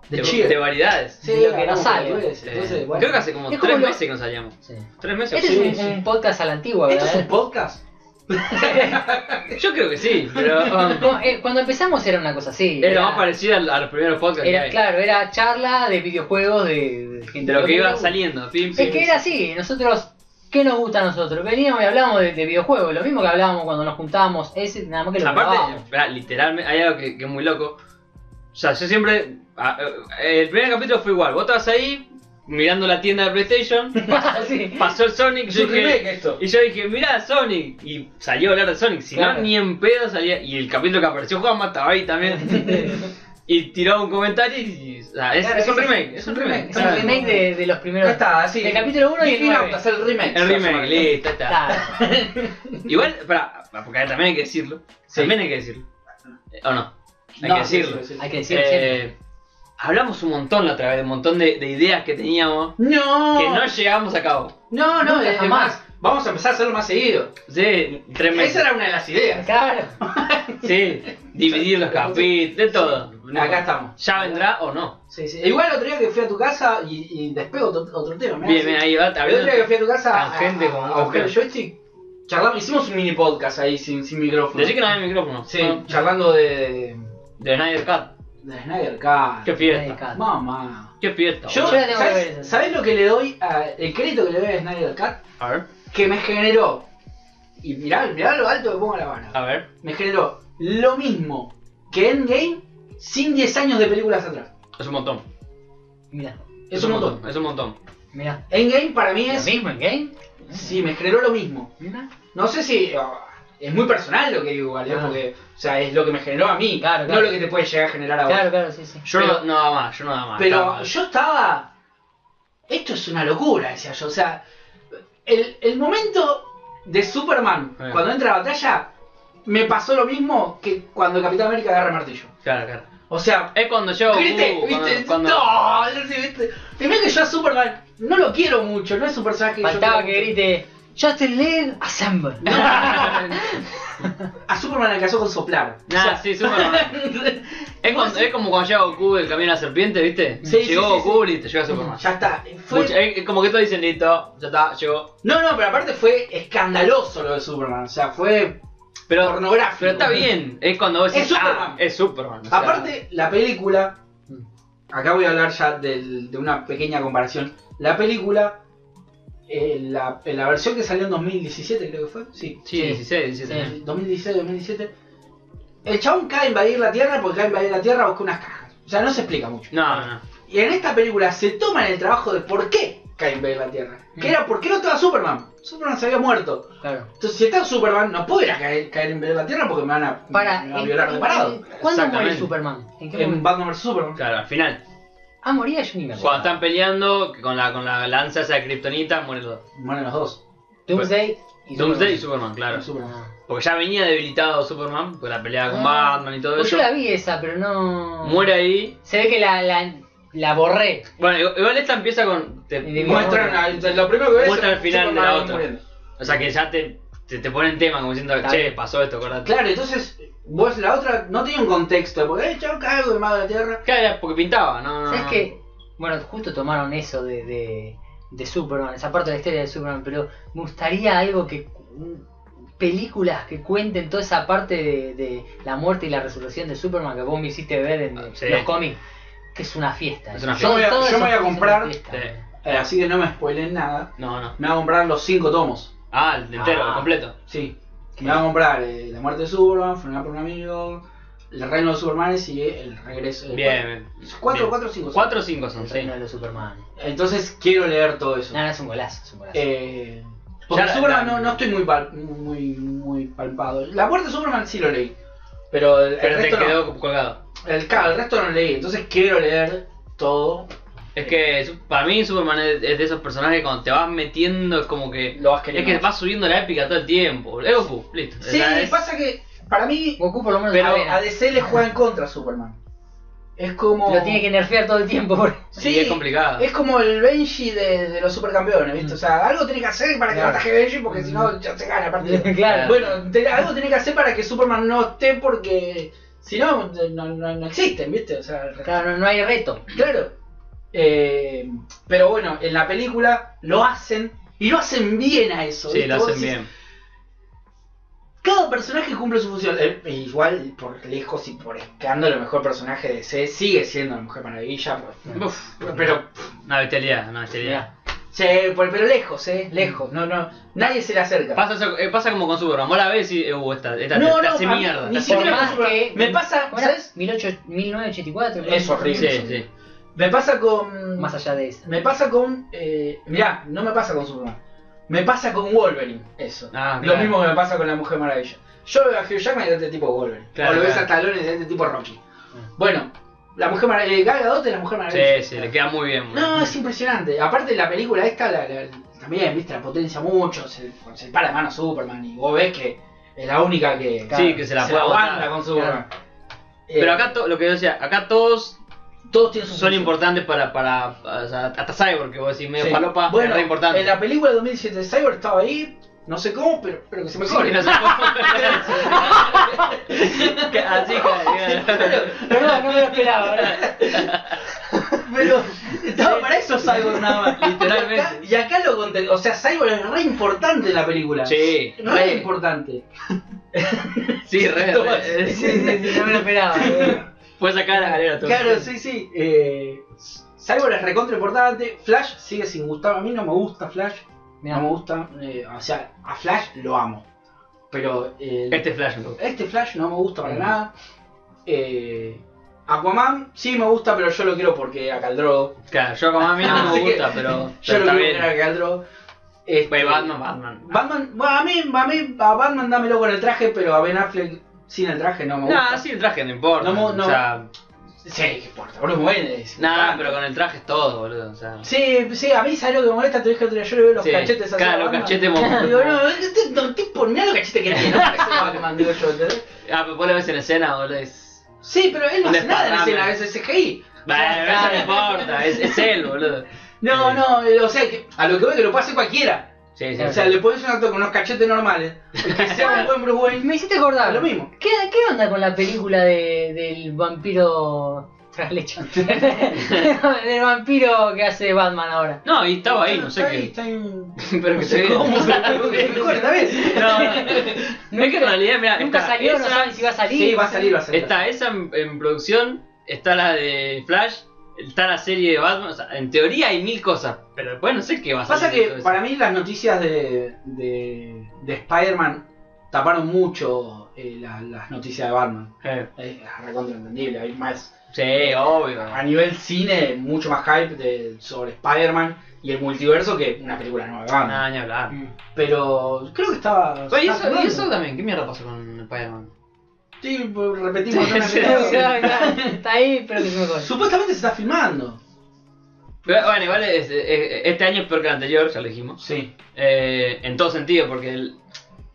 [SPEAKER 2] de
[SPEAKER 1] de,
[SPEAKER 2] cheer.
[SPEAKER 1] de variedades.
[SPEAKER 2] Sí,
[SPEAKER 3] lo que no
[SPEAKER 2] hablamos
[SPEAKER 3] sale.
[SPEAKER 2] de boludeces,
[SPEAKER 1] Eh,
[SPEAKER 2] Entonces, bueno.
[SPEAKER 1] Creo que hace como
[SPEAKER 3] Es como
[SPEAKER 1] tres
[SPEAKER 3] lo-
[SPEAKER 1] meses que nos salíamos.
[SPEAKER 3] sí.
[SPEAKER 1] ¿Tres meses?
[SPEAKER 3] este es un,
[SPEAKER 2] sí.
[SPEAKER 3] un podcast a la antigua,
[SPEAKER 1] Este
[SPEAKER 2] ¿Esto es un
[SPEAKER 1] ¿eh?
[SPEAKER 3] ¿verdad?
[SPEAKER 2] podcast?
[SPEAKER 1] Yo creo que sí, pero um,
[SPEAKER 3] No, eh, Cuando empezamos era una cosa así.
[SPEAKER 1] era más parecida al- a, los primeros podcasts
[SPEAKER 3] Era,
[SPEAKER 1] que hay.
[SPEAKER 3] claro, era charla de videojuegos de, de gente.
[SPEAKER 1] De lo que
[SPEAKER 3] le
[SPEAKER 1] iba
[SPEAKER 3] gusta.
[SPEAKER 1] saliendo. pim,
[SPEAKER 3] Es
[SPEAKER 1] pim.
[SPEAKER 3] que era así, nosotros, ¿qué nos gusta a nosotros? Veníamos y hablábamos de, de videojuegos, lo mismo que hablábamos cuando nos juntábamos, ese nada más que lo
[SPEAKER 1] Aparte,
[SPEAKER 3] grabábamos.
[SPEAKER 1] espera, literalmente, hay algo que, que es muy loco. O sea, yo siempre. a- eh, el primer capítulo fue igual. Vos estabas ahí mirando la tienda de PlayStation.
[SPEAKER 3] Sí.
[SPEAKER 1] Pasó el Sonic.
[SPEAKER 2] Es
[SPEAKER 1] Yo
[SPEAKER 2] un remake
[SPEAKER 1] dije,
[SPEAKER 2] esto.
[SPEAKER 1] y yo dije, mirá Sonic. Y salió a hablar de Sonic. Si
[SPEAKER 3] Claro.
[SPEAKER 1] no, ni en pedo salía. Y el capítulo que apareció Juan mataba ahí también. y tiró un comentario. Y, o sea, es,
[SPEAKER 2] Claro,
[SPEAKER 1] es un
[SPEAKER 2] es-
[SPEAKER 1] remake.
[SPEAKER 2] es
[SPEAKER 1] Es un
[SPEAKER 2] un
[SPEAKER 1] remake.
[SPEAKER 3] Es un remake de, de los primeros.
[SPEAKER 2] Ya está, así.
[SPEAKER 3] Del capítulo 1 y el
[SPEAKER 2] Divino
[SPEAKER 3] 9.
[SPEAKER 2] Aptas, el remake.
[SPEAKER 1] El remake, listo, ahí está.
[SPEAKER 3] Claro.
[SPEAKER 1] Igual, para, porque también hay que decirlo.
[SPEAKER 2] Sí.
[SPEAKER 1] También hay que decirlo. Eh, ¿O no? Hay
[SPEAKER 2] No,
[SPEAKER 1] que
[SPEAKER 2] sí,
[SPEAKER 1] decirlo.
[SPEAKER 2] sí, sí.
[SPEAKER 3] Hay que decirlo siempre.
[SPEAKER 1] Eh, hablamos un montón la otra vez, un montón de, de ideas que teníamos
[SPEAKER 2] No.
[SPEAKER 1] que no llegamos a cabo.
[SPEAKER 2] No, no,
[SPEAKER 3] Nunca,
[SPEAKER 2] es
[SPEAKER 3] jamás.
[SPEAKER 2] más. Vamos a empezar a hacerlo más seguido.
[SPEAKER 1] Sí, tres
[SPEAKER 2] Esa
[SPEAKER 1] meses.
[SPEAKER 2] era una de las ideas.
[SPEAKER 3] Claro.
[SPEAKER 1] Sí, dividir los capítulos, de todo. no
[SPEAKER 2] Acá
[SPEAKER 1] importa.
[SPEAKER 2] estamos.
[SPEAKER 1] Ya vendrá o no.
[SPEAKER 2] Sí, sí. Igual otro día que fui a tu casa y, y despego otro, otro tema. mirá,
[SPEAKER 1] Bien,
[SPEAKER 2] sí.
[SPEAKER 1] bien, ahí va.
[SPEAKER 2] El otro día que fui a tu casa ah, a,
[SPEAKER 1] Tangente
[SPEAKER 2] a-
[SPEAKER 1] con
[SPEAKER 2] a
[SPEAKER 1] otro
[SPEAKER 2] buscar el
[SPEAKER 1] tema.
[SPEAKER 2] joystick, este, charlamos, hicimos un mini podcast ahí sin, sin micrófono.
[SPEAKER 1] Decí que no había micrófono.
[SPEAKER 2] Sí,
[SPEAKER 1] Ah,
[SPEAKER 2] charlando de,
[SPEAKER 1] De Snyder Cut.
[SPEAKER 2] de Snyder Cut.
[SPEAKER 1] Qué
[SPEAKER 3] Snyder
[SPEAKER 1] fiesta.
[SPEAKER 3] Cut.
[SPEAKER 2] Mamá.
[SPEAKER 1] Qué fiesta.
[SPEAKER 2] Yo,
[SPEAKER 1] boludo.
[SPEAKER 3] la tengo que ver esa.
[SPEAKER 2] ¿sabes, sabes lo que le doy? A, el crédito que le doy a Snyder Cut
[SPEAKER 1] A ver.
[SPEAKER 2] que me generó. Y mirá, mirá lo alto que pongo la mano.
[SPEAKER 1] A ver.
[SPEAKER 2] Me generó lo mismo que Endgame sin 10 años de películas atrás.
[SPEAKER 1] Es un montón.
[SPEAKER 3] Mirá,
[SPEAKER 2] Es un montón.
[SPEAKER 1] Es un montón.
[SPEAKER 3] mirá.
[SPEAKER 2] Endgame para mí
[SPEAKER 3] ¿Lo
[SPEAKER 2] es.
[SPEAKER 3] mismo en game?
[SPEAKER 2] Sí, me generó lo mismo.
[SPEAKER 3] Mirá.
[SPEAKER 2] No sé si. ah, es muy personal lo que digo, igual, ¿eh?
[SPEAKER 3] Ah.
[SPEAKER 2] Porque, o sea, es lo que me generó a mí,
[SPEAKER 3] Claro, claro.
[SPEAKER 2] no lo que te puede llegar a generar a vos.
[SPEAKER 3] Claro, claro, sí, sí.
[SPEAKER 1] Yo
[SPEAKER 2] Pero-
[SPEAKER 1] no, no daba más, yo no daba más. estaba
[SPEAKER 2] Pero
[SPEAKER 1] mal.
[SPEAKER 2] yo estaba. Esto es una locura, decía yo. O sea, el, el momento de Superman,
[SPEAKER 1] Eh.
[SPEAKER 2] cuando entra a la batalla, me pasó lo mismo que cuando Capitán América agarra el martillo.
[SPEAKER 1] Claro, claro.
[SPEAKER 2] O sea,
[SPEAKER 1] Es cuando yo.
[SPEAKER 3] Uh,
[SPEAKER 2] ¿viste? ¿Viste? No, sí, ¿viste? Y mirá que yo a Superman no lo quiero mucho, no es un personaje que yo
[SPEAKER 3] Faltaba
[SPEAKER 2] quiera
[SPEAKER 3] que
[SPEAKER 2] mucho.
[SPEAKER 3] grite Justin Lin Assemble.
[SPEAKER 2] A Superman alcanzó con soplar.
[SPEAKER 1] Nah, Ah, sí, Superman. es, cuando- es como cuando llega Goku el camino a la serpiente, ¿viste?
[SPEAKER 2] Sí, sí,
[SPEAKER 1] llegó
[SPEAKER 2] sí,
[SPEAKER 1] Goku y te llega Superman.
[SPEAKER 2] ya está. Fue-
[SPEAKER 1] Mucho- es, es como que todos dicen listo, ya está, llegó.
[SPEAKER 2] No, no, pero aparte fue escandaloso lo de Superman. O sea, fue
[SPEAKER 1] Pero,
[SPEAKER 2] pornográfico.
[SPEAKER 1] pero está bien, es cuando vos decís,
[SPEAKER 2] Es Superman.
[SPEAKER 1] ah, es Superman. o sea,
[SPEAKER 2] Aparte, la película. Acá voy a hablar ya del- de una pequeña comparación. La película. eh, la, la versión que salió en 2017, creo que fue. Sí.
[SPEAKER 1] Sí, 16, 17.
[SPEAKER 3] Sí.
[SPEAKER 2] 2016, 2017. El chabón cae a invadir la Tierra porque cae a invadir la Tierra busca unas cajas. O sea, no se explica mucho.
[SPEAKER 1] No, no.
[SPEAKER 2] Y en esta película se toman el trabajo de por qué cae a invadir la Tierra. Que
[SPEAKER 3] Mm.
[SPEAKER 2] era por qué no estaba Superman. Superman se había muerto.
[SPEAKER 3] Claro.
[SPEAKER 2] Entonces, si está Superman, no puedo ir a caer, caer a invadir la Tierra porque me van a,
[SPEAKER 3] Para,
[SPEAKER 2] me van a
[SPEAKER 3] en-
[SPEAKER 2] violar
[SPEAKER 3] en-
[SPEAKER 2] de parado.
[SPEAKER 3] ¿Cuándo muere
[SPEAKER 1] Exactamente.
[SPEAKER 3] Superman? ¿En qué
[SPEAKER 2] En
[SPEAKER 3] momento?
[SPEAKER 2] Batman vs Superman.
[SPEAKER 1] Claro, al final.
[SPEAKER 3] Ah, moría yo ni me acuerdo.
[SPEAKER 1] Cuando están peleando que con la, con la lanza esa de Kryptonita, mueren los dos.
[SPEAKER 2] Mueren los dos.
[SPEAKER 3] Doomsday y
[SPEAKER 1] Doomsday y
[SPEAKER 3] Superman.
[SPEAKER 1] Superman, claro.
[SPEAKER 2] Superman.
[SPEAKER 3] Ah.
[SPEAKER 1] Porque ya venía debilitado Superman por la pelea con
[SPEAKER 3] Ah.
[SPEAKER 1] Batman y todo
[SPEAKER 3] Pues
[SPEAKER 1] eso.
[SPEAKER 3] yo la vi esa, pero no.
[SPEAKER 1] Muere ahí.
[SPEAKER 3] Se ve que la, la, la borré.
[SPEAKER 1] Bueno, igual- igual esta empieza con. te-
[SPEAKER 3] Y de-
[SPEAKER 2] Muestran, al- lo primero que ves
[SPEAKER 1] Muestran
[SPEAKER 2] es
[SPEAKER 1] el final de
[SPEAKER 2] Superman
[SPEAKER 1] la otra.
[SPEAKER 2] muriendo.
[SPEAKER 1] o sea que ya te, te, te ponen tema como diciendo,
[SPEAKER 3] Está
[SPEAKER 1] che,
[SPEAKER 3] bien.
[SPEAKER 1] pasó esto, acordate.
[SPEAKER 2] Claro, entonces vos la otra no tenía un contexto, porque eh, chao, caigo de madre de tierra.
[SPEAKER 1] Claro, era porque pintaba, no, no.
[SPEAKER 3] ¿Sabes
[SPEAKER 1] no.
[SPEAKER 3] qué? Bueno, justo tomaron eso de, de, de Superman, esa parte de la historia de Superman, pero me gustaría algo que. películas que cuenten toda esa parte de, de la muerte y la resurrección de Superman que vos me hiciste ver en
[SPEAKER 1] Ah, sí.
[SPEAKER 3] los cómics, que es una fiesta.
[SPEAKER 1] Es una fiesta.
[SPEAKER 3] Todo-
[SPEAKER 2] Yo voy a-
[SPEAKER 3] todo
[SPEAKER 2] yo
[SPEAKER 3] eso
[SPEAKER 2] voy a
[SPEAKER 3] es una
[SPEAKER 2] comprar-
[SPEAKER 3] fiesta.
[SPEAKER 1] Sí.
[SPEAKER 2] Eh, así que no me spoilen nada.
[SPEAKER 1] No, no.
[SPEAKER 2] Me voy a comprar los cinco tomos.
[SPEAKER 1] Ah, el entero,
[SPEAKER 3] Ah.
[SPEAKER 1] el completo.
[SPEAKER 2] Sí. Me voy a comprar eh, La muerte de Superman, Funeral por un amigo, El reino de Superman y El regreso. el
[SPEAKER 1] Bien, bien.
[SPEAKER 2] cuatro- Cuatro,
[SPEAKER 1] Bien.
[SPEAKER 2] cuatro, cinco. son.
[SPEAKER 1] 4 o 5 son,
[SPEAKER 3] El
[SPEAKER 1] sí.
[SPEAKER 3] reino de los Superman.
[SPEAKER 2] Entonces quiero leer todo eso.
[SPEAKER 3] Nada, es un golazo, es un golazo.
[SPEAKER 2] Eh, porque
[SPEAKER 1] Ya la-
[SPEAKER 2] Superman
[SPEAKER 1] la-
[SPEAKER 2] no, no estoy muy, pal- muy, muy palpado. La muerte de Superman sí lo leí. Pero el, el
[SPEAKER 1] Pero te
[SPEAKER 2] resto no.
[SPEAKER 1] quedó colgado.
[SPEAKER 2] El, ca- el resto no leí, entonces quiero leer todo.
[SPEAKER 1] Es que su- para mí Superman es, es de esos personajes que cuando te vas metiendo es como que.
[SPEAKER 2] Lo vas
[SPEAKER 1] Es que vas subiendo la épica todo el tiempo. Es Goku, listo.
[SPEAKER 2] Sí,
[SPEAKER 1] O sea, es-
[SPEAKER 2] pasa que para mí
[SPEAKER 3] Goku por lo menos
[SPEAKER 1] pero
[SPEAKER 3] arena.
[SPEAKER 2] a DC le juega en contra a Superman. Es como.
[SPEAKER 3] lo tiene que nerfear todo el tiempo. por-
[SPEAKER 1] sí, es complicado.
[SPEAKER 2] Es como el Benji de, de los supercampeones, ¿viste?
[SPEAKER 3] Mm.
[SPEAKER 2] O sea, algo tiene que hacer para que
[SPEAKER 3] Claro.
[SPEAKER 2] no ataje Benji porque si no ya se gana el partido.
[SPEAKER 3] claro.
[SPEAKER 2] bueno, te- algo tiene que hacer para que Superman no esté porque si no, no, no, no existen, ¿viste? O sea, el resto-
[SPEAKER 3] Claro, no, no hay reto.
[SPEAKER 2] Claro. Eh, pero bueno, en la película lo hacen y lo hacen bien a eso.
[SPEAKER 1] Sí,
[SPEAKER 2] ¿viste?
[SPEAKER 1] lo
[SPEAKER 2] Vos
[SPEAKER 1] hacen
[SPEAKER 2] decís,
[SPEAKER 1] bien.
[SPEAKER 2] Cada personaje cumple su función. Eh, e igual, por lejos y por escándalo, el mejor personaje de C sigue siendo la Mujer Maravilla. pues,
[SPEAKER 1] Uf,
[SPEAKER 2] pero, pero,
[SPEAKER 1] una bestialidad, una bestialidad.
[SPEAKER 2] che, por- pero lejos, ¿eh? Lejos. No, no. Nadie se le acerca.
[SPEAKER 1] Pasa, eso- eh, pasa como con Superman. Vos la ves y. eh, Uh, esta, esta,
[SPEAKER 2] No,
[SPEAKER 1] te- te
[SPEAKER 2] no,
[SPEAKER 1] hace
[SPEAKER 2] a mí
[SPEAKER 1] mierda.
[SPEAKER 2] ni
[SPEAKER 1] te hace
[SPEAKER 2] siquiera
[SPEAKER 1] mierda.
[SPEAKER 2] me pasa- me pasa,
[SPEAKER 3] ¿cómo era?
[SPEAKER 2] ¿sabes?
[SPEAKER 3] 18- 1984. ¿no?
[SPEAKER 2] Es horrible.
[SPEAKER 1] Sí, sí.
[SPEAKER 2] Me pasa con.
[SPEAKER 3] Más allá de eso.
[SPEAKER 2] Me pasa con. Eh, mirá, no me pasa con Superman. Me pasa con Wolverine, eso.
[SPEAKER 1] Ah,
[SPEAKER 2] Lo
[SPEAKER 1] claro.
[SPEAKER 2] mismo que me pasa con la Mujer Maravilla. Yo veo a Hugh Jackman y de este tipo Wolverine.
[SPEAKER 1] Claro,
[SPEAKER 2] o lo ves
[SPEAKER 1] claro.
[SPEAKER 2] a Stallone y de este tipo Rocky. Bueno, la Mujer Maravilla. Gal Gadot es la Mujer Maravilla.
[SPEAKER 1] Sí, sí, le queda muy bien.
[SPEAKER 2] No, eh. es impresionante. Aparte, la película esta la- la- también, viste, la potencia mucho. Se, se para de mano Superman y vos ves que es la única que.
[SPEAKER 1] Sí, que se la puede
[SPEAKER 2] aguanta
[SPEAKER 1] aguantar.
[SPEAKER 2] con Superman. Eh,
[SPEAKER 1] Pero acá, to- lo que yo decía, acá todos
[SPEAKER 2] todos tienen sus
[SPEAKER 1] son importantes para. para o sea, hasta Cyborg, que vos decís medio
[SPEAKER 2] Sí.
[SPEAKER 1] palopa,
[SPEAKER 2] Bueno,
[SPEAKER 1] es re importante.
[SPEAKER 2] En la película de 2017 Cyborg estaba ahí, No sé cómo, pero, pero que se
[SPEAKER 1] Mejor, y no
[SPEAKER 2] mejore.
[SPEAKER 1] sé cómo. Que Así que.
[SPEAKER 3] Perdón, no me lo esperaba. ¿verdad?
[SPEAKER 2] Pero estaba para eso Cyborg nada más.
[SPEAKER 1] Literalmente.
[SPEAKER 2] Y acá, y acá lo conté. O sea, Cyborg es re importante en la película.
[SPEAKER 1] Sí,
[SPEAKER 2] Re, importante.
[SPEAKER 1] Sí, re.
[SPEAKER 3] Sí,
[SPEAKER 1] re.
[SPEAKER 3] sí, sí, no me lo esperaba.
[SPEAKER 1] Fue sacar a galera todo.
[SPEAKER 2] Claro, sí, sí. eh, Cyborg es recontra importante. Flash sigue sin gustar. A mí no me gusta Flash.
[SPEAKER 3] Mirá.
[SPEAKER 2] No me gusta. eh, o sea, a Flash lo amo. Pero eh,
[SPEAKER 1] Este Flash, loco.
[SPEAKER 2] este Flash no me gusta para
[SPEAKER 3] Mm.
[SPEAKER 2] nada. Eh, Aquaman sí me gusta, pero yo lo quiero porque a Caldrogo.
[SPEAKER 1] Claro, yo como a mí no me
[SPEAKER 2] Así que-
[SPEAKER 1] gusta, pero.
[SPEAKER 2] Yo
[SPEAKER 1] pero
[SPEAKER 2] lo
[SPEAKER 1] está
[SPEAKER 2] quiero porque
[SPEAKER 1] bien.
[SPEAKER 2] a Caldrogo. Este,
[SPEAKER 1] Fue Batman, Batman.
[SPEAKER 2] Batman, bueno, a mí, a mí, a Batman dámelo con el traje, pero a Ben Affleck sin el traje no me gusta.
[SPEAKER 1] Nah, sí, el traje no importa.
[SPEAKER 2] No mo- no.
[SPEAKER 1] O sea,
[SPEAKER 2] Sí, qué importa, Bruce Wayne es-
[SPEAKER 1] nada, pero con el traje es todo, boludo. O sea.
[SPEAKER 2] Sí, sí, a mí salió que me molesta, te dije otro día, yo le veo los
[SPEAKER 1] Sí,
[SPEAKER 2] cachetes así.
[SPEAKER 1] claro,
[SPEAKER 2] a
[SPEAKER 1] los
[SPEAKER 2] Batman.
[SPEAKER 1] cachetes mo-
[SPEAKER 2] Digo, no, este no, tipo, mirá los cachetes que tiene, no parece Batman, digo yo, ¿entendés?
[SPEAKER 1] Ah, pero vos lo ves en escena, boludo. Es...
[SPEAKER 2] Sí, pero él no
[SPEAKER 1] Un
[SPEAKER 2] hace nada en
[SPEAKER 1] desparrame.
[SPEAKER 2] escena, es CGI.
[SPEAKER 1] Bueno, eso no importa, es, es él, boludo.
[SPEAKER 2] No,
[SPEAKER 1] Sí.
[SPEAKER 2] no, eh, o sea, que a lo que voy que lo puede hacer cualquiera.
[SPEAKER 1] Sí, sí.
[SPEAKER 2] O sea, le podés hacer un actor con unos cachetes normales, que sea un buen Bruce Wayne,
[SPEAKER 3] Me hiciste acordar.
[SPEAKER 2] lo mismo.
[SPEAKER 3] ¿Qué, qué onda con la película de, del vampiro tras leche? del vampiro que hace Batman ahora.
[SPEAKER 1] No, y estaba ahí, no sé
[SPEAKER 2] Está ahí,
[SPEAKER 1] qué.
[SPEAKER 2] está ahí un-
[SPEAKER 1] Pero que se ve.
[SPEAKER 2] ¿Cómo? Mejor,
[SPEAKER 1] No,
[SPEAKER 2] esta vez.
[SPEAKER 1] no es que en realidad, mira,
[SPEAKER 3] Nunca
[SPEAKER 1] está
[SPEAKER 3] salió, no
[SPEAKER 1] esa-
[SPEAKER 3] saben si va a salir.
[SPEAKER 2] Sí, va a salir, va a salir.
[SPEAKER 1] Está esa en, en producción, está la de Flash, está la serie de Batman. O sea, en teoría hay mil cosas, pero después no sé qué va a
[SPEAKER 2] Pasa
[SPEAKER 1] salir de
[SPEAKER 2] que
[SPEAKER 1] todo eso.
[SPEAKER 2] para mí las noticias de, de, de Spider-Man taparon mucho eh, la- las noticias de Batman.
[SPEAKER 1] Eh,
[SPEAKER 2] Es recontra entendible, hay más.
[SPEAKER 1] Sí, obvio.
[SPEAKER 3] Ah,
[SPEAKER 2] A nivel cine, mucho más hype de- sobre Spider-Man y el multiverso que una película nueva de Batman.
[SPEAKER 1] Nada, Ah, ni hablar.
[SPEAKER 3] Mm.
[SPEAKER 2] Pero creo que estaba.
[SPEAKER 1] Oye,
[SPEAKER 2] estaba
[SPEAKER 1] eso, y
[SPEAKER 2] jugando.
[SPEAKER 1] eso también, ¿qué mierda pasó con Spider-Man?
[SPEAKER 2] Sí, pues, repetimos.
[SPEAKER 1] Sí,
[SPEAKER 2] una
[SPEAKER 1] sí,
[SPEAKER 2] vez.
[SPEAKER 1] sí.
[SPEAKER 3] Claro, claro, Está ahí, pero que se me corte.
[SPEAKER 2] Supuestamente se está filmando.
[SPEAKER 1] Pero, bueno, igual es- es- este año es peor que el anterior, ya lo dijimos.
[SPEAKER 2] Sí.
[SPEAKER 1] Eh, en todo sentido, porque el-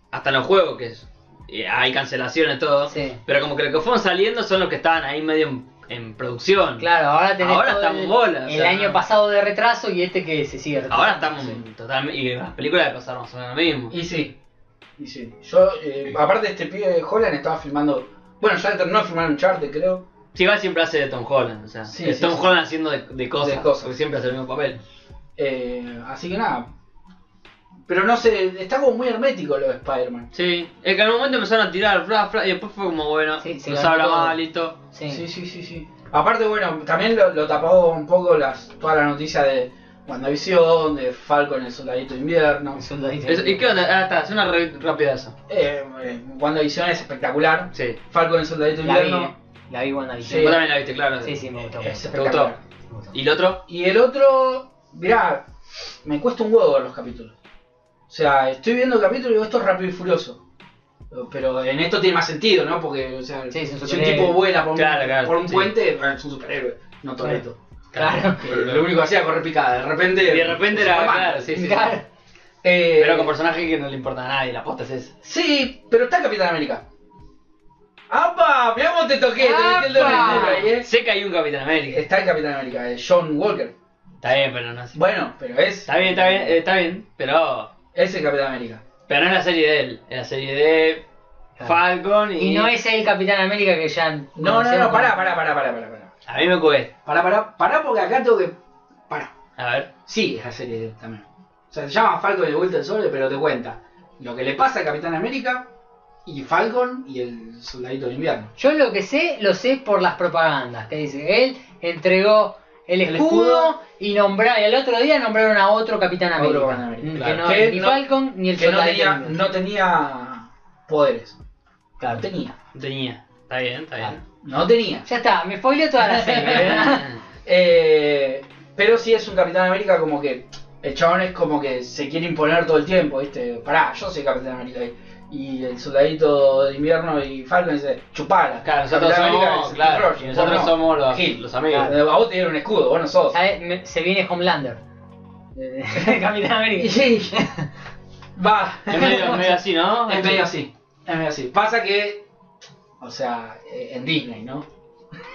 [SPEAKER 1] hasta en los juegos que es- eh, hay cancelaciones, todo.
[SPEAKER 3] Sí.
[SPEAKER 1] Pero como que los que fueron saliendo son los que estaban ahí medio en, en producción.
[SPEAKER 3] Claro, ahora tenés
[SPEAKER 1] Ahora
[SPEAKER 3] todo
[SPEAKER 1] estamos
[SPEAKER 3] el,
[SPEAKER 1] bolas, o
[SPEAKER 3] el
[SPEAKER 1] sea,
[SPEAKER 3] año
[SPEAKER 1] no.
[SPEAKER 3] pasado de retraso y este que se sigue retrasando.
[SPEAKER 1] Ahora estamos
[SPEAKER 3] Sí.
[SPEAKER 1] totalmente. Y las películas le pasaron más o menos lo mismo.
[SPEAKER 2] Y sí.
[SPEAKER 4] Y sí, yo, eh, aparte de este pibe de Holland, estaba filmando. Bueno, ya terminó de filmar un charter, creo.
[SPEAKER 1] Sí, igual siempre hace de Tom Holland, o sea,
[SPEAKER 4] Sí,
[SPEAKER 1] es
[SPEAKER 4] sí,
[SPEAKER 1] Tom
[SPEAKER 4] sí.
[SPEAKER 1] Holland haciendo de, de cosas,
[SPEAKER 4] De cosas.
[SPEAKER 1] porque siempre hace el mismo papel.
[SPEAKER 2] Eh, así que nada. Pero no sé, está como muy hermético lo de Spider-Man.
[SPEAKER 1] Sí, es que en un momento empezaron a tirar, fla, fla, y después fue como, bueno,
[SPEAKER 3] Sí, se
[SPEAKER 1] nos
[SPEAKER 3] ganó
[SPEAKER 1] habla
[SPEAKER 3] todo.
[SPEAKER 1] más, listo.
[SPEAKER 3] Sí.
[SPEAKER 4] Sí, sí, sí, sí. Aparte, bueno, también lo, lo tapó un poco las, toda la noticia de WandaVision, de Falcon, el soldadito de invierno.
[SPEAKER 3] El soldadito.
[SPEAKER 1] Eso- ¿Y qué onda? Ah, está, hace una re- rápida eso.
[SPEAKER 4] Eh, eh, WandaVision es espectacular.
[SPEAKER 1] Sí.
[SPEAKER 4] Falcon, el soldadito de
[SPEAKER 3] La vi,
[SPEAKER 4] invierno.
[SPEAKER 3] eh. la vi cuando
[SPEAKER 4] Sí.
[SPEAKER 1] Vos también la viste, claro.
[SPEAKER 3] Sí, sí, me gustó.
[SPEAKER 4] Es
[SPEAKER 1] ¿Te gustó?
[SPEAKER 4] espectacular.
[SPEAKER 3] Me gustó.
[SPEAKER 1] ¿Y el otro?
[SPEAKER 4] Y el otro, mirá, me cuesta un huevo ver los capítulos. O sea, estoy viendo capítulos y digo, esto es rápido y furioso. Pero en esto tiene más sentido, ¿no? Porque, o sea,
[SPEAKER 3] Sí, es un
[SPEAKER 4] si un
[SPEAKER 3] superhéroe.
[SPEAKER 4] tipo vuela por un,
[SPEAKER 1] Claro, claro,
[SPEAKER 4] por un
[SPEAKER 1] sí.
[SPEAKER 4] puente, eh, es un superhéroe, no Toreto.
[SPEAKER 3] Claro.
[SPEAKER 4] Lo único que hacía era correr picada, de repente.
[SPEAKER 1] Y de repente era,
[SPEAKER 4] Superman.
[SPEAKER 1] claro, sí, sí.
[SPEAKER 3] Claro.
[SPEAKER 4] Eh,
[SPEAKER 1] Pero con personaje que no le importa a nadie, la posta es esa.
[SPEAKER 4] Sí, pero está Capitán América. ¡Apa! Mirá cómo te toqué, te metí el dedo en el culo ahí, eh.
[SPEAKER 1] Sé que hay un Capitán América.
[SPEAKER 4] Está el Capitán América, eh, John Walker.
[SPEAKER 1] Está bien, pero no sé.
[SPEAKER 4] Bueno, pero es.
[SPEAKER 1] Está bien, está bien, eh, está bien, pero.
[SPEAKER 4] Es el Capitán América.
[SPEAKER 1] Pero no es la serie de él, es la serie de Falcon y.
[SPEAKER 3] Y no es el Capitán América que ya.
[SPEAKER 4] No, no, no,
[SPEAKER 3] conocemos.
[SPEAKER 4] pará, pará, pará, pará, pará. pará.
[SPEAKER 1] A mí me cuesta.
[SPEAKER 2] Pará, pará, pará, porque acá tengo que. Pará.
[SPEAKER 1] A ver.
[SPEAKER 2] Sí, es la serie de- también. O sea, se llama Falcon y de vuelta al sol, pero te cuenta lo que le pasa a Capitán América y Falcon y el soldadito de invierno.
[SPEAKER 3] Yo lo que sé, lo sé por las propagandas que dice. Él entregó el
[SPEAKER 2] El
[SPEAKER 3] escudo,
[SPEAKER 2] escudo.
[SPEAKER 3] y nombraron, el otro día nombraron a otro Capitán América.
[SPEAKER 4] Otro Capitán América,
[SPEAKER 3] Mm,
[SPEAKER 1] claro.
[SPEAKER 3] Que no
[SPEAKER 4] Que
[SPEAKER 3] es ni
[SPEAKER 4] no-
[SPEAKER 3] Falcon ni el
[SPEAKER 4] Que no
[SPEAKER 3] soldado.
[SPEAKER 4] tenía,
[SPEAKER 3] de
[SPEAKER 4] no tenía poderes. No tenía.
[SPEAKER 1] Tenía. Está bien, está bien.
[SPEAKER 4] No tenía.
[SPEAKER 3] Ya está, me spoileó toda la serie.
[SPEAKER 4] Eh, pero sí es un Capitán América como que. El chabón es como que se quiere imponer todo el tiempo, ¿viste? Pará, yo soy Capitán América. y- Y el soldadito de invierno y Falcon dice, chupala.
[SPEAKER 1] Claro, nosotros
[SPEAKER 4] Capitán América
[SPEAKER 1] somos,
[SPEAKER 4] es
[SPEAKER 1] claro,
[SPEAKER 4] Steve
[SPEAKER 1] y
[SPEAKER 4] Rogers,
[SPEAKER 1] nosotros
[SPEAKER 4] vos no.
[SPEAKER 1] somos los,
[SPEAKER 4] Gil.
[SPEAKER 1] los amigos.
[SPEAKER 4] A vos te dieron un escudo, vos no sos.
[SPEAKER 3] ¿Sabes? Me- se viene Homelander. Eh, Capitán
[SPEAKER 4] Y
[SPEAKER 3] América.
[SPEAKER 4] sí. Va.
[SPEAKER 1] Es medio, medio así, ¿no?
[SPEAKER 4] Es medio así. Es medio así. Pasa que. O sea, eh, en Disney, ¿no?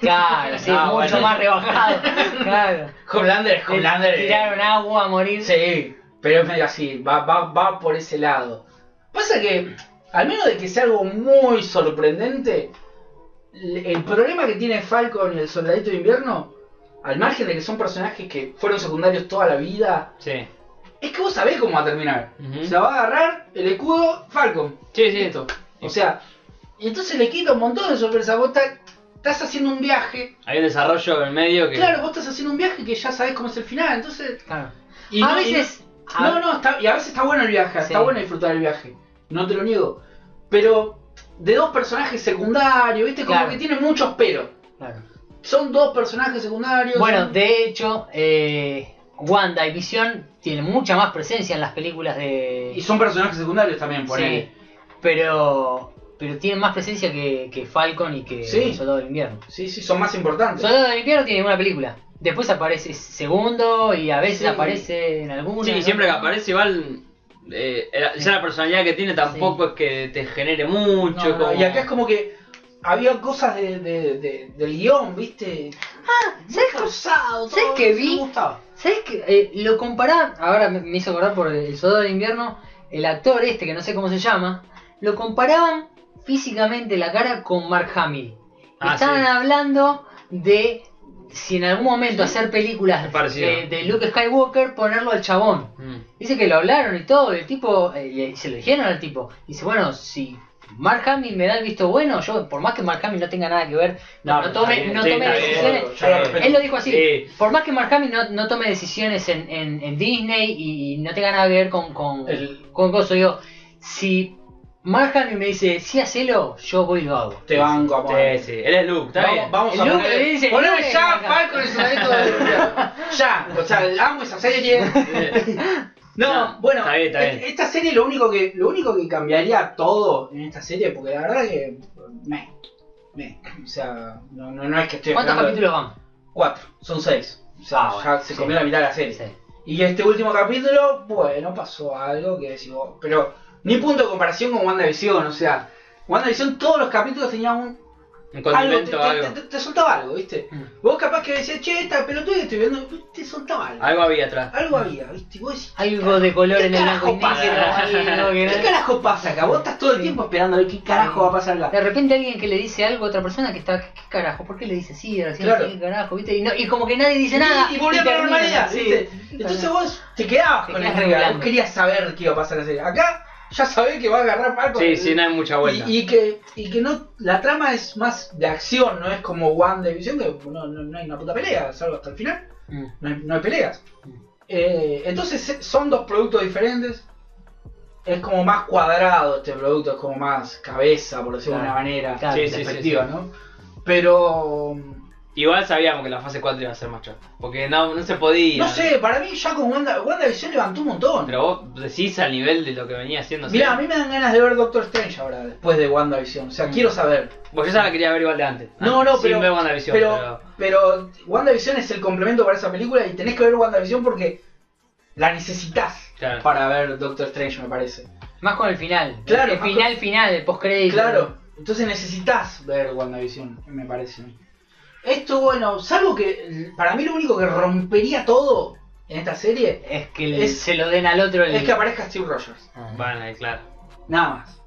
[SPEAKER 3] Claro, sí,
[SPEAKER 1] No,
[SPEAKER 3] mucho
[SPEAKER 1] bueno.
[SPEAKER 3] más rebajado. Claro.
[SPEAKER 4] Homelander es Homelander. eh,
[SPEAKER 3] Tiraron agua a morir.
[SPEAKER 4] Sí.
[SPEAKER 2] Pero es medio así, va, va, va por ese lado. Pasa que, al menos de que sea algo muy sorprendente, l- el problema que tiene Falcon y el Soldadito de Invierno, al margen de que son personajes que fueron secundarios toda la vida,
[SPEAKER 1] Sí.
[SPEAKER 2] es que vos sabés cómo va a terminar.
[SPEAKER 1] Ujú.
[SPEAKER 2] Se va a agarrar el escudo Falcon.
[SPEAKER 1] Sí, sí.
[SPEAKER 2] Listo. O sea, y entonces le quita un montón de sorpresa. Vos ta- estás haciendo un viaje.
[SPEAKER 1] Hay un desarrollo en el medio que.
[SPEAKER 2] Claro, vos estás haciendo un viaje que ya sabés cómo es el final. Entonces,
[SPEAKER 3] Claro.
[SPEAKER 2] y
[SPEAKER 3] a
[SPEAKER 2] no- y no-
[SPEAKER 3] veces. a-
[SPEAKER 2] No, no, está- y a veces está bueno el viaje,
[SPEAKER 3] Ah. Sí.
[SPEAKER 2] está bueno disfrutar el viaje, no te lo niego. Pero de dos personajes secundarios, ¿viste? Como
[SPEAKER 3] Claro.
[SPEAKER 2] que tiene muchos pero.
[SPEAKER 3] claro.
[SPEAKER 2] Son dos personajes secundarios.
[SPEAKER 3] Bueno,
[SPEAKER 2] son-
[SPEAKER 3] de hecho, eh, Wanda y Visión tienen mucha más presencia en las películas de.
[SPEAKER 2] Y son personajes secundarios también, por
[SPEAKER 3] Sí, pero, pero tienen más presencia que, que Falcon y que
[SPEAKER 2] Sí.
[SPEAKER 3] Soldado del Invierno.
[SPEAKER 2] Sí, sí, son más importantes.
[SPEAKER 3] Soldado del Invierno tiene una película. Después aparece segundo y a veces
[SPEAKER 2] Sí.
[SPEAKER 3] aparece en alguna.
[SPEAKER 1] Sí,
[SPEAKER 3] en
[SPEAKER 1] siempre que
[SPEAKER 3] otra.
[SPEAKER 1] aparece igual. eh, era- ya la personalidad que tiene tampoco es que te genere mucho.
[SPEAKER 2] No, no,
[SPEAKER 1] como-
[SPEAKER 2] Y acá es como que había cosas de, de- de- del guión, ¿viste? Ah,
[SPEAKER 3] ¿sabés qué-
[SPEAKER 2] forzado,
[SPEAKER 3] ¿sabés
[SPEAKER 2] todo,
[SPEAKER 3] qué
[SPEAKER 2] no
[SPEAKER 3] vi?
[SPEAKER 2] Me gustaba.
[SPEAKER 3] ¿Sabes qué? Eh, lo compará, ahora me, me hizo acordar por el Soldado del Invierno, el actor este que no sé cómo se llama, lo comparaban físicamente la cara con Mark Hamill.
[SPEAKER 1] Ah,
[SPEAKER 3] Estaban
[SPEAKER 1] sí.
[SPEAKER 3] hablando de si en algún momento hacer películas
[SPEAKER 1] Es parecido.
[SPEAKER 3] de, de Luke Skywalker, ponerlo al chabón.
[SPEAKER 1] Mm.
[SPEAKER 3] Dice que lo hablaron y todo, y el tipo, eh, le- se lo dijeron al tipo. Dice, bueno, si Mark Hamill me da el visto bueno, yo, por más que Mark Hamill no tenga nada que ver, no,
[SPEAKER 1] pero
[SPEAKER 3] tome,
[SPEAKER 1] está bien,
[SPEAKER 3] no
[SPEAKER 1] sí,
[SPEAKER 3] tome
[SPEAKER 1] está bien,
[SPEAKER 3] decisiones.
[SPEAKER 1] yo lo respeto.
[SPEAKER 3] Él lo dijo así,
[SPEAKER 2] Eh,
[SPEAKER 1] Sí.
[SPEAKER 3] por más que Mark Hamill no, no tome decisiones en, en- en Disney y, y no tenga nada que ver con, con,
[SPEAKER 2] El-
[SPEAKER 3] con cosas, digo, si Mark Hamill me dice, sí, hacelo, yo voy y lo hago.
[SPEAKER 2] Te banco a
[SPEAKER 1] Sí, sí. Él es Luke, está bien.
[SPEAKER 2] Vamos, vamos a
[SPEAKER 3] Luke
[SPEAKER 2] poner,
[SPEAKER 3] le dice,
[SPEAKER 2] poneme
[SPEAKER 3] "Eh,
[SPEAKER 2] ya
[SPEAKER 3] acá".
[SPEAKER 2] Falcon y Soldadito de Invierno. Ya, o sea, amo esa serie. No,
[SPEAKER 1] No,
[SPEAKER 2] bueno,
[SPEAKER 1] está bien, está bien.
[SPEAKER 2] e- esta serie lo único que lo único que cambiaría todo en esta serie, porque la verdad que me, me, o sea, no, no, no es que estoy
[SPEAKER 3] ¿Cuántos
[SPEAKER 2] esperando-
[SPEAKER 3] capítulos van?
[SPEAKER 2] Cuatro, son seis. O sea,
[SPEAKER 3] Ah,
[SPEAKER 2] ya
[SPEAKER 3] bueno,
[SPEAKER 2] se
[SPEAKER 3] sí.
[SPEAKER 2] comió la mitad de la serie.
[SPEAKER 3] Sí.
[SPEAKER 2] Y este último capítulo, bueno, pasó algo que decís vos, pero ni punto de comparación con WandaVision, o sea, WandaVision todos los capítulos tenían un
[SPEAKER 1] Un
[SPEAKER 2] algo,
[SPEAKER 1] condimento,
[SPEAKER 2] te, te-
[SPEAKER 1] algo.
[SPEAKER 2] te- te soltaba algo, ¿viste?
[SPEAKER 3] Mm.
[SPEAKER 2] Vos capaz que decías, che, esta pelotuda que estoy viendo, te soltaba algo.
[SPEAKER 1] Algo había atrás.
[SPEAKER 2] Algo había, ¿viste? Y vos decís,
[SPEAKER 3] Algo de color en el blanco y
[SPEAKER 2] carajo pasa?
[SPEAKER 3] negro, algo que
[SPEAKER 2] ¿Qué
[SPEAKER 3] no-
[SPEAKER 2] carajo pasa acá? Vos estás todo el tiempo esperando a ver qué carajo va a pasar acá.
[SPEAKER 3] De repente alguien que le dice algo a otra persona que está, ¿qué carajo? ¿Por qué le dice así? De repente,
[SPEAKER 2] Claro.
[SPEAKER 3] ¿Qué carajo? ¿Viste? Y, no- y como que nadie dice nada.
[SPEAKER 2] Y volvió a la
[SPEAKER 3] termina,
[SPEAKER 2] normalidad,
[SPEAKER 3] sí.
[SPEAKER 2] ¿viste? Entonces vos te quedabas
[SPEAKER 3] Te
[SPEAKER 2] con la
[SPEAKER 3] quedás
[SPEAKER 2] intriga, vos
[SPEAKER 3] regulando.
[SPEAKER 2] querías saber qué iba a pasar en la serie. Acá ya sabés que va a agarrar Marco.
[SPEAKER 1] Sí, sí, no hay mucha vuelta.
[SPEAKER 2] Y, y que, y que no, la trama es más de acción, no es como One Division, que no, no- no hay una puta pelea, salvo hasta el final,
[SPEAKER 3] Mm.
[SPEAKER 2] no hay, no hay peleas.
[SPEAKER 3] Mm.
[SPEAKER 2] Eh, entonces eh, son dos productos diferentes, es como más cuadrado este producto, es como más cabeza, por decirlo de
[SPEAKER 3] Claro.
[SPEAKER 2] una manera,
[SPEAKER 3] Claro.
[SPEAKER 1] Sí, sí, sí,
[SPEAKER 2] perspectiva,
[SPEAKER 1] sí.
[SPEAKER 2] ¿no? Pero...
[SPEAKER 1] Igual sabíamos que la fase 4 iba a ser más chota. Porque no, no se podía.
[SPEAKER 2] No sé, para mí ya con Wanda, WandaVision levantó un montón.
[SPEAKER 1] Pero vos decís al nivel de lo que venía haciendo.
[SPEAKER 2] Mirá, a
[SPEAKER 1] ¿sí?
[SPEAKER 2] mí me dan ganas de ver Doctor Strange ahora, después de WandaVision. O sea,
[SPEAKER 1] Mm.
[SPEAKER 2] quiero saber.
[SPEAKER 1] Vos yo ya la quería ver igual de antes.
[SPEAKER 2] No, no, pero-
[SPEAKER 1] Sin ver WandaVision,
[SPEAKER 2] Pero,
[SPEAKER 1] pero.
[SPEAKER 2] pero WandaVision es el complemento para esa película y tenés que ver WandaVision porque la necesitas
[SPEAKER 1] Claro.
[SPEAKER 2] para ver Doctor Strange, me parece.
[SPEAKER 3] Más con el final.
[SPEAKER 2] Claro,
[SPEAKER 3] El
[SPEAKER 2] más
[SPEAKER 3] final, final, el postcrédito.
[SPEAKER 2] Claro, entonces necesitas ver WandaVision, me parece. Esto, bueno, salvo que para mí lo único que rompería todo en esta serie
[SPEAKER 3] Es que le-
[SPEAKER 2] Es-
[SPEAKER 3] se lo den al otro. el-
[SPEAKER 2] es que aparezca Steve Rogers.
[SPEAKER 3] Ah,
[SPEAKER 1] Van a claro.
[SPEAKER 2] Nada más.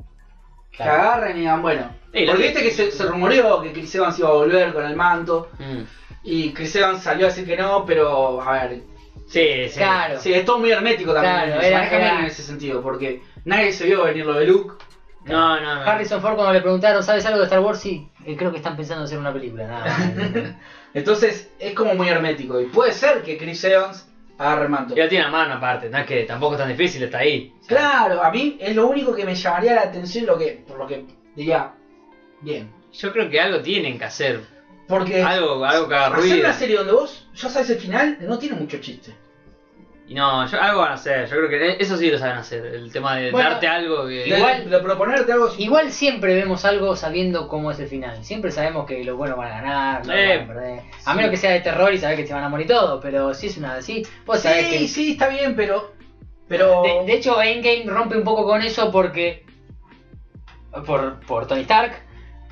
[SPEAKER 3] claro.
[SPEAKER 2] Que agarren y digan, bueno.
[SPEAKER 1] Sí, la-
[SPEAKER 2] porque viste que se, se rumoreó que Chris Evans iba a volver con el manto.
[SPEAKER 1] Mm.
[SPEAKER 2] Y Chris Evans salió a decir que no, pero a ver,
[SPEAKER 1] Sí, sí.
[SPEAKER 3] Claro.
[SPEAKER 2] sí, es todo muy hermético también.
[SPEAKER 3] Claro,
[SPEAKER 2] se
[SPEAKER 3] era-
[SPEAKER 2] maneja bien
[SPEAKER 3] era-
[SPEAKER 2] en ese sentido, porque nadie se vio venir lo de Luke.
[SPEAKER 1] No, no, no.
[SPEAKER 3] Harrison Ford cuando le preguntaron, ¿sabes algo de Star Wars? Sí, eh, creo que están pensando hacer una película. Nada más.
[SPEAKER 2] Entonces es como muy hermético. Y puede ser que Chris Evans agarre el manto.
[SPEAKER 1] Ya tiene la mano aparte, no es que tampoco es tan difícil, está ahí. O sea,
[SPEAKER 2] Claro, a mí es lo único que me llamaría la atención, lo que, por lo que diría, bien.
[SPEAKER 1] Yo creo que algo tienen que hacer.
[SPEAKER 2] Porque
[SPEAKER 1] Algo, algo que haga
[SPEAKER 2] Eh, hacer
[SPEAKER 1] ruido.
[SPEAKER 2] una serie donde vos ya sabes el final no tiene mucho chiste.
[SPEAKER 1] Y no, yo- algo van a hacer. Yo creo que eso sí lo saben hacer. El tema de
[SPEAKER 2] Bueno,
[SPEAKER 1] darte algo que.
[SPEAKER 2] Igual, de, de proponerte algo
[SPEAKER 3] Igual siempre vemos algo sabiendo cómo es el final. Siempre sabemos que los buenos van a ganar, los
[SPEAKER 1] Eh,
[SPEAKER 3] van a perder. A menos que sea de terror y sabés que se van a morir todos, pero si es una así, vos sabés
[SPEAKER 2] Sí,
[SPEAKER 3] que
[SPEAKER 2] sí, está bien, pero. Pero.
[SPEAKER 3] De, de hecho, Endgame rompe un poco con eso porque. Por, por Tony Stark,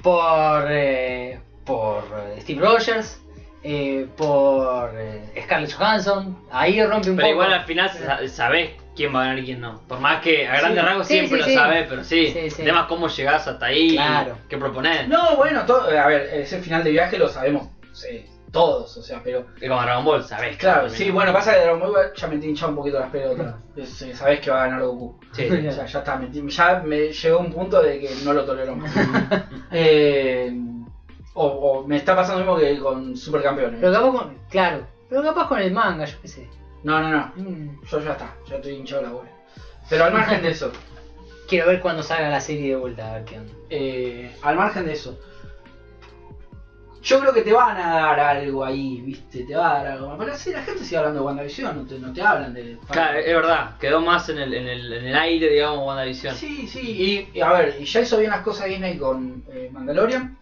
[SPEAKER 3] por. eh, por eh, Steve Rogers, eh, por eh, Scarlett Johansson. Ahí rompe un
[SPEAKER 1] Pero
[SPEAKER 3] poco.
[SPEAKER 1] igual al final sa- sabés quién va a ganar y quién no. Por más que a grandes
[SPEAKER 3] Sí.
[SPEAKER 1] rasgos
[SPEAKER 3] Sí,
[SPEAKER 1] siempre
[SPEAKER 3] sí,
[SPEAKER 1] lo
[SPEAKER 3] sí.
[SPEAKER 1] sabes, pero sí.
[SPEAKER 3] Sí, sí.
[SPEAKER 1] El tema es cómo llegás hasta ahí,
[SPEAKER 3] Claro.
[SPEAKER 1] qué proponer.
[SPEAKER 2] No, bueno, to- a ver, ese final de viaje lo sabemos sí, todos, o sea, pero.
[SPEAKER 1] Que como Dragon Ball, sabés. que
[SPEAKER 2] Claro,
[SPEAKER 1] termina.
[SPEAKER 2] sí, bueno, pasa que Dragon Ball ya me tiene hinchado un poquito las pelotas. Es, eh, Sabés que va a ganar Goku.
[SPEAKER 1] Sí.
[SPEAKER 2] O sea, ya está, me, ya me llegó un punto de que no lo tolero más. Eh, o, o me está pasando lo mismo que con Supercampeones.
[SPEAKER 3] Pero capaz con. Claro. Pero capaz con el manga, yo qué sé.
[SPEAKER 2] No, no, no.
[SPEAKER 3] Mm.
[SPEAKER 2] Yo ya está, ya estoy hinchado la bola. Pero al margen de eso,
[SPEAKER 3] Quiero ver cuando salga la serie de vuelta, a ver qué onda.
[SPEAKER 5] Eh, al margen de eso. Yo creo que te van a dar algo ahí, viste, te va a dar algo. Pero sí, la gente sigue hablando de WandaVision, no te, no te hablan de...
[SPEAKER 1] Claro, es verdad, quedó más en el, en el, en el aire, digamos, WandaVision.
[SPEAKER 5] Sí,
[SPEAKER 1] Sí.
[SPEAKER 5] sí.
[SPEAKER 2] y, y a ver, y ya hizo bien las cosas Disney con eh, Mandalorian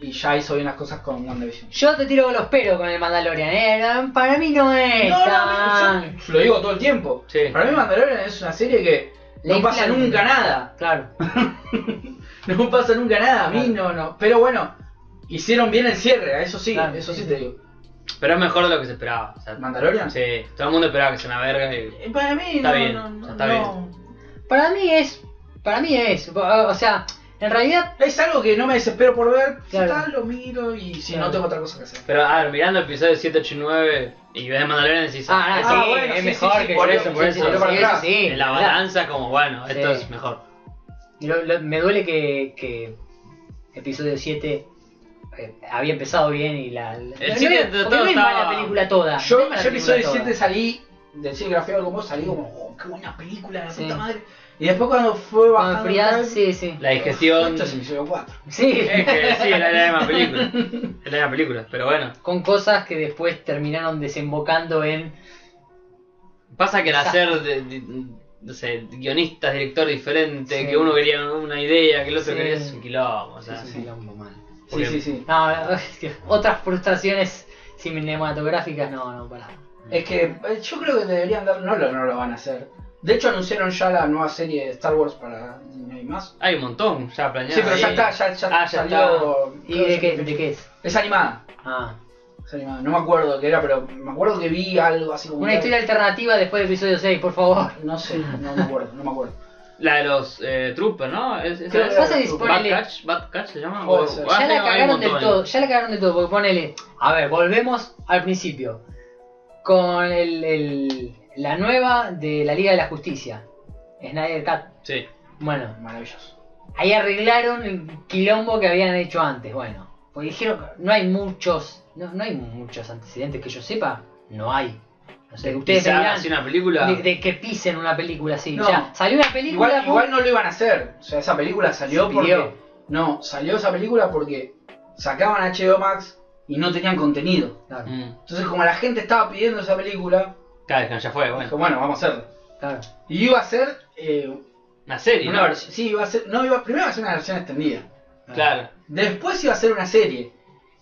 [SPEAKER 2] y ya hizo bien las cosas con WandaVision.
[SPEAKER 3] Yo te tiro los peros con el Mandalorian, eh. Para mí no es.
[SPEAKER 2] No, no,
[SPEAKER 3] tan-
[SPEAKER 2] yo- yo lo digo todo el tiempo.
[SPEAKER 1] Sí.
[SPEAKER 2] Para mí Mandalorian es una serie que
[SPEAKER 3] Le
[SPEAKER 2] no pasa
[SPEAKER 3] inflan.
[SPEAKER 2] nunca nada.
[SPEAKER 3] Claro.
[SPEAKER 2] No pasa nunca nada, a mí no, no. Pero bueno, hicieron bien el cierre, a eso sí,
[SPEAKER 3] Claro,
[SPEAKER 2] eso sí,
[SPEAKER 3] sí,
[SPEAKER 2] te
[SPEAKER 3] sí.
[SPEAKER 2] digo.
[SPEAKER 1] Pero es mejor de lo que se esperaba. o sea,
[SPEAKER 2] ¿Mandalorian?
[SPEAKER 1] sí, todo el mundo esperaba que sea una verga. y-
[SPEAKER 2] Eh, Para mí
[SPEAKER 1] Está
[SPEAKER 2] no,
[SPEAKER 1] bien,
[SPEAKER 2] no, no,
[SPEAKER 1] está
[SPEAKER 2] no.
[SPEAKER 3] Para mí es. Para mí es. O sea, en realidad.
[SPEAKER 2] Es algo que no me desespero por ver, si
[SPEAKER 3] Claro.
[SPEAKER 2] tal, lo miro y si
[SPEAKER 3] Claro.
[SPEAKER 2] no tengo otra cosa que hacer.
[SPEAKER 1] Pero a ver, mirando el episodio 7, 8 y 9 y ves Mandalorian decís,
[SPEAKER 3] Ah,
[SPEAKER 1] esto-
[SPEAKER 3] sí,
[SPEAKER 2] ah, bueno,
[SPEAKER 3] es
[SPEAKER 2] sí,
[SPEAKER 3] mejor
[SPEAKER 2] sí, sí,
[SPEAKER 3] que
[SPEAKER 1] por
[SPEAKER 3] yo,
[SPEAKER 1] eso, por
[SPEAKER 3] sí,
[SPEAKER 1] eso,
[SPEAKER 3] sí,
[SPEAKER 1] para
[SPEAKER 3] sí,
[SPEAKER 2] atrás.
[SPEAKER 3] sí,
[SPEAKER 1] en la
[SPEAKER 3] claro.
[SPEAKER 1] balanza como, bueno, esto
[SPEAKER 3] Sí.
[SPEAKER 1] es mejor.
[SPEAKER 3] Lo- lo- me duele que, que episodio 7 eh, había empezado bien y la. la-
[SPEAKER 1] El
[SPEAKER 3] no,
[SPEAKER 1] 7
[SPEAKER 3] no, porque
[SPEAKER 1] todo
[SPEAKER 3] no es
[SPEAKER 1] estaba-
[SPEAKER 3] mala película toda. no es
[SPEAKER 2] Yo,
[SPEAKER 3] mala
[SPEAKER 2] yo
[SPEAKER 3] película
[SPEAKER 2] episodio
[SPEAKER 3] toda.
[SPEAKER 2] 7 salí del cine grafiado como vos, salí como, oh, qué buena película, la
[SPEAKER 3] Sí.
[SPEAKER 2] puta madre. Y después cuando fue
[SPEAKER 3] Con
[SPEAKER 2] bajando...
[SPEAKER 3] frialdad,
[SPEAKER 2] otra vez,
[SPEAKER 3] sí, sí.
[SPEAKER 1] La digestión.
[SPEAKER 2] Esto es episodio 4.
[SPEAKER 3] Sí.
[SPEAKER 1] Es que sí, era la misma película. Es la misma película, pero bueno.
[SPEAKER 3] Con cosas que después terminaron desembocando en.
[SPEAKER 1] Pasa que al hacer, de- de- no sé, guionistas, director diferente,
[SPEAKER 3] Sí.
[SPEAKER 1] que uno quería una idea, que el otro
[SPEAKER 3] Sí.
[SPEAKER 1] quería es un quilombo. O sea,
[SPEAKER 3] Sí, sí, quilombo mal.
[SPEAKER 2] Sí,
[SPEAKER 1] Porque-
[SPEAKER 2] sí, sí.
[SPEAKER 3] No, otras frustraciones cinematográficas, no, no, para.
[SPEAKER 2] Es que eh, yo creo que deberían dar, no lo, no lo van a hacer. De hecho anunciaron ya la nueva serie de Star Wars para Disney más.
[SPEAKER 1] Hay un montón ya planeado.
[SPEAKER 2] Sí, pero ya
[SPEAKER 1] ahí.
[SPEAKER 2] está, ya, ya,
[SPEAKER 1] Ah, ya
[SPEAKER 2] salió.
[SPEAKER 3] ¿Y de qué, de qué es?
[SPEAKER 2] Es animada.
[SPEAKER 3] Ah.
[SPEAKER 2] Es animada. No me acuerdo qué era, pero me acuerdo que vi algo así como.
[SPEAKER 3] Una historia alternativa después de episodio 6, por favor.
[SPEAKER 2] No sé, no me acuerdo, no me acuerdo.
[SPEAKER 1] La de los eh, Troopers, ¿no? ¿Es, esa
[SPEAKER 2] Creo
[SPEAKER 1] es?
[SPEAKER 2] que
[SPEAKER 3] Pasa y
[SPEAKER 2] Bad
[SPEAKER 1] Bad
[SPEAKER 3] ponele.
[SPEAKER 1] Catch, Bad Catch se llama.
[SPEAKER 2] Puede
[SPEAKER 1] O-
[SPEAKER 2] ser.
[SPEAKER 1] o
[SPEAKER 3] Ya
[SPEAKER 1] hay
[SPEAKER 3] la
[SPEAKER 1] un
[SPEAKER 3] cagaron del
[SPEAKER 1] montón.
[SPEAKER 3] todo, ya la cagaron del todo, porque ponele. A ver, volvemos al principio. Con el, el- la nueva de la Liga de la Justicia. Snyder Cut.
[SPEAKER 1] Sí.
[SPEAKER 3] Bueno,
[SPEAKER 2] Maravilloso.
[SPEAKER 3] ahí arreglaron el quilombo que habían hecho antes, bueno. Porque dijeron, no hay muchos, no, no hay muchos antecedentes que yo sepa, no hay. No sé, ustedes me
[SPEAKER 1] Quizá
[SPEAKER 3] dirán,
[SPEAKER 1] así una película.
[SPEAKER 3] de, de que pisen una película así.
[SPEAKER 2] No.
[SPEAKER 3] O sea, salió una película.
[SPEAKER 2] Igual,
[SPEAKER 3] pum,
[SPEAKER 2] igual no lo iban a hacer. O sea, esa película salió
[SPEAKER 3] Se
[SPEAKER 2] porque.
[SPEAKER 3] pidió.
[SPEAKER 2] No, salió esa película porque sacaban HBO Max y no tenían contenido.
[SPEAKER 3] Claro,
[SPEAKER 1] Mm.
[SPEAKER 2] Entonces, como la gente estaba pidiendo esa película,
[SPEAKER 1] Cada vez que ya fue, bueno.
[SPEAKER 2] dijo, bueno, vamos a hacerlo.
[SPEAKER 3] claro.
[SPEAKER 2] Y iba a ser eh,
[SPEAKER 1] Una serie,
[SPEAKER 2] una
[SPEAKER 1] ¿no?
[SPEAKER 2] versión. Sí, iba a ser. No, iba, primero iba a ser una versión extendida.
[SPEAKER 1] Claro.
[SPEAKER 2] Después iba a hacer una serie.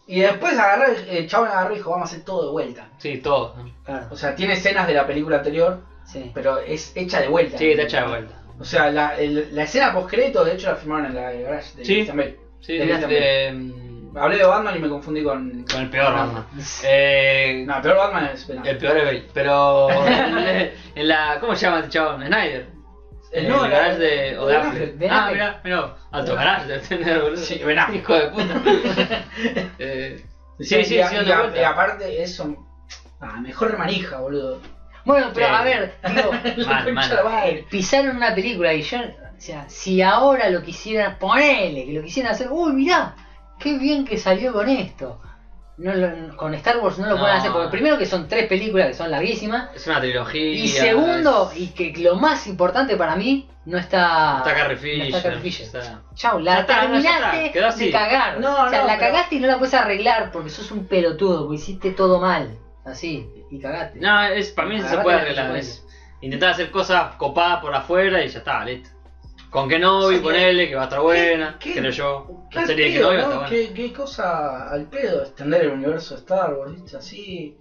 [SPEAKER 2] Y después agarró, el chabón agarró y dijo, vamos a hacer todo de vuelta.
[SPEAKER 1] Sí, todo. ¿no?
[SPEAKER 3] Claro,
[SPEAKER 2] O sea, tiene escenas de la película anterior,
[SPEAKER 3] sí.
[SPEAKER 2] pero es hecha de vuelta.
[SPEAKER 1] Sí, está hecha de vuelta.
[SPEAKER 2] O sea, la, el- la escena post-crédito, de hecho, la filmaron en la de garage de
[SPEAKER 1] Sí.
[SPEAKER 2] Christian Bale.
[SPEAKER 1] Sí,
[SPEAKER 2] De
[SPEAKER 1] de-
[SPEAKER 2] Batman.
[SPEAKER 1] de- mm,
[SPEAKER 2] Hablé de Batman y me confundí con...
[SPEAKER 1] con el
[SPEAKER 3] Ah.
[SPEAKER 1] peor
[SPEAKER 2] Batman.
[SPEAKER 1] Batman. Eh,
[SPEAKER 2] No, el peor Batman es... no.
[SPEAKER 1] El peor es Bale. Pero. en la, ¿Cómo se llama el chabón? Snyder.
[SPEAKER 2] El-
[SPEAKER 1] En
[SPEAKER 2] no,
[SPEAKER 1] el
[SPEAKER 2] la-
[SPEAKER 1] Eh, garage de. O de
[SPEAKER 2] Ben
[SPEAKER 1] Affleck.
[SPEAKER 2] Affleck,
[SPEAKER 3] Ben
[SPEAKER 1] Ah,
[SPEAKER 3] Affleck.
[SPEAKER 1] mirá, mirá. Alto garage de tener, boludo.
[SPEAKER 2] Sí, Ben Affleck.
[SPEAKER 1] Hijo de puta. eh, sí, sí,
[SPEAKER 2] Y-
[SPEAKER 1] sí,
[SPEAKER 2] y,
[SPEAKER 1] sí,
[SPEAKER 2] y,
[SPEAKER 1] de
[SPEAKER 2] a-
[SPEAKER 1] vuelta.
[SPEAKER 2] y aparte eso... Ah, mejor manija, boludo.
[SPEAKER 3] Bueno, pero
[SPEAKER 1] Sí.
[SPEAKER 3] a ver, digo,
[SPEAKER 2] La
[SPEAKER 1] Mal,
[SPEAKER 2] concha
[SPEAKER 1] mal.
[SPEAKER 2] de la madre.
[SPEAKER 3] pisaron una película y yo, o sea, si ahora lo quisieran, ponele, que lo quisieran hacer, uy, mirá, qué bien que salió con esto. No lo- con Star Wars no lo
[SPEAKER 1] No.
[SPEAKER 3] pueden hacer, porque primero que son tres películas que son larguísimas,
[SPEAKER 1] Es una trilogía.
[SPEAKER 3] y segundo,
[SPEAKER 1] es-
[SPEAKER 3] y que lo más importante para mí, no está...
[SPEAKER 1] Está Carrie Fisher.
[SPEAKER 3] No está Carrie Fisher.
[SPEAKER 1] está-
[SPEAKER 3] Chau,
[SPEAKER 1] Ya
[SPEAKER 3] la
[SPEAKER 1] está, no, ya
[SPEAKER 3] terminaste
[SPEAKER 1] está, quedó así.
[SPEAKER 3] de cagar.
[SPEAKER 2] No,
[SPEAKER 3] o sea,
[SPEAKER 2] no,
[SPEAKER 3] la
[SPEAKER 2] pero-
[SPEAKER 3] cagaste y no la puedes arreglar porque sos un pelotudo, porque hiciste todo mal. Así, y cagaste.
[SPEAKER 1] No, es, para mí
[SPEAKER 3] La
[SPEAKER 1] se
[SPEAKER 3] verdad
[SPEAKER 1] puede
[SPEAKER 3] que no se
[SPEAKER 1] arreglar.
[SPEAKER 3] puede.
[SPEAKER 1] Es intentar hacer cosas copadas por afuera y ya está, listo. Con Kenobi,
[SPEAKER 2] Sí.
[SPEAKER 1] ponele, que va a estar buena,
[SPEAKER 2] qué-
[SPEAKER 1] creo yo. La
[SPEAKER 2] Al
[SPEAKER 1] serie de
[SPEAKER 2] pedo,
[SPEAKER 1] Kenobi va a estar
[SPEAKER 2] ¿no?
[SPEAKER 1] buena.
[SPEAKER 2] ¿Qué, qué cosa al pedo extender el universo de Star Wars, ¿viste? Así.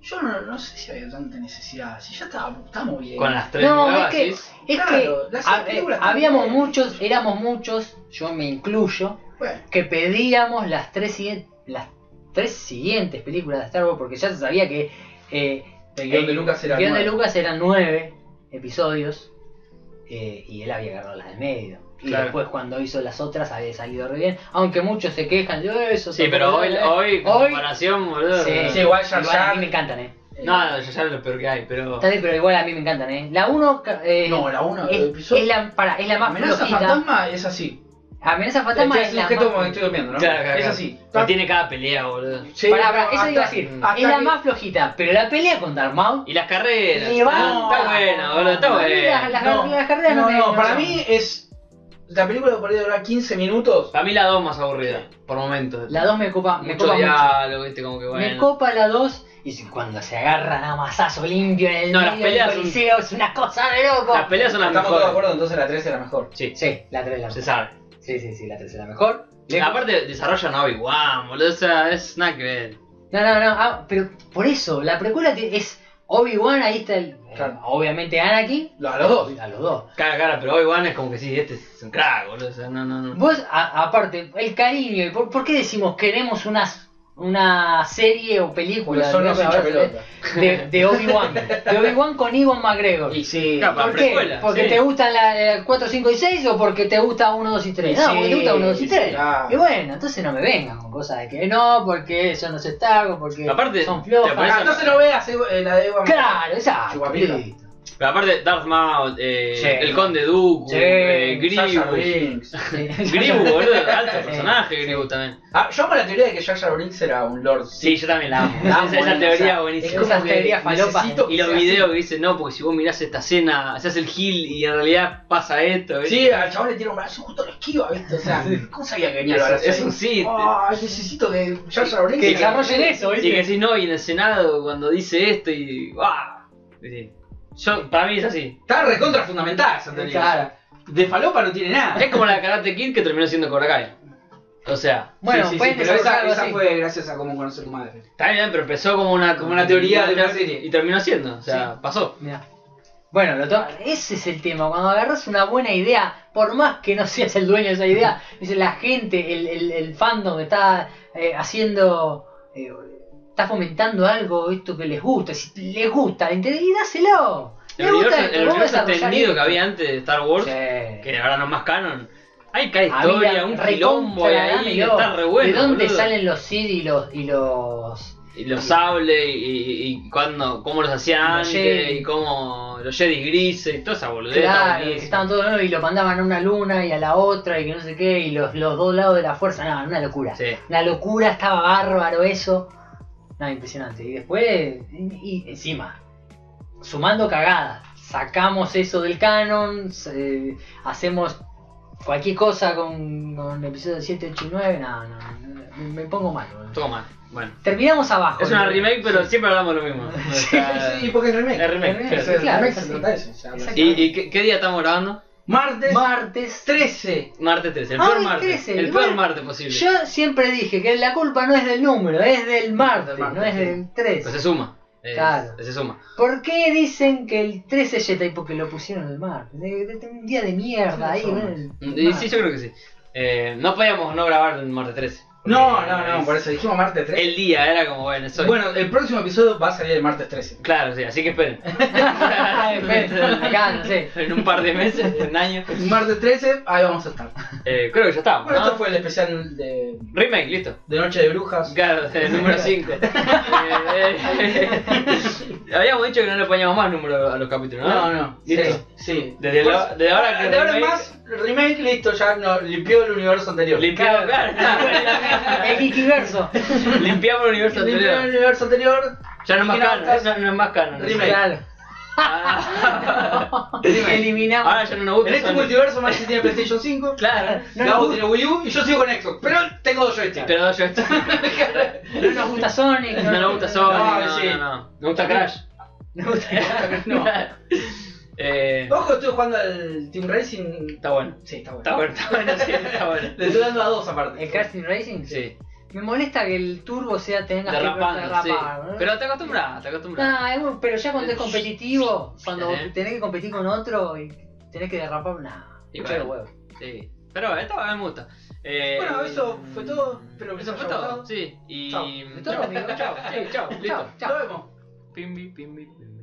[SPEAKER 2] Yo no, no sé si había tanta necesidad. Si ya estaba, estábamos bien.
[SPEAKER 1] Con las tres
[SPEAKER 3] No, es
[SPEAKER 1] nuevas,
[SPEAKER 3] que-
[SPEAKER 1] decís,
[SPEAKER 3] Es
[SPEAKER 2] Claro,
[SPEAKER 3] que
[SPEAKER 2] las
[SPEAKER 3] a-
[SPEAKER 2] películas
[SPEAKER 3] eh, habíamos
[SPEAKER 2] también.
[SPEAKER 3] muchos, éramos muchos, yo me incluyo,
[SPEAKER 2] Bueno,
[SPEAKER 3] que pedíamos las tres, siguien- las tres siguientes películas de Star Wars porque ya se sabía que eh,
[SPEAKER 2] el guión de Lucas era.
[SPEAKER 3] el guión de
[SPEAKER 2] nuevo.
[SPEAKER 3] Lucas eran nueve. episodios eh, y él había agarrado las del medio. Y
[SPEAKER 1] Claro.
[SPEAKER 3] después cuando hizo las otras había salido re bien, aunque muchos se quejan, yo eso
[SPEAKER 1] Sí, pero hoy, hoy, con
[SPEAKER 3] hoy
[SPEAKER 1] comparación, boludo.
[SPEAKER 3] sí,
[SPEAKER 4] Sí, igual
[SPEAKER 3] igual
[SPEAKER 4] Jar
[SPEAKER 3] a
[SPEAKER 4] Jar-
[SPEAKER 3] mí me encantan, eh.
[SPEAKER 1] No, ya sabes lo peor que hay, pero.
[SPEAKER 3] Está bien, pero igual a mí me encantan, eh. La 1 eh,
[SPEAKER 4] No, la 1
[SPEAKER 3] es, es la, para, es la más
[SPEAKER 4] Amenaza
[SPEAKER 3] flojita.
[SPEAKER 4] fantasma es así.
[SPEAKER 3] Amenaza fantasma
[SPEAKER 4] Este
[SPEAKER 3] es
[SPEAKER 4] es
[SPEAKER 3] la
[SPEAKER 4] sujeto
[SPEAKER 3] más
[SPEAKER 4] como que estoy durmiendo, ¿no?
[SPEAKER 1] Claro, claro,
[SPEAKER 4] es
[SPEAKER 1] claro.
[SPEAKER 4] así.
[SPEAKER 1] No tiene cada pelea, boludo.
[SPEAKER 4] Sí,
[SPEAKER 3] Pará, pará,
[SPEAKER 4] no,
[SPEAKER 3] eso
[SPEAKER 4] hasta-
[SPEAKER 3] iba a decir.
[SPEAKER 2] ah,
[SPEAKER 4] hasta
[SPEAKER 3] Es la
[SPEAKER 4] que-
[SPEAKER 3] más flojita, pero la pelea con Darmau
[SPEAKER 1] Y las carreras.
[SPEAKER 3] Le va-
[SPEAKER 1] ¿no? Está buena, boludo, está
[SPEAKER 3] No, mira,
[SPEAKER 1] buena.
[SPEAKER 3] la- Las carreras- las carreras no
[SPEAKER 4] no,
[SPEAKER 3] me-
[SPEAKER 4] no,
[SPEAKER 3] no
[SPEAKER 4] para
[SPEAKER 3] son.
[SPEAKER 4] mí es. La película que podría durar 15 minutos.
[SPEAKER 1] Para mí la 2 más aburrida, por momentos.
[SPEAKER 3] La 2 me copa, me
[SPEAKER 1] Mucho
[SPEAKER 3] copa mucho.
[SPEAKER 1] diálogo, viste, como que
[SPEAKER 3] Me
[SPEAKER 1] bueno.
[SPEAKER 3] copa la 2 y si- cuando se agarran a masazo limpio en el
[SPEAKER 1] No, las
[SPEAKER 3] medio del
[SPEAKER 1] peleas son-
[SPEAKER 3] coliseo es una cosa de loco.
[SPEAKER 1] Las peleas son las
[SPEAKER 4] Estamos todos de
[SPEAKER 1] mejores.
[SPEAKER 4] acuerdo, entonces la 3 era mejor.
[SPEAKER 1] Sí,
[SPEAKER 3] Sí, la 3 es la
[SPEAKER 1] se
[SPEAKER 3] mejor. Ah,
[SPEAKER 1] sabe.
[SPEAKER 3] Sí, sí, sí, la 3 es la mejor. Le-
[SPEAKER 1] Aparte, desarrollan a Obi-Wan, boludo. O sea, es nada que ver.
[SPEAKER 3] No, no, no, ah, pero por eso, la precuela te- es Obi-Wan, ahí está el... eh,
[SPEAKER 4] Claro.
[SPEAKER 3] Obviamente Anakin.
[SPEAKER 4] Lo- A los dos.
[SPEAKER 3] A los dos.
[SPEAKER 1] Cara, cara, pero Obi-Wan es como que sí, este es un crack, boludo. O sea, no, no, no.
[SPEAKER 3] Vos, a- aparte, el cariño, y ¿por, por qué decimos queremos una, una serie o
[SPEAKER 4] Porque
[SPEAKER 3] película
[SPEAKER 4] son
[SPEAKER 3] ¿no?
[SPEAKER 4] los hincha
[SPEAKER 3] de,
[SPEAKER 4] pelota.
[SPEAKER 3] de, de Obi-Wan? De Obi-Wan con Iwan McGregor.
[SPEAKER 4] Y sí.
[SPEAKER 1] Capaz.
[SPEAKER 3] ¿Por
[SPEAKER 1] La
[SPEAKER 3] qué?
[SPEAKER 1] precuela,
[SPEAKER 3] ¿Porque
[SPEAKER 1] sí.
[SPEAKER 3] te gustan la, la 4, 5 y 6 o porque te gusta 1, 2 y 3?
[SPEAKER 4] Y
[SPEAKER 3] no,
[SPEAKER 4] sí,
[SPEAKER 3] porque te gusta 1, 2 y
[SPEAKER 4] y
[SPEAKER 3] 3.
[SPEAKER 4] sí, claro.
[SPEAKER 3] Y bueno, entonces no me vengan con cosas de que no, porque eso no se está, o porque
[SPEAKER 1] Aparte,
[SPEAKER 3] son
[SPEAKER 1] te
[SPEAKER 4] Ah,
[SPEAKER 1] aparece-
[SPEAKER 3] flojas.
[SPEAKER 4] entonces no veas eh, la de Eva.
[SPEAKER 3] Claro, exacto.
[SPEAKER 4] Chupapija.
[SPEAKER 3] listo.
[SPEAKER 1] Pero aparte, Darth Maul, eh,
[SPEAKER 3] Sí.
[SPEAKER 1] el Conde Dooku,
[SPEAKER 3] Sí,
[SPEAKER 1] eh,
[SPEAKER 4] Jar
[SPEAKER 1] Grievous.
[SPEAKER 4] Brinks.
[SPEAKER 1] Grievous, boludo, alto
[SPEAKER 3] Sí.
[SPEAKER 1] personaje, Grievous también.
[SPEAKER 4] Ah, yo amo la teoría de que Jar Jar Brinks era un lord.
[SPEAKER 1] Sí, yo también la amo.
[SPEAKER 4] La amo,
[SPEAKER 1] esa esa
[SPEAKER 4] boludo,
[SPEAKER 1] teoría
[SPEAKER 4] o sea,
[SPEAKER 1] buenísima.
[SPEAKER 4] es como
[SPEAKER 3] Esas
[SPEAKER 4] que
[SPEAKER 3] teorías falopas.
[SPEAKER 4] necesito que
[SPEAKER 1] Y los
[SPEAKER 4] sea así.
[SPEAKER 1] videos que dicen, no, porque si vos mirás esta escena, se hace el gil y en realidad pasa esto. ¿viste?
[SPEAKER 4] Sí, al chabón le tira un brazo y justo lo esquiva, ¿viste? O sea, ¿cómo sabía que venía el
[SPEAKER 1] es,
[SPEAKER 4] brazo?
[SPEAKER 1] es
[SPEAKER 4] ahí?
[SPEAKER 1] un sí.
[SPEAKER 4] Ah, necesito que Jar Jar Brinks.
[SPEAKER 3] Que desarrollen eso,
[SPEAKER 1] y que
[SPEAKER 3] ¿viste?
[SPEAKER 1] decís, no, y en el Senado cuando dice esto y. ¡Bah! Sí. Yo, para mí es así.
[SPEAKER 2] Está recontra fundamentada esa teoría.
[SPEAKER 3] Claro.
[SPEAKER 2] De falopa no tiene nada.
[SPEAKER 1] Es como la de Karate Kid que terminó siendo Cobra Kai. O sea,
[SPEAKER 3] Bueno,
[SPEAKER 2] Sí, sí, sí,
[SPEAKER 3] pueden
[SPEAKER 2] pero esa,
[SPEAKER 3] desarrollar algo
[SPEAKER 2] esa
[SPEAKER 3] así.
[SPEAKER 2] fue gracias a cómo conocer tu madre.
[SPEAKER 1] está bien, pero empezó como una, como una teoría de una serie. Y terminó siendo, o sea, pasó.
[SPEAKER 3] Mirá. Bueno, lo to- ese es el tema. Cuando agarras una buena idea, por más que no seas el dueño de esa idea, dice la gente, el, el, el fandom que está eh, haciendo, eh, está fomentando algo, esto que les gusta. Si les gusta, ¿entendés? y dáselo.
[SPEAKER 1] El
[SPEAKER 3] Les gusta
[SPEAKER 1] universo,
[SPEAKER 3] esto,
[SPEAKER 1] el
[SPEAKER 3] vos
[SPEAKER 1] universo
[SPEAKER 3] desarrollá
[SPEAKER 1] extendido
[SPEAKER 3] esto.
[SPEAKER 1] que había antes de Star Wars,
[SPEAKER 3] Sí.
[SPEAKER 1] que ahora no es más canon. Hay cada
[SPEAKER 3] Había
[SPEAKER 1] historia, un
[SPEAKER 3] recontra
[SPEAKER 1] quilombo y ahí, que
[SPEAKER 3] dámelo.
[SPEAKER 1] está re bueno.
[SPEAKER 3] ¿De dónde
[SPEAKER 1] boludo.
[SPEAKER 3] salen los Sid y los, y los
[SPEAKER 1] Y los sables y, y, y cuándo, cómo los hacían
[SPEAKER 3] Los
[SPEAKER 1] antes,
[SPEAKER 3] Jedi.
[SPEAKER 1] y cómo los Jedi grises, y toda esa boludez. está
[SPEAKER 3] Claro, que
[SPEAKER 1] buenísimo.
[SPEAKER 3] estaban todos nuevos y lo mandaban a una luna y a la otra y que no sé qué, y los, los dos lados de la fuerza, nada, una locura.
[SPEAKER 1] Sí.
[SPEAKER 3] Una locura, estaba bárbaro eso. Nada, impresionante. Y después, y, y encima, sumando cagadas, sacamos eso del canon, eh, hacemos cualquier cosa con, con episodio 7, 8 y 9, no, no, no, me, me pongo mal. boludo.
[SPEAKER 1] Toma, bueno.
[SPEAKER 3] Terminamos abajo.
[SPEAKER 1] Es una
[SPEAKER 3] ¿no?
[SPEAKER 1] remake, pero siempre hablamos lo mismo. O sea,
[SPEAKER 4] Sí, porque es remake.
[SPEAKER 1] Es remake.
[SPEAKER 4] Es
[SPEAKER 1] claro.
[SPEAKER 4] el
[SPEAKER 3] Claro,
[SPEAKER 4] remake
[SPEAKER 3] es
[SPEAKER 4] se
[SPEAKER 3] así.
[SPEAKER 4] trata de eso. o sea,
[SPEAKER 3] Exacto.
[SPEAKER 1] ¿Y, y qué, qué día estamos grabando?
[SPEAKER 2] Martes
[SPEAKER 3] Martes
[SPEAKER 2] 13.
[SPEAKER 1] Martes 13, el
[SPEAKER 3] Ah,
[SPEAKER 1] peor
[SPEAKER 3] el
[SPEAKER 1] martes.
[SPEAKER 3] 13,
[SPEAKER 1] el
[SPEAKER 3] igual-
[SPEAKER 1] peor martes posible.
[SPEAKER 3] Yo siempre dije que la culpa no es del número, es del martes,
[SPEAKER 2] Del martes,
[SPEAKER 3] no es
[SPEAKER 2] sí.
[SPEAKER 3] del 13.
[SPEAKER 1] Pues se suma. eh,
[SPEAKER 3] Claro.
[SPEAKER 1] Se suma.
[SPEAKER 3] ¿Por qué dicen que el 13 es Jedi? Porque lo pusieron el martes. De- de- de- un día de mierda ahí.
[SPEAKER 4] Sí,
[SPEAKER 3] ¿no? El-
[SPEAKER 1] Y
[SPEAKER 3] el
[SPEAKER 1] sí,
[SPEAKER 3] martes.
[SPEAKER 1] yo creo que sí. Eh, no podíamos no grabar el martes 13. porque
[SPEAKER 4] No, no, no,
[SPEAKER 1] es-
[SPEAKER 4] por eso dijimos martes 13.
[SPEAKER 1] El día era como, bueno, soy.
[SPEAKER 4] Bueno, el próximo episodio va a salir el martes 13.
[SPEAKER 1] Claro, sí, así que esperen.
[SPEAKER 3] Ay, espera, Ah, Acá, no sé.
[SPEAKER 1] en un par de meses, en un año.
[SPEAKER 4] El martes 13, ahí vamos a estar.
[SPEAKER 1] Eh, creo que ya estamos.
[SPEAKER 4] Bueno,
[SPEAKER 1] ¿no?
[SPEAKER 4] esto fue el especial de,
[SPEAKER 1] Remake, listo.
[SPEAKER 4] de Noche de Brujas.
[SPEAKER 1] Claro, el número 5. habíamos dicho que no le poníamos más número a los capítulos, ¿no?
[SPEAKER 4] No, no. Sí,
[SPEAKER 1] Listo.
[SPEAKER 4] sí.
[SPEAKER 1] Desde la-
[SPEAKER 4] Pues,
[SPEAKER 1] desde ahora que
[SPEAKER 4] de ahora en
[SPEAKER 1] remake-
[SPEAKER 4] más, remake listo, ya no, limpió el universo anterior.
[SPEAKER 1] Limpiamos,
[SPEAKER 3] El Wikiverso.
[SPEAKER 1] limpiamos el universo
[SPEAKER 4] Limpió el
[SPEAKER 1] anterior.
[SPEAKER 4] universo anterior.
[SPEAKER 1] Ya no es más canon,
[SPEAKER 4] Gigantes.
[SPEAKER 1] no, no es más canon.
[SPEAKER 4] Remake.
[SPEAKER 3] Claro.
[SPEAKER 1] Ah.
[SPEAKER 3] Eliminamos.
[SPEAKER 1] Ahora ya no nos gusta.
[SPEAKER 4] En este
[SPEAKER 1] Sony.
[SPEAKER 4] multiverso, Maxi tiene PlayStation 5.
[SPEAKER 1] Claro.
[SPEAKER 3] No
[SPEAKER 4] Gabo
[SPEAKER 3] nos gusta.
[SPEAKER 4] tiene Wii U y yo sigo con Xbox. Pero tengo dos joysticks.
[SPEAKER 1] Pero no, yo esto.
[SPEAKER 3] No nos gusta Sonic.
[SPEAKER 1] No nos gusta Sony,
[SPEAKER 4] Ah,
[SPEAKER 1] no,
[SPEAKER 4] sí.
[SPEAKER 1] no, no. Nos gusta Crash.
[SPEAKER 3] No nos gusta.
[SPEAKER 4] No.
[SPEAKER 1] Eh,
[SPEAKER 4] Ojo, estoy jugando al Team Racing.
[SPEAKER 1] está bueno.
[SPEAKER 4] Sí, está bueno.
[SPEAKER 1] Está bueno, está bueno, sí, está bueno.
[SPEAKER 4] Le estoy dando a dos aparte.
[SPEAKER 3] ¿El Crash Team Racing?
[SPEAKER 1] Sí.
[SPEAKER 3] Me molesta que el turbo sea tenga que
[SPEAKER 1] Derrapando, sí.
[SPEAKER 3] derrapar, ¿no?
[SPEAKER 1] Pero te acostumbras, te acostumbras.
[SPEAKER 3] Nah, es bu- pero ya cuando es competitivo, cuando
[SPEAKER 1] Ajá.
[SPEAKER 3] tenés que competir con otro y tenés que derrapar, nada.
[SPEAKER 1] Y bueno. Sí. Pero bueno, está bueno, me gusta. Eh,
[SPEAKER 4] Bueno, eso fue todo. Espero que
[SPEAKER 1] Eso
[SPEAKER 4] les
[SPEAKER 1] fue
[SPEAKER 4] haya
[SPEAKER 1] todo,
[SPEAKER 4] gustado.
[SPEAKER 1] sí. Y.
[SPEAKER 4] Chao.
[SPEAKER 3] De todo, amigo.
[SPEAKER 1] Chao, sí, chao, listo.
[SPEAKER 3] Chao.
[SPEAKER 4] Nos vemos.
[SPEAKER 1] Pimbi, pimbi, pimbi.